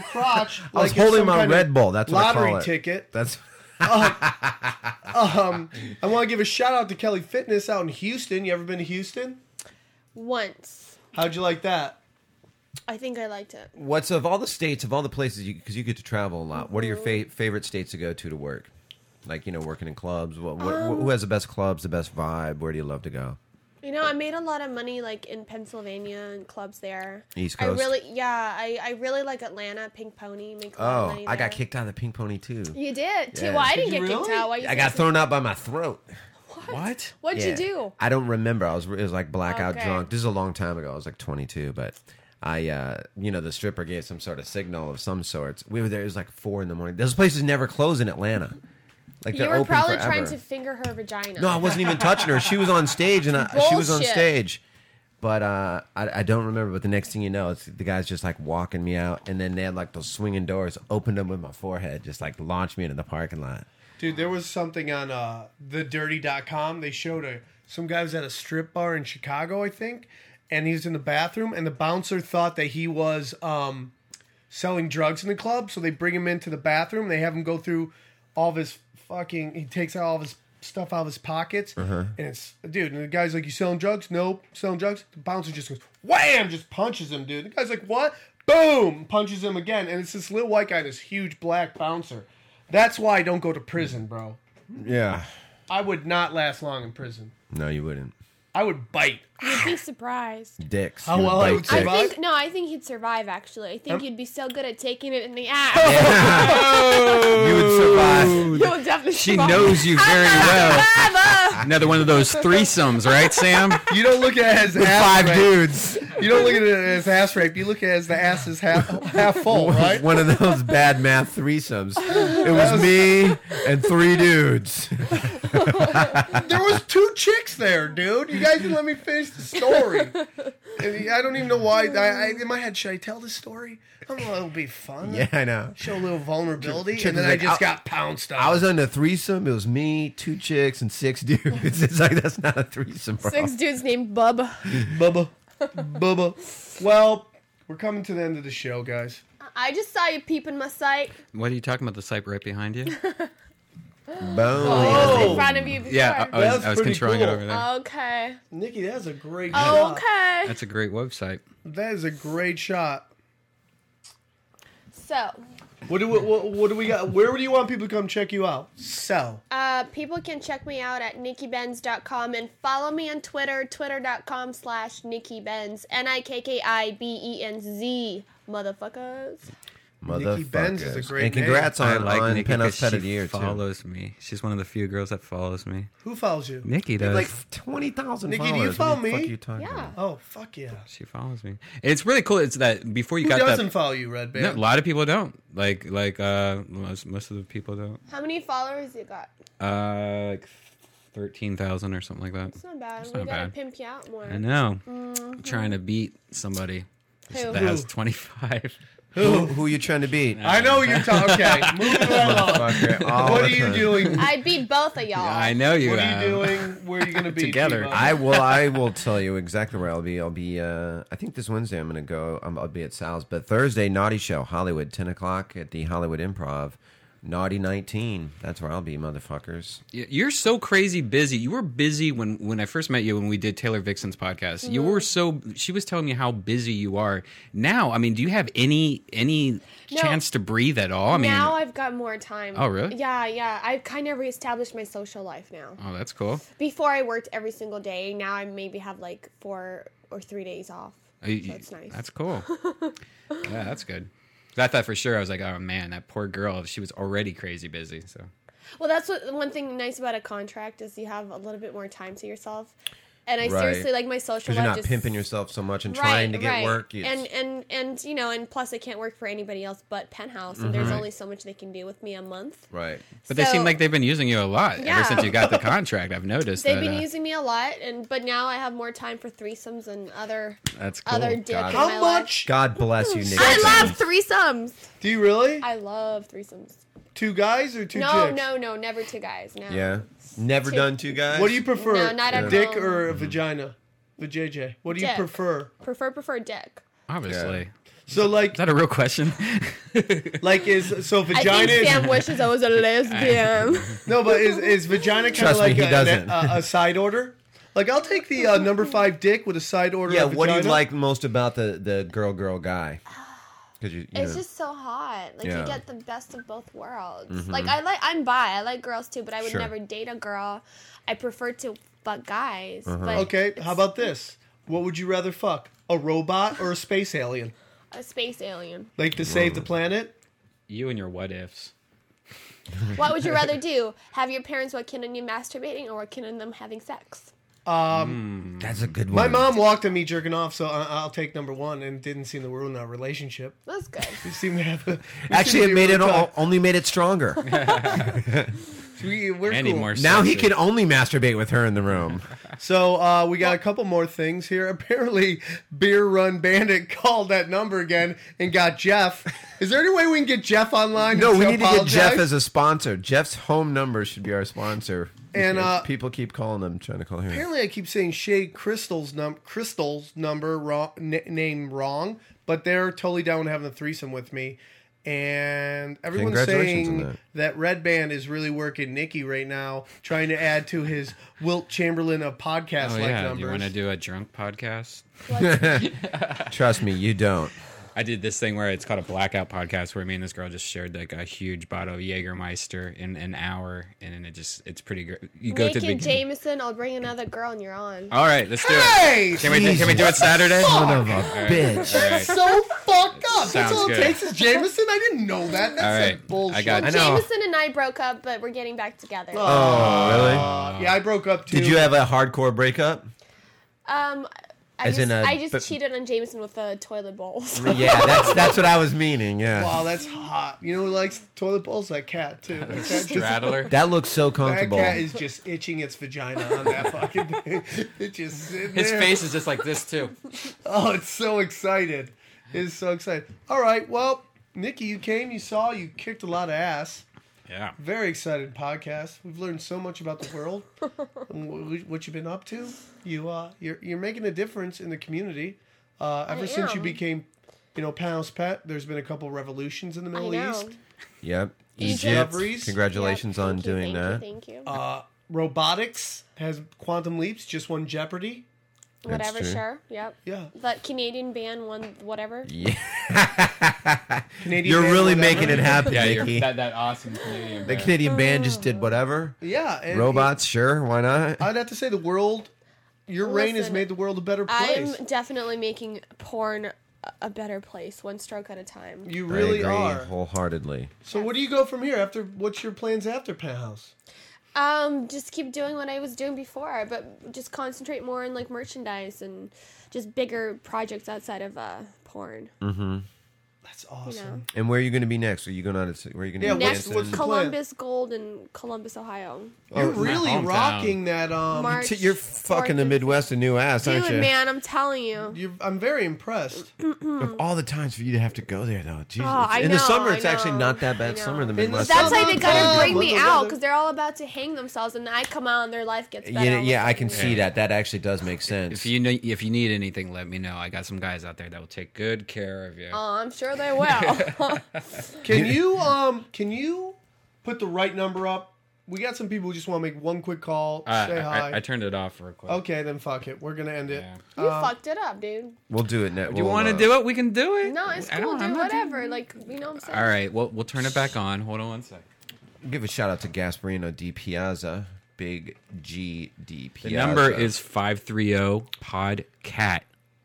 Speaker 2: crotch.
Speaker 3: I was
Speaker 2: like it's
Speaker 3: holding
Speaker 2: some
Speaker 3: my
Speaker 2: kind of
Speaker 3: Red Bull. That's what I
Speaker 2: lottery
Speaker 3: call it.
Speaker 2: ticket.
Speaker 3: That's
Speaker 2: Um, I want to give a shout out to Kelly Fitness out in Houston. You ever been to Houston?
Speaker 5: Once
Speaker 2: How'd you like that?
Speaker 5: I think I liked it.
Speaker 3: what's of all the states of all the places you because you get to travel a lot. What are your
Speaker 2: Mm-hmm.
Speaker 3: fa- favorite states to go to to work? Like you know, working in clubs. What, what,
Speaker 5: Um,
Speaker 3: who has the best clubs? The best vibe? Where do you love to go?
Speaker 5: You know, I made a lot of money like in Pennsylvania and clubs there.
Speaker 3: East
Speaker 5: I
Speaker 3: Coast.
Speaker 5: really, yeah, I, I really like Atlanta. Pink Pony make a lot of
Speaker 3: Oh,
Speaker 5: money
Speaker 3: I got
Speaker 5: there.
Speaker 3: kicked out of the Pink Pony too.
Speaker 5: You did too.
Speaker 3: Yeah.
Speaker 5: Well, I
Speaker 3: Did
Speaker 5: didn't get
Speaker 3: you
Speaker 5: kicked
Speaker 3: really?
Speaker 5: out. Why you
Speaker 3: I got
Speaker 5: say-
Speaker 3: thrown out by my throat.
Speaker 4: What?
Speaker 5: What'd
Speaker 3: Yeah.
Speaker 5: you do?
Speaker 3: I don't remember. I was it was like blackout
Speaker 5: Okay.
Speaker 3: drunk. This is a long time ago. I was like 22, but I uh you know the stripper gave some sort of signal of some sorts. We were there. It was like four in the morning. Those places never close in Atlanta. Like
Speaker 5: You
Speaker 3: they're
Speaker 5: were
Speaker 3: open
Speaker 5: probably
Speaker 3: forever.
Speaker 5: trying to finger her vagina.
Speaker 3: No, I wasn't even touching her. She was on stage, and I, she was on
Speaker 5: Bullshit.
Speaker 3: stage. But uh, I, I don't remember. But the next thing you know, it's the guy's just like walking me out, and then they had like those swinging doors opened them with my forehead, just like launched me into the parking lot.
Speaker 2: Dude, there was something on uh, thedirty.com. They showed a some guy was at a strip bar in Chicago, I think, and he was in the bathroom, and the bouncer thought that he was um, selling drugs in the club, so they bring him into the bathroom. They have him go through all of his fucking. He takes out all of his stuff out of his pockets,
Speaker 3: Uh-huh.
Speaker 2: and it's dude. And the guy's like, "You selling drugs? Nope, selling drugs." The bouncer just goes, "Wham!" Just punches him, dude. The guy's like, "What?" Boom! Punches him again, and it's this little white guy, this huge black bouncer. That's why I don't go to prison, bro.
Speaker 3: Yeah.
Speaker 2: I would not last long in prison.
Speaker 3: No, you wouldn't.
Speaker 2: I would bite.
Speaker 5: You'd be surprised.
Speaker 3: Dicks.
Speaker 2: How
Speaker 3: You
Speaker 2: Oh, well I
Speaker 3: bite
Speaker 2: would
Speaker 3: dicks.
Speaker 5: I think no, I think he'd survive. Actually, I think you'd be so good at taking it in the ass.
Speaker 3: Oh! You would survive.
Speaker 5: You'll definitely
Speaker 4: She
Speaker 5: survive.
Speaker 4: knows you very well.
Speaker 5: Survivor!
Speaker 4: Another one of those threesomes, right, Sam?
Speaker 2: You don't look at his ass
Speaker 3: Five
Speaker 2: rape.
Speaker 3: dudes.
Speaker 2: You don't look at it as ass rape. You look at it as the ass is half half full, right?
Speaker 3: One of those bad math threesomes. It was me and three dudes.
Speaker 2: There was two chicks there, dude. You guys didn't let me finish the story. And I don't even know why. I, I, in my head, should I tell this story? I don't know. It'll be fun.
Speaker 3: Yeah, I know.
Speaker 2: Show a little vulnerability,
Speaker 3: Chick
Speaker 2: and then
Speaker 3: was
Speaker 2: I
Speaker 3: like,
Speaker 2: just
Speaker 3: "I'll-
Speaker 2: got pounced on.
Speaker 3: I was on a threesome. It was me, two chicks, and six dudes. It's like that's not a threesome, bro.
Speaker 5: Six dudes named Bub.
Speaker 2: Bubba, Bubba. Well, we're coming to the end of the show, guys.
Speaker 5: I just saw you peeping my sight.
Speaker 4: What are you talking about? The site right behind you?
Speaker 3: Boom.
Speaker 5: I was in front of you before.
Speaker 4: Oh. Yeah, I, I was,
Speaker 2: That's
Speaker 4: I was
Speaker 2: pretty
Speaker 4: controlling it
Speaker 2: cool. Oh.
Speaker 4: over there.
Speaker 5: Okay.
Speaker 2: Nikki, that's a great shot.
Speaker 5: Oh, Okay.
Speaker 4: That's a great website.
Speaker 2: That is a great shot.
Speaker 5: So,
Speaker 2: What do we, what, what do we got? Where do you want people to come check you out? So
Speaker 5: uh, people can check me out at nikkibenz.com and follow me on Twitter, twitter.com slash nikkibenz, N-I-K-K-I-B-E-N-Z, E motherfuckers.
Speaker 2: Nikki Benz is a
Speaker 3: Motherfuckers.
Speaker 2: great
Speaker 3: And congrats
Speaker 4: I
Speaker 3: on,
Speaker 4: like
Speaker 3: on
Speaker 4: Nikki
Speaker 3: Penthouse
Speaker 4: because
Speaker 3: Pet
Speaker 4: she
Speaker 3: of the Year, too.
Speaker 4: follows me. She's one of the few girls that follows me.
Speaker 2: who follows you?
Speaker 4: Nikki does.
Speaker 3: Like 20,000
Speaker 2: Nikki, do
Speaker 3: followers.
Speaker 2: you
Speaker 3: What
Speaker 2: follow
Speaker 3: the
Speaker 2: me?
Speaker 3: fuck are you talking
Speaker 5: Yeah.
Speaker 3: about?
Speaker 2: Oh fuck yeah!
Speaker 4: she follows me. It's really cool. It's that before you
Speaker 2: Who
Speaker 4: got
Speaker 2: doesn't
Speaker 4: that.
Speaker 2: follow you, Red
Speaker 4: No,
Speaker 2: Band?
Speaker 4: a lot of people don't. Like like uh most, most of the people don't.
Speaker 5: How many followers you got?
Speaker 4: Uh like 13,000 or something like that.
Speaker 5: It's not bad.
Speaker 4: It's
Speaker 5: we
Speaker 4: not
Speaker 5: gotta
Speaker 4: bad.
Speaker 5: pimp you out more.
Speaker 4: I know.
Speaker 2: Mm-hmm.
Speaker 4: I'm trying to beat somebody
Speaker 5: Who?
Speaker 4: that has 25.
Speaker 3: Who, who are you trying to beat?
Speaker 2: I know you're talking. Okay, moving right along.
Speaker 3: Motherfucker, all
Speaker 2: What
Speaker 3: the
Speaker 2: are you
Speaker 3: time.
Speaker 2: doing?
Speaker 5: I beat both of y'all.
Speaker 4: I know you
Speaker 2: What
Speaker 4: have.
Speaker 2: are you doing? Where are you gonna be
Speaker 4: Together.
Speaker 2: T-Bone?
Speaker 3: I will. I will tell you exactly where I'll be. I'll be. Uh, I think this Wednesday I'm going to go. i I'll be at Sal's, but Thursday Naughty Show Hollywood, ten o'clock at the Hollywood Improv. Naughty nineteen. That's where I'll be, motherfuckers.
Speaker 4: Y- You're so crazy busy. You were busy when when I first met you when we did Taylor Vixen's podcast.
Speaker 5: Mm-hmm.
Speaker 4: You were so she was telling me how busy you are. Now, I mean, do you have any any chance to breathe at all? I mean,
Speaker 5: now I've got more time.
Speaker 4: Oh, really?
Speaker 5: Yeah, yeah. I've kind of reestablished my social life now.
Speaker 4: oh, that's cool.
Speaker 5: Before I worked every single day. Now I maybe have like four or three days off.
Speaker 4: Uh, y-
Speaker 5: That's nice.
Speaker 4: That's cool. yeah, that's good. 'Cause I thought for sure I was like, oh man, that poor girl. She was already crazy busy. So
Speaker 5: Well, that's what one thing nice about a contract is you have a little bit more time to yourself. And I
Speaker 3: Right.
Speaker 5: seriously like my social
Speaker 3: 'Cause you're
Speaker 5: life
Speaker 3: not
Speaker 5: just
Speaker 3: pimping yourself so much and trying to get work. It's-
Speaker 5: And and and you know, and plus I can't work for anybody else but Penthouse,
Speaker 3: Mm-hmm.
Speaker 5: and there's
Speaker 4: Mhm.
Speaker 5: only so much they can do with me a month.
Speaker 3: Right.
Speaker 4: But they
Speaker 5: So-
Speaker 4: seem like they've been using you a lot
Speaker 5: Yeah.
Speaker 4: ever since you got the contract. I've noticed.
Speaker 5: They've
Speaker 4: that,
Speaker 5: been
Speaker 4: uh,
Speaker 5: using me a lot, and but now I have more time for threesomes and other
Speaker 4: That's cool.
Speaker 5: other dick.
Speaker 3: God.
Speaker 5: in
Speaker 3: How
Speaker 5: my
Speaker 2: much?
Speaker 3: God bless you,
Speaker 5: Life.
Speaker 3: Nick.
Speaker 5: I love threesomes.
Speaker 2: Do you really?
Speaker 5: I love threesomes.
Speaker 2: Two guys or two
Speaker 5: no,
Speaker 2: chicks?
Speaker 5: no, no, never two guys. No.
Speaker 3: Yeah. Never
Speaker 5: Two-
Speaker 3: done two guys.
Speaker 2: What do you prefer?
Speaker 5: No, not at
Speaker 2: dick
Speaker 5: all.
Speaker 2: or a
Speaker 3: Mm-hmm.
Speaker 2: vagina? Vajayjay. What do you
Speaker 5: Dick.
Speaker 2: prefer?
Speaker 5: Prefer prefer dick.
Speaker 4: Obviously.
Speaker 2: So like Is
Speaker 4: that a real question?
Speaker 2: like is so vagina
Speaker 5: I think
Speaker 2: is
Speaker 5: Sam wishes I was a lesbian.
Speaker 2: No, but is is vagina kind of
Speaker 3: Trust me,
Speaker 2: like
Speaker 3: he
Speaker 2: a,
Speaker 3: doesn't.
Speaker 2: a, a side order? Like I'll take the uh, number five dick with a side order.
Speaker 3: Yeah.
Speaker 2: of
Speaker 3: What do you
Speaker 2: vagina.
Speaker 3: like most about the the girl girl guy? Because you, you
Speaker 5: It's
Speaker 3: know.
Speaker 5: just so hot. Like
Speaker 3: Yeah.
Speaker 5: you get the best of both worlds.
Speaker 3: Mhm.
Speaker 5: Like I like I'm bi. I like girls too, but I would
Speaker 2: Sure.
Speaker 5: never date a girl. I prefer to fuck guys. But
Speaker 2: Okay, how about this? What would you rather fuck? A robot or a space alien?
Speaker 5: a space alien.
Speaker 2: Like to save the planet?
Speaker 4: You and your what ifs.
Speaker 5: What would you rather do? Have your parents working on you masturbating or working on them having sex?
Speaker 2: Um,
Speaker 3: That's a good
Speaker 2: My
Speaker 3: one.
Speaker 2: mom walked on me jerking off, so I, I'll take number one, and didn't seem to ruin our relationship.
Speaker 5: That's good.
Speaker 2: We seem to have. A,
Speaker 3: Actually, it made it all, only made it stronger.
Speaker 2: We, we're
Speaker 4: Any
Speaker 2: cool.
Speaker 4: more
Speaker 3: now he can only masturbate with her in the room.
Speaker 2: So uh, we got a couple more things here. Apparently, Beer Run Bandit called that number again and got Jeff. Is there any way we can get Jeff online?
Speaker 3: No, we need to get
Speaker 2: apologize?
Speaker 3: Jeff as a sponsor. Jeff's home number should be our sponsor.
Speaker 2: And,
Speaker 3: because
Speaker 2: uh,
Speaker 3: people keep calling him, trying to call him.
Speaker 2: Apparently, I keep saying Shay Crystal's num Crystal's number wrong, n- name wrong, but they're totally down with having a threesome with me. And everyone's
Speaker 3: Congratulations on
Speaker 2: saying that.
Speaker 3: that.
Speaker 2: Red Band is really working Nikki right now, trying to add to his Wilt Chamberlain of podcast
Speaker 4: Oh
Speaker 2: like
Speaker 4: yeah,
Speaker 2: numbers.
Speaker 4: you want to do a drunk podcast?
Speaker 3: Trust me, you don't.
Speaker 4: I did this thing where it's called a blackout podcast, where me and this girl just shared like a huge bottle of Jägermeister in an hour, and then it just it's pretty good. You go
Speaker 5: Make
Speaker 4: to the
Speaker 5: it Jameson. I'll bring another girl and you're on.
Speaker 3: Oh,
Speaker 4: All right, let's do
Speaker 2: Hey!
Speaker 4: it. Can we can we do it Saturday?
Speaker 2: Son
Speaker 3: of a bitch.
Speaker 2: That's so fucked up. That's
Speaker 4: Sounds
Speaker 2: all it
Speaker 4: good.
Speaker 2: takes is Jameson. I didn't know that. That's
Speaker 4: All
Speaker 2: some
Speaker 4: right.
Speaker 2: bullshit.
Speaker 4: I got-
Speaker 5: Well,
Speaker 4: I know.
Speaker 5: Um, Jameson and I broke up, but we're getting back together.
Speaker 3: Oh, really?
Speaker 2: Yeah, I broke up too.
Speaker 3: Did you have a hardcore breakup?
Speaker 5: Um, I
Speaker 3: As
Speaker 5: just,
Speaker 3: in a-
Speaker 5: I just
Speaker 3: but-
Speaker 5: cheated on Jameson with a toilet bowl. so-
Speaker 3: yeah, that's that's what I was meaning. Yeah.
Speaker 2: Wow, that's hot. You know who likes toilet bowls? That cat too. That cat just-
Speaker 4: Straddler.
Speaker 3: That looks so
Speaker 2: That
Speaker 3: comfortable.
Speaker 2: cat is just itching its vagina on that fucking thing. It just sitting
Speaker 4: His
Speaker 2: there.
Speaker 4: face is just like this too.
Speaker 2: Oh, it's so excited. It is so excited. All right, well, Nikki, you came, you saw, you kicked a lot of ass.
Speaker 4: Yeah.
Speaker 2: Very excited podcast. We've learned so much about the world, and wh- what you've been up to. You uh, you're you're making a difference in the community. Uh, ever
Speaker 5: I
Speaker 2: since you
Speaker 5: am.
Speaker 2: became, you know, Pound's pet, there's been a couple revolutions in the Middle
Speaker 5: I know.
Speaker 2: East.
Speaker 3: Yep.
Speaker 2: Egypt.
Speaker 3: Egypt.
Speaker 2: Breeze.
Speaker 3: Congratulations on doing
Speaker 5: thank
Speaker 3: that.
Speaker 5: You, thank you.
Speaker 2: Uh, robotics has quantum leaps. Just won Jeopardy.
Speaker 5: whatever,
Speaker 3: true.
Speaker 5: sure. Yep.
Speaker 2: Yeah.
Speaker 5: That Canadian band won whatever.
Speaker 3: Yeah.
Speaker 2: Canadian
Speaker 3: you're
Speaker 2: band,
Speaker 3: really
Speaker 2: whatever.
Speaker 3: making it happen,
Speaker 4: Yeah,
Speaker 3: Nikki.
Speaker 4: you're, that that awesome Canadian.
Speaker 3: The
Speaker 4: band.
Speaker 3: Canadian band just did whatever.
Speaker 2: Oh. Yeah, and
Speaker 3: Robots, sure. Why not?
Speaker 2: I'd have to say the world. Your reign has
Speaker 5: Listen,
Speaker 2: made the world a better place.
Speaker 5: I'm definitely making porn a- a better place, one stroke at a time.
Speaker 2: you really
Speaker 3: I agree
Speaker 2: are.
Speaker 3: wholeheartedly.
Speaker 2: So where do you go from here? After what's your plans after Penthouse?
Speaker 5: Um, just keep doing what I was doing before, but just concentrate more on like merchandise and just bigger projects outside of uh porn.
Speaker 3: Mm-hmm.
Speaker 2: That's awesome.
Speaker 3: And where are you going to be next? Are you going on? To, where are you going to
Speaker 2: Yeah,
Speaker 3: be
Speaker 2: what's-
Speaker 5: Next,
Speaker 3: dancing?
Speaker 2: what's the- plan?
Speaker 5: Columbus Gold and Columbus, Ohio.
Speaker 2: You're
Speaker 3: Oh, my
Speaker 2: really
Speaker 4: hometown.
Speaker 2: rocking that. Um,
Speaker 5: March
Speaker 3: T- you're
Speaker 5: 4th
Speaker 3: fucking the
Speaker 5: and-
Speaker 3: Midwest a new ass,
Speaker 5: Dude,
Speaker 3: aren't you?
Speaker 5: man, I'm telling you.
Speaker 2: you're, I'm very impressed.
Speaker 3: Of all the times for you to have to go there, though. Jesus.
Speaker 5: Oh, I
Speaker 3: in the
Speaker 5: know,
Speaker 3: summer,
Speaker 5: I
Speaker 3: it's actually
Speaker 5: know,
Speaker 3: not that bad.
Speaker 5: I know.
Speaker 3: Summer in the
Speaker 2: In the
Speaker 3: Midwest.
Speaker 5: That's why they
Speaker 2: Southern
Speaker 5: gotta
Speaker 2: California.
Speaker 5: bring me
Speaker 2: Mother-
Speaker 5: out because they're all about to hang themselves, and I come out and their life gets better.
Speaker 3: yeah,
Speaker 5: all
Speaker 3: yeah,
Speaker 5: of a
Speaker 3: I can
Speaker 5: sudden.
Speaker 3: see that. That actually does make sense.
Speaker 4: If you know, if you need anything, let me know. I got some guys out there that will take good care of you.
Speaker 5: Oh, I'm sure they will.
Speaker 2: Can you um? Can you put the right number up? We got some people who just want to make one quick call,
Speaker 4: Uh,
Speaker 2: say hi.
Speaker 4: I, I turned it off real quick.
Speaker 3: Oh,
Speaker 2: okay, then fuck it. We're gonna end it.
Speaker 4: Yeah.
Speaker 5: you fucked it up, dude.
Speaker 3: we'll uh, do it next.
Speaker 4: Do you want to do it? We can do it.
Speaker 5: No, it's
Speaker 4: I
Speaker 5: cool,
Speaker 4: don't- I'm
Speaker 5: dude.
Speaker 4: not doing-
Speaker 5: Whatever. Like, you know what I'm saying?
Speaker 4: All right, well, we'll turn it back on. Hold on one sec.
Speaker 3: Give a shout out to Gasparino Di Piazza, Big G D
Speaker 4: The
Speaker 3: Piazza.
Speaker 4: number is 530 podcat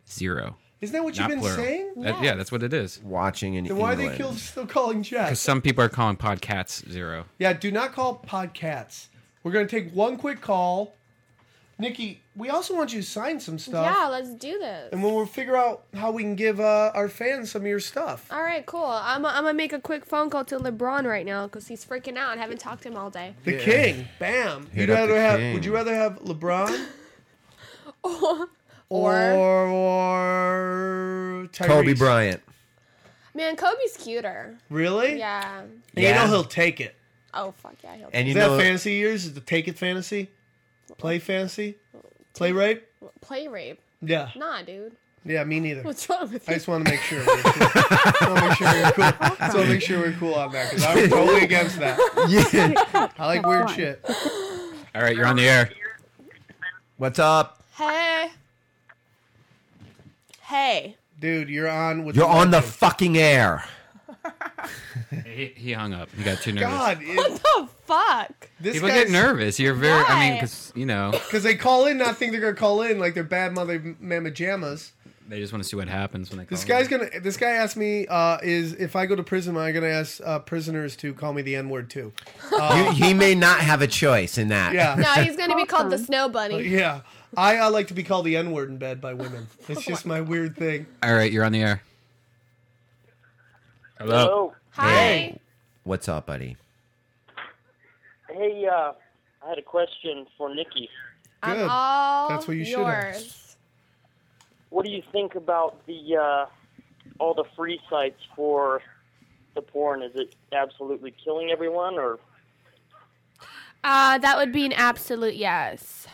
Speaker 4: 0.
Speaker 2: Isn't that what you've
Speaker 4: Not
Speaker 2: been
Speaker 4: plural.
Speaker 2: saying?
Speaker 4: That- yeah, that's what it is.
Speaker 3: watching in
Speaker 2: Then why are
Speaker 3: England.
Speaker 2: they kill, still calling Jeff?
Speaker 4: Because some people are calling podcasts 0.
Speaker 2: Yeah, do not call podcasts. We're gonna take one quick call. Nikki, we also want you to sign some stuff.
Speaker 8: Yeah, let's do this.
Speaker 2: And when we'll figure out how we can give uh, our fans some of your stuff.
Speaker 8: All right, cool. I'm, I'm gonna make a quick phone call to LeBron right now because he's freaking out. and haven't talked to him all day.
Speaker 2: The king, bam.
Speaker 3: Hit
Speaker 2: You'd
Speaker 3: up
Speaker 2: rather
Speaker 3: the
Speaker 2: have?
Speaker 3: king.
Speaker 2: Would you rather have LeBron
Speaker 8: Or-
Speaker 2: or or Tyrese?
Speaker 3: Kobe Bryant.
Speaker 8: Man, Kobe's cuter.
Speaker 2: Really?
Speaker 8: Yeah.
Speaker 2: And You
Speaker 3: Yeah.
Speaker 2: know he'll take it.
Speaker 8: Oh fuck yeah, he'll.
Speaker 3: And you
Speaker 2: Is that
Speaker 3: know,
Speaker 2: fantasy years? Is the take it fantasy? Play fantasy? Play rape?
Speaker 8: Play rape?
Speaker 2: Yeah.
Speaker 8: Nah, dude.
Speaker 2: Yeah, me neither.
Speaker 8: What's wrong with
Speaker 2: I
Speaker 8: you?
Speaker 2: just want to make sure. We're cool. I want to make sure we're cool. Just want to make sure we're cool on that because I'm totally against that. I like weird shit.
Speaker 4: All right, you're on the air.
Speaker 3: what's up?
Speaker 8: Hey. Hey.
Speaker 2: Dude, you're on with
Speaker 3: You're on the
Speaker 2: Lakers.
Speaker 3: fucking air.
Speaker 4: He, he hung up. He got too nervous.
Speaker 2: God, it,
Speaker 8: Oh fuck.
Speaker 2: this
Speaker 7: People get
Speaker 2: guy's-
Speaker 7: nervous. You're very. I mean,
Speaker 8: Why?
Speaker 7: because you know
Speaker 2: Because they call in not think they're gonna call in like they're bad mother mama jammas.
Speaker 4: They just want to see what happens when they. Call
Speaker 2: This guy's
Speaker 4: him.
Speaker 2: gonna. This guy asked me, uh, "Is if I go to prison, am I gonna ask uh, prisoners to call me the N word too?"
Speaker 3: You- he may not have a choice in that.
Speaker 2: Yeah,
Speaker 8: No, he's gonna be called the Snow Bunny.
Speaker 2: yeah. I, I like to be called the N word in bed by women. It's just my weird thing.
Speaker 4: All right, you're on the air. Hello.
Speaker 10: Hello.
Speaker 8: Hi.
Speaker 3: What's up, buddy?
Speaker 10: Hey, uh, I had a question for Nikki.
Speaker 8: I'm
Speaker 2: Good.
Speaker 8: all
Speaker 2: That's what you should
Speaker 8: yours.
Speaker 2: ask.
Speaker 10: What do you think about the uh, all the free sites for the porn? Is it absolutely killing everyone, or
Speaker 5: Uh, that would be an absolute yes.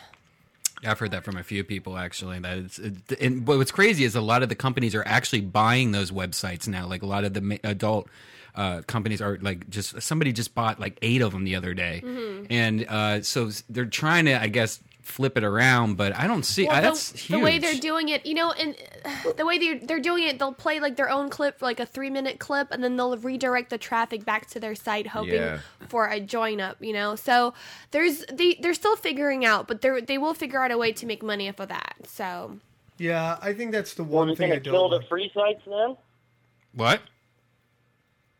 Speaker 4: Yeah, I've heard that from a few people actually. That it's, it, and what's crazy is a lot of the companies are actually buying those websites now. Like a lot of the ma- adult uh, companies are like just somebody just bought like eight of them the other day,
Speaker 5: Mm-hmm.
Speaker 4: and uh, so s- they're trying to, I guess, flip it around. But I don't see
Speaker 5: Well,
Speaker 4: I,
Speaker 5: the-
Speaker 4: that's
Speaker 5: the,
Speaker 4: huge.
Speaker 5: way they're doing it, you know, and uh, the way they're, they're doing it, they'll play like their own clip, like a three minute clip, and then they'll redirect the traffic back to their site, hoping
Speaker 3: Yeah.
Speaker 5: for a join up. You know, so there's they they're still figuring out, but they they will figure out a way to make money off of that. So
Speaker 2: Yeah, I think that's the
Speaker 10: is
Speaker 2: one
Speaker 10: it
Speaker 2: thing I
Speaker 10: going to kill
Speaker 2: don't.
Speaker 10: the
Speaker 2: Like.
Speaker 10: free sites? Then
Speaker 4: what?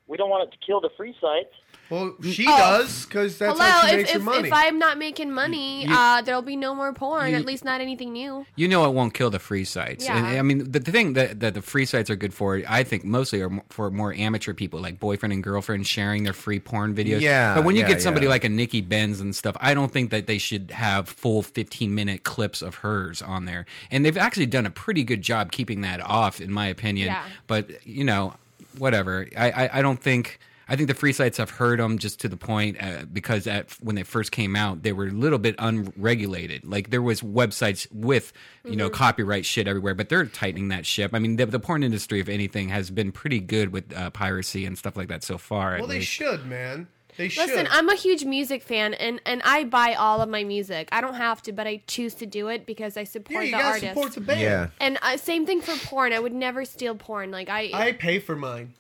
Speaker 10: we don't want it to kill the free sites.
Speaker 2: Well, she does because that's how
Speaker 5: hello,
Speaker 2: she
Speaker 5: oh. if
Speaker 2: makes her
Speaker 5: if,
Speaker 2: money.
Speaker 5: if I'm not making money, uh, there'll be no more porn. at least not anything new.
Speaker 4: You know it won't kill the free sites.
Speaker 5: Yeah.
Speaker 4: And, I mean, the, the thing that, that the free sites are good for, I think, mostly are mo- for more amateur people, like boyfriend and girlfriend sharing their free porn videos.
Speaker 3: Yeah,
Speaker 4: But when you
Speaker 3: yeah,
Speaker 4: get somebody
Speaker 3: yeah.
Speaker 4: like a Nikki Benz and stuff, I don't think that they should have full 15 minute clips of hers on there. And they've actually done a pretty good job keeping that off, in my opinion.
Speaker 5: Yeah.
Speaker 4: But, you know, whatever. I, I, I don't think. I think the free sites have heard them just to the point uh, because at, when they first came out, they were a little bit unregulated. Like there was websites with you know copyright shit everywhere, but they're tightening that ship. I mean, the, the porn industry, if anything, has been pretty good with uh, piracy and stuff like that so far. at
Speaker 2: well, they
Speaker 4: least.
Speaker 2: should, man. They should.
Speaker 5: Listen, I'm a huge music fan, and, and I buy all of my music. I don't have to, but I choose to do it because I
Speaker 2: yeah,
Speaker 5: support
Speaker 2: you
Speaker 5: the
Speaker 2: gotta
Speaker 5: artist.
Speaker 2: support the band.
Speaker 3: Yeah.
Speaker 5: and uh, same thing for porn. I would never steal porn. Like I,
Speaker 2: I pay for mine.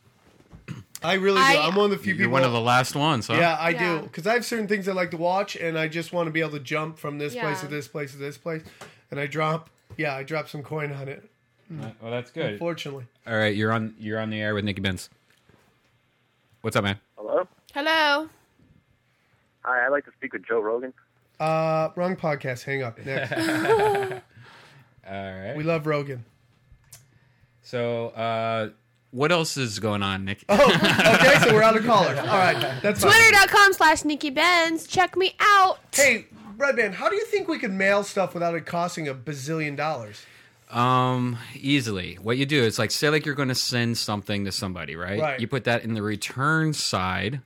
Speaker 2: I really do.
Speaker 5: I-
Speaker 2: I'm one of the few
Speaker 4: You're
Speaker 2: people.
Speaker 4: one of the last ones, huh?
Speaker 2: Yeah, I do.
Speaker 5: Yeah.
Speaker 2: Because I have certain things I like to watch, and I just want to be able to jump from this place to
Speaker 5: Yeah.
Speaker 2: this place to this place. And I drop, yeah, I drop some coin on it,
Speaker 4: Well, that's good. All
Speaker 2: fortunately.
Speaker 4: right, you're on. You're on the air with Nikki Benz. What's up, man?
Speaker 11: Hello?
Speaker 5: hello.
Speaker 11: Hi, I'd like to speak with Joe Rogan.
Speaker 2: Uh, wrong podcast. Hang up. Next.
Speaker 4: All right.
Speaker 2: we love Rogan.
Speaker 4: So, uh, what else is going on, Nick?
Speaker 2: Okay, so we're out of caller. All right, that's fine.
Speaker 5: Twitter.com slash Nikki Benz. Check me out.
Speaker 2: Hey, Redman, how do you think we could mail stuff without it costing a bazillion dollars?
Speaker 4: Um, easily. What you do is like say like you're going to send something to somebody, right?
Speaker 2: Right.
Speaker 4: You put that in the return side,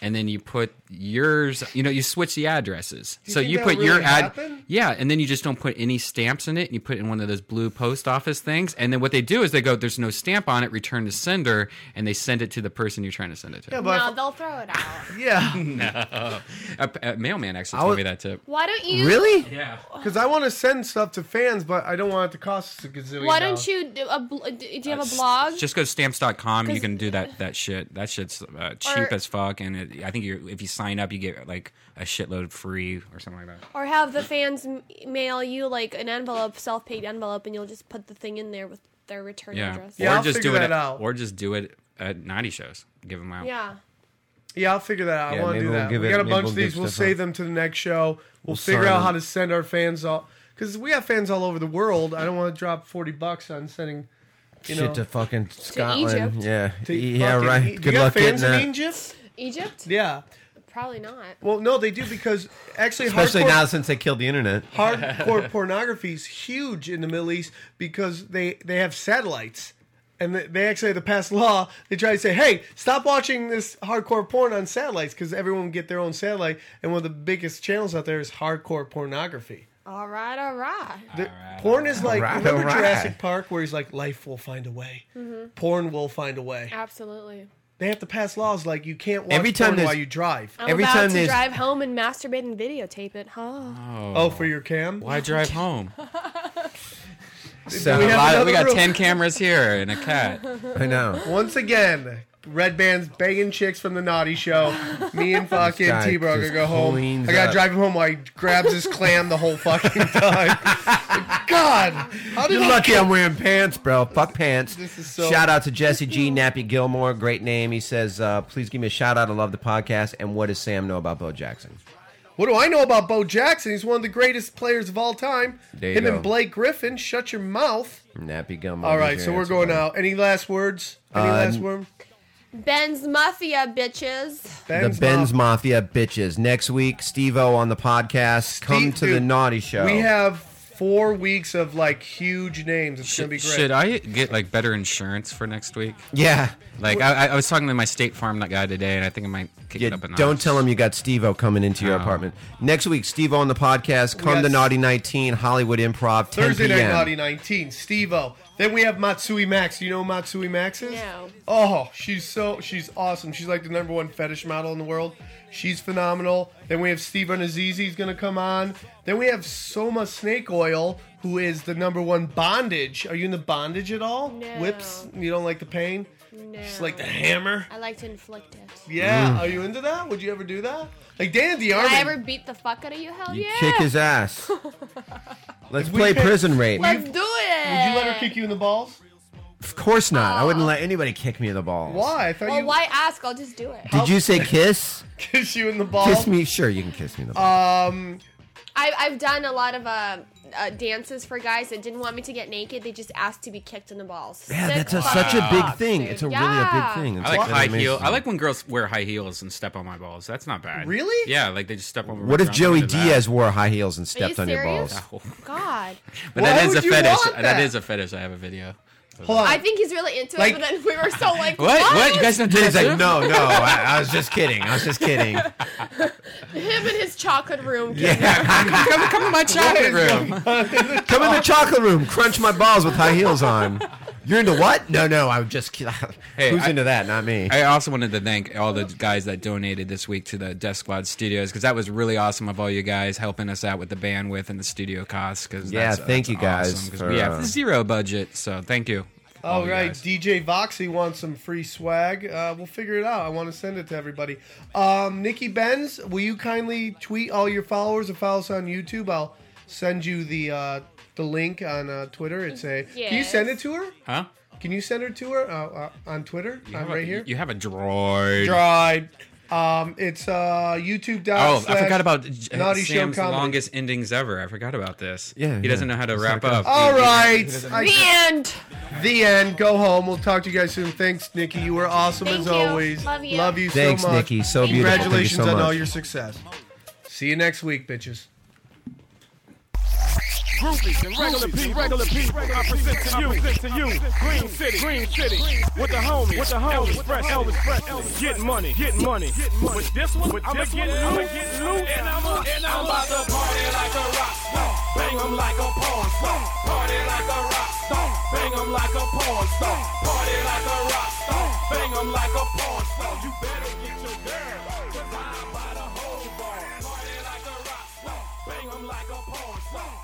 Speaker 4: and then you put yours. You know, you switch the addresses. so
Speaker 2: think
Speaker 4: you
Speaker 2: that
Speaker 4: put your
Speaker 2: really
Speaker 4: ad.
Speaker 2: happened?
Speaker 4: Yeah, and then you just don't put any stamps in it. And you put it in one of those blue post office things, and then what they do is they go, "There's no stamp on it. Return to sender," and they send it to the person you're trying to send it to.
Speaker 5: No, they'll throw it out.
Speaker 2: yeah,
Speaker 4: A, a mailman
Speaker 3: I
Speaker 4: actually told
Speaker 3: would-
Speaker 4: me that tip.
Speaker 5: Why don't you?
Speaker 3: Really?
Speaker 4: Yeah.
Speaker 2: because I want to send stuff to fans, but I don't want it to cost us a gazillion.
Speaker 5: Why
Speaker 2: dollars.
Speaker 5: don't you do, a, bl- do you have a blog?
Speaker 4: Just go to stamps.com. You
Speaker 5: 'Cause-
Speaker 4: can do that. That shit. That shit's uh, cheap
Speaker 5: Or-
Speaker 4: as fuck. And it, I think you if you sign up, you get like a shitload free or something like that.
Speaker 5: Or have the fans m- mail you like an envelope, self paid envelope, and you'll just put the thing in there with their return
Speaker 4: Yeah.
Speaker 5: address.
Speaker 2: Yeah,
Speaker 4: or
Speaker 2: I'll
Speaker 4: just
Speaker 2: figure
Speaker 4: do it.
Speaker 2: that
Speaker 4: At,
Speaker 2: out.
Speaker 4: Or just do it at 90 shows. Give them out.
Speaker 5: Yeah.
Speaker 2: Yeah, I'll figure that out.
Speaker 3: Yeah,
Speaker 2: I want to
Speaker 3: maybe
Speaker 2: do
Speaker 3: we'll
Speaker 2: that.
Speaker 3: give
Speaker 2: we
Speaker 3: it-
Speaker 2: got a
Speaker 3: maybe
Speaker 2: bunch
Speaker 3: we'll
Speaker 2: of these.
Speaker 3: give
Speaker 2: We'll
Speaker 3: stuff
Speaker 2: save
Speaker 3: out.
Speaker 2: them to the next show. We'll,
Speaker 3: We'll
Speaker 2: figure
Speaker 3: sign
Speaker 2: out
Speaker 3: them.
Speaker 2: how to send our fans all. because we have fans all over the world. I don't want to drop forty bucks on sending you know,
Speaker 3: Shit to fucking Scotland.
Speaker 2: Egypt.
Speaker 3: Yeah.
Speaker 2: To
Speaker 3: yeah,
Speaker 2: fucking-
Speaker 3: right.
Speaker 2: do you
Speaker 3: Good
Speaker 2: have
Speaker 3: luck getting
Speaker 2: fans in
Speaker 3: that.
Speaker 2: Egypt?
Speaker 8: Egypt?
Speaker 2: Yeah.
Speaker 8: Probably not.
Speaker 2: Well, no, they do because actually,
Speaker 3: Especially
Speaker 2: hardcore,
Speaker 3: now since they killed the internet.
Speaker 2: hardcore pornography is huge in the Middle East because they they have satellites. And they- they actually had to pass a law. They try to say, "Hey, stop watching this hardcore porn on satellites," because everyone would get their own satellite. And one of the biggest channels out there is hardcore pornography.
Speaker 8: All right, all right.
Speaker 2: The, porn is like
Speaker 3: Alright,
Speaker 2: remember
Speaker 3: alright.
Speaker 2: Jurassic Park, where he's like, "Life will find a way.
Speaker 8: Mhm.
Speaker 2: Porn will find a way."
Speaker 8: Absolutely.
Speaker 2: They have to pass laws like you can't watch
Speaker 3: Every time
Speaker 2: porn
Speaker 3: there's- Oh.
Speaker 2: while you drive.
Speaker 8: I'm about to drive home and masturbate and videotape it, huh?
Speaker 2: Oh, for your cam?
Speaker 4: Why drive home?
Speaker 2: Do
Speaker 4: so
Speaker 2: we
Speaker 4: we,
Speaker 2: have another
Speaker 4: got
Speaker 2: room?
Speaker 4: ten cameras here and a cat.
Speaker 3: I know.
Speaker 2: Once again, red bands banging chicks from the naughty show. Me and fucking
Speaker 3: guy
Speaker 2: T Bro gonna
Speaker 3: just
Speaker 2: go home.
Speaker 3: cleans
Speaker 2: I gotta
Speaker 3: up.
Speaker 2: drive him home while he grabs his clam the whole fucking time. God, how did
Speaker 3: You're
Speaker 2: I-
Speaker 3: lucky I'm wearing pants, bro. Fuck pants.
Speaker 2: This is so-
Speaker 3: Shout out to Jesse G. Nappy Gilmore. Great name. He says, uh, please give me a shout out. I love the podcast. And what does Sam know about Bo Jackson?
Speaker 2: What do I know about Bo Jackson? He's one of the greatest players of all time.
Speaker 3: There you
Speaker 2: Him
Speaker 3: go.
Speaker 2: and Blake Griffin. Shut your mouth.
Speaker 3: Nappy Gilmore.
Speaker 2: All right,
Speaker 3: Here's
Speaker 2: so
Speaker 3: your
Speaker 2: we're
Speaker 3: answer,
Speaker 2: going
Speaker 3: buddy.
Speaker 2: out. Any last words? Any
Speaker 3: Uh,
Speaker 2: last word?
Speaker 8: Ben's Mafia, bitches.
Speaker 2: Ben's
Speaker 3: the Benz
Speaker 2: Mafia.
Speaker 3: Mafia bitches. Next week, Steve O on the podcast. Come to the
Speaker 2: dude,
Speaker 3: naughty show.
Speaker 2: We have four weeks of like huge names. It's gonna be great.
Speaker 4: Should I get like better insurance for next week?
Speaker 3: yeah.
Speaker 4: Like I, I- I was talking to my State Farm guy today, and I think I might kick
Speaker 3: Yeah,
Speaker 4: it up a notch.
Speaker 3: don't tell him you got Steve O coming into your
Speaker 4: Oh.
Speaker 3: apartment. Next week, Steve O on the podcast. Come
Speaker 2: got
Speaker 3: to
Speaker 2: s-
Speaker 3: Naughty 19, Hollywood Improv, 10
Speaker 2: Thursday Night
Speaker 3: p.m.
Speaker 2: Naughty 19, Steve O. Then we have Matsui Max. You know who Matsui Max is?
Speaker 8: No.
Speaker 2: Oh, she's so she's awesome. She's like the number one fetish model in the world. She's phenomenal. Then we have Steve Anazizi is gonna come on. Then we have Soma Snake Oil, who is the number one bondage. Are you in the bondage at all?
Speaker 8: No.
Speaker 2: Whips? You don't like the pain?
Speaker 8: No.
Speaker 2: Just like the hammer?
Speaker 8: I like to inflict it.
Speaker 3: Mm.
Speaker 2: Yeah. Are you into that? Would you ever do that? Like Dan the
Speaker 8: Did
Speaker 2: Army.
Speaker 8: I ever beat the fuck out of you? Hell
Speaker 3: You
Speaker 8: yeah.
Speaker 3: kick his ass. Let's
Speaker 2: we
Speaker 3: play
Speaker 2: pick-
Speaker 3: prison rape.
Speaker 2: Would you-
Speaker 8: Let's do it. Would
Speaker 2: would you let her kick you in the balls?
Speaker 3: Of course not. I wouldn't let anybody kick me in the balls.
Speaker 2: Why? I thought
Speaker 8: Well,
Speaker 2: you
Speaker 8: why ask? I'll just do it.
Speaker 3: Did you say kiss?
Speaker 2: kiss you in the balls.
Speaker 3: kiss me? Sure, you can kiss me in the balls.
Speaker 2: Um,
Speaker 8: I, I've done a lot of uh, uh, dances for guys that didn't want me to get naked. They just asked to be kicked in the balls.
Speaker 3: yeah,
Speaker 8: Sick
Speaker 3: that's a,
Speaker 8: fuck.
Speaker 3: such a big
Speaker 8: Fuck,
Speaker 3: thing.
Speaker 8: dude.
Speaker 3: It's a
Speaker 8: Yeah.
Speaker 3: really a big thing.
Speaker 4: I like
Speaker 3: It's
Speaker 4: high
Speaker 3: amazing.
Speaker 4: heel. I like when girls wear high heels and step on my balls. That's not bad.
Speaker 2: Really?
Speaker 4: Yeah, like they just step on. my
Speaker 3: What if
Speaker 4: around
Speaker 3: Joey
Speaker 4: under that.
Speaker 3: Diaz wore high heels and stepped
Speaker 8: you
Speaker 3: on your
Speaker 8: serious?
Speaker 3: balls?
Speaker 4: Oh.
Speaker 8: God.
Speaker 4: But
Speaker 2: Why
Speaker 4: that is
Speaker 2: would
Speaker 4: a
Speaker 2: you
Speaker 4: fetish.
Speaker 2: want
Speaker 4: that
Speaker 2: that?
Speaker 4: is a fetish. I have a video.
Speaker 2: hold on.
Speaker 8: I think he's really into
Speaker 2: Like-
Speaker 8: it, but then we were so like,
Speaker 4: What? What? You guys don't do
Speaker 3: He's
Speaker 4: that
Speaker 3: like,
Speaker 4: too?
Speaker 3: no, no. I, I was just kidding. I was just kidding.
Speaker 8: Him in his chocolate room.
Speaker 4: come, come, come to my chocolate room.
Speaker 3: Come
Speaker 2: Oh.
Speaker 3: in the chocolate room. Crunch my balls with high heels on. You're into what? No, no. I'm just kidding.
Speaker 4: Hey,
Speaker 3: Who's
Speaker 4: I-
Speaker 3: into that? Not me.
Speaker 4: I also wanted to thank all the guys that donated this week to the Death Squad Studios because that was really awesome of all you guys helping us out with the bandwidth and the studio costs. Because
Speaker 3: Yeah, thank you guys
Speaker 4: because
Speaker 3: for,
Speaker 4: we
Speaker 3: uh,
Speaker 4: have zero budget. So thank you.
Speaker 2: All
Speaker 4: you
Speaker 2: right,
Speaker 4: guys.
Speaker 2: DJ Voxy wants some free swag. Uh, we'll figure it out. I want to send it to everybody. Um, Nikki Benz, will you kindly tweet all your followers and follow us on YouTube? I'll send you the uh, the link on uh, Twitter. It's a. Can you
Speaker 8: Yes.
Speaker 2: send it to her?
Speaker 4: Huh?
Speaker 2: Can you send it to her uh, uh, on Twitter?
Speaker 4: You
Speaker 2: I'm
Speaker 4: have a-
Speaker 2: right here.
Speaker 4: You have a droid.
Speaker 2: Dried. Um, it's uh, YouTube.
Speaker 4: Oh, I forgot about
Speaker 2: Naughty
Speaker 4: Naughty
Speaker 2: Show
Speaker 4: Sam's
Speaker 2: comedy.
Speaker 4: longest endings ever. I forgot about this.
Speaker 3: Yeah,
Speaker 4: he
Speaker 3: yeah.
Speaker 4: doesn't know how to
Speaker 3: It's
Speaker 4: wrap
Speaker 3: not
Speaker 4: up.
Speaker 2: All right.
Speaker 8: The
Speaker 2: I-
Speaker 8: end.
Speaker 2: the end. Go home. We'll talk to you guys soon. Thanks, Nikki. You were awesome
Speaker 8: Thank
Speaker 2: as
Speaker 8: you.
Speaker 2: always.
Speaker 8: Love you.
Speaker 2: so
Speaker 3: Thanks,
Speaker 2: much.
Speaker 3: Nikki. So beautiful. Thank you
Speaker 2: Congratulations
Speaker 3: so
Speaker 2: on all
Speaker 3: much.
Speaker 2: your success. See you next week, bitches.
Speaker 1: Groupies and regular people, regular people. I present to you, present to you, Green City, Green City, with the homies, with the homies, Elvis Presley, Elvis Presley. Get money, get money. With this one, with I'ma get, I'ma get loose, and I'ma, and I'm about to party like a rock star, bang 'em like a porn star, party like a rock star, bang 'em like a porn star, party like a rock star, bang 'em like a porn star. You better get your girl, 'cause I'm about to hold ball, party like a rock star, bang 'em like a porn star.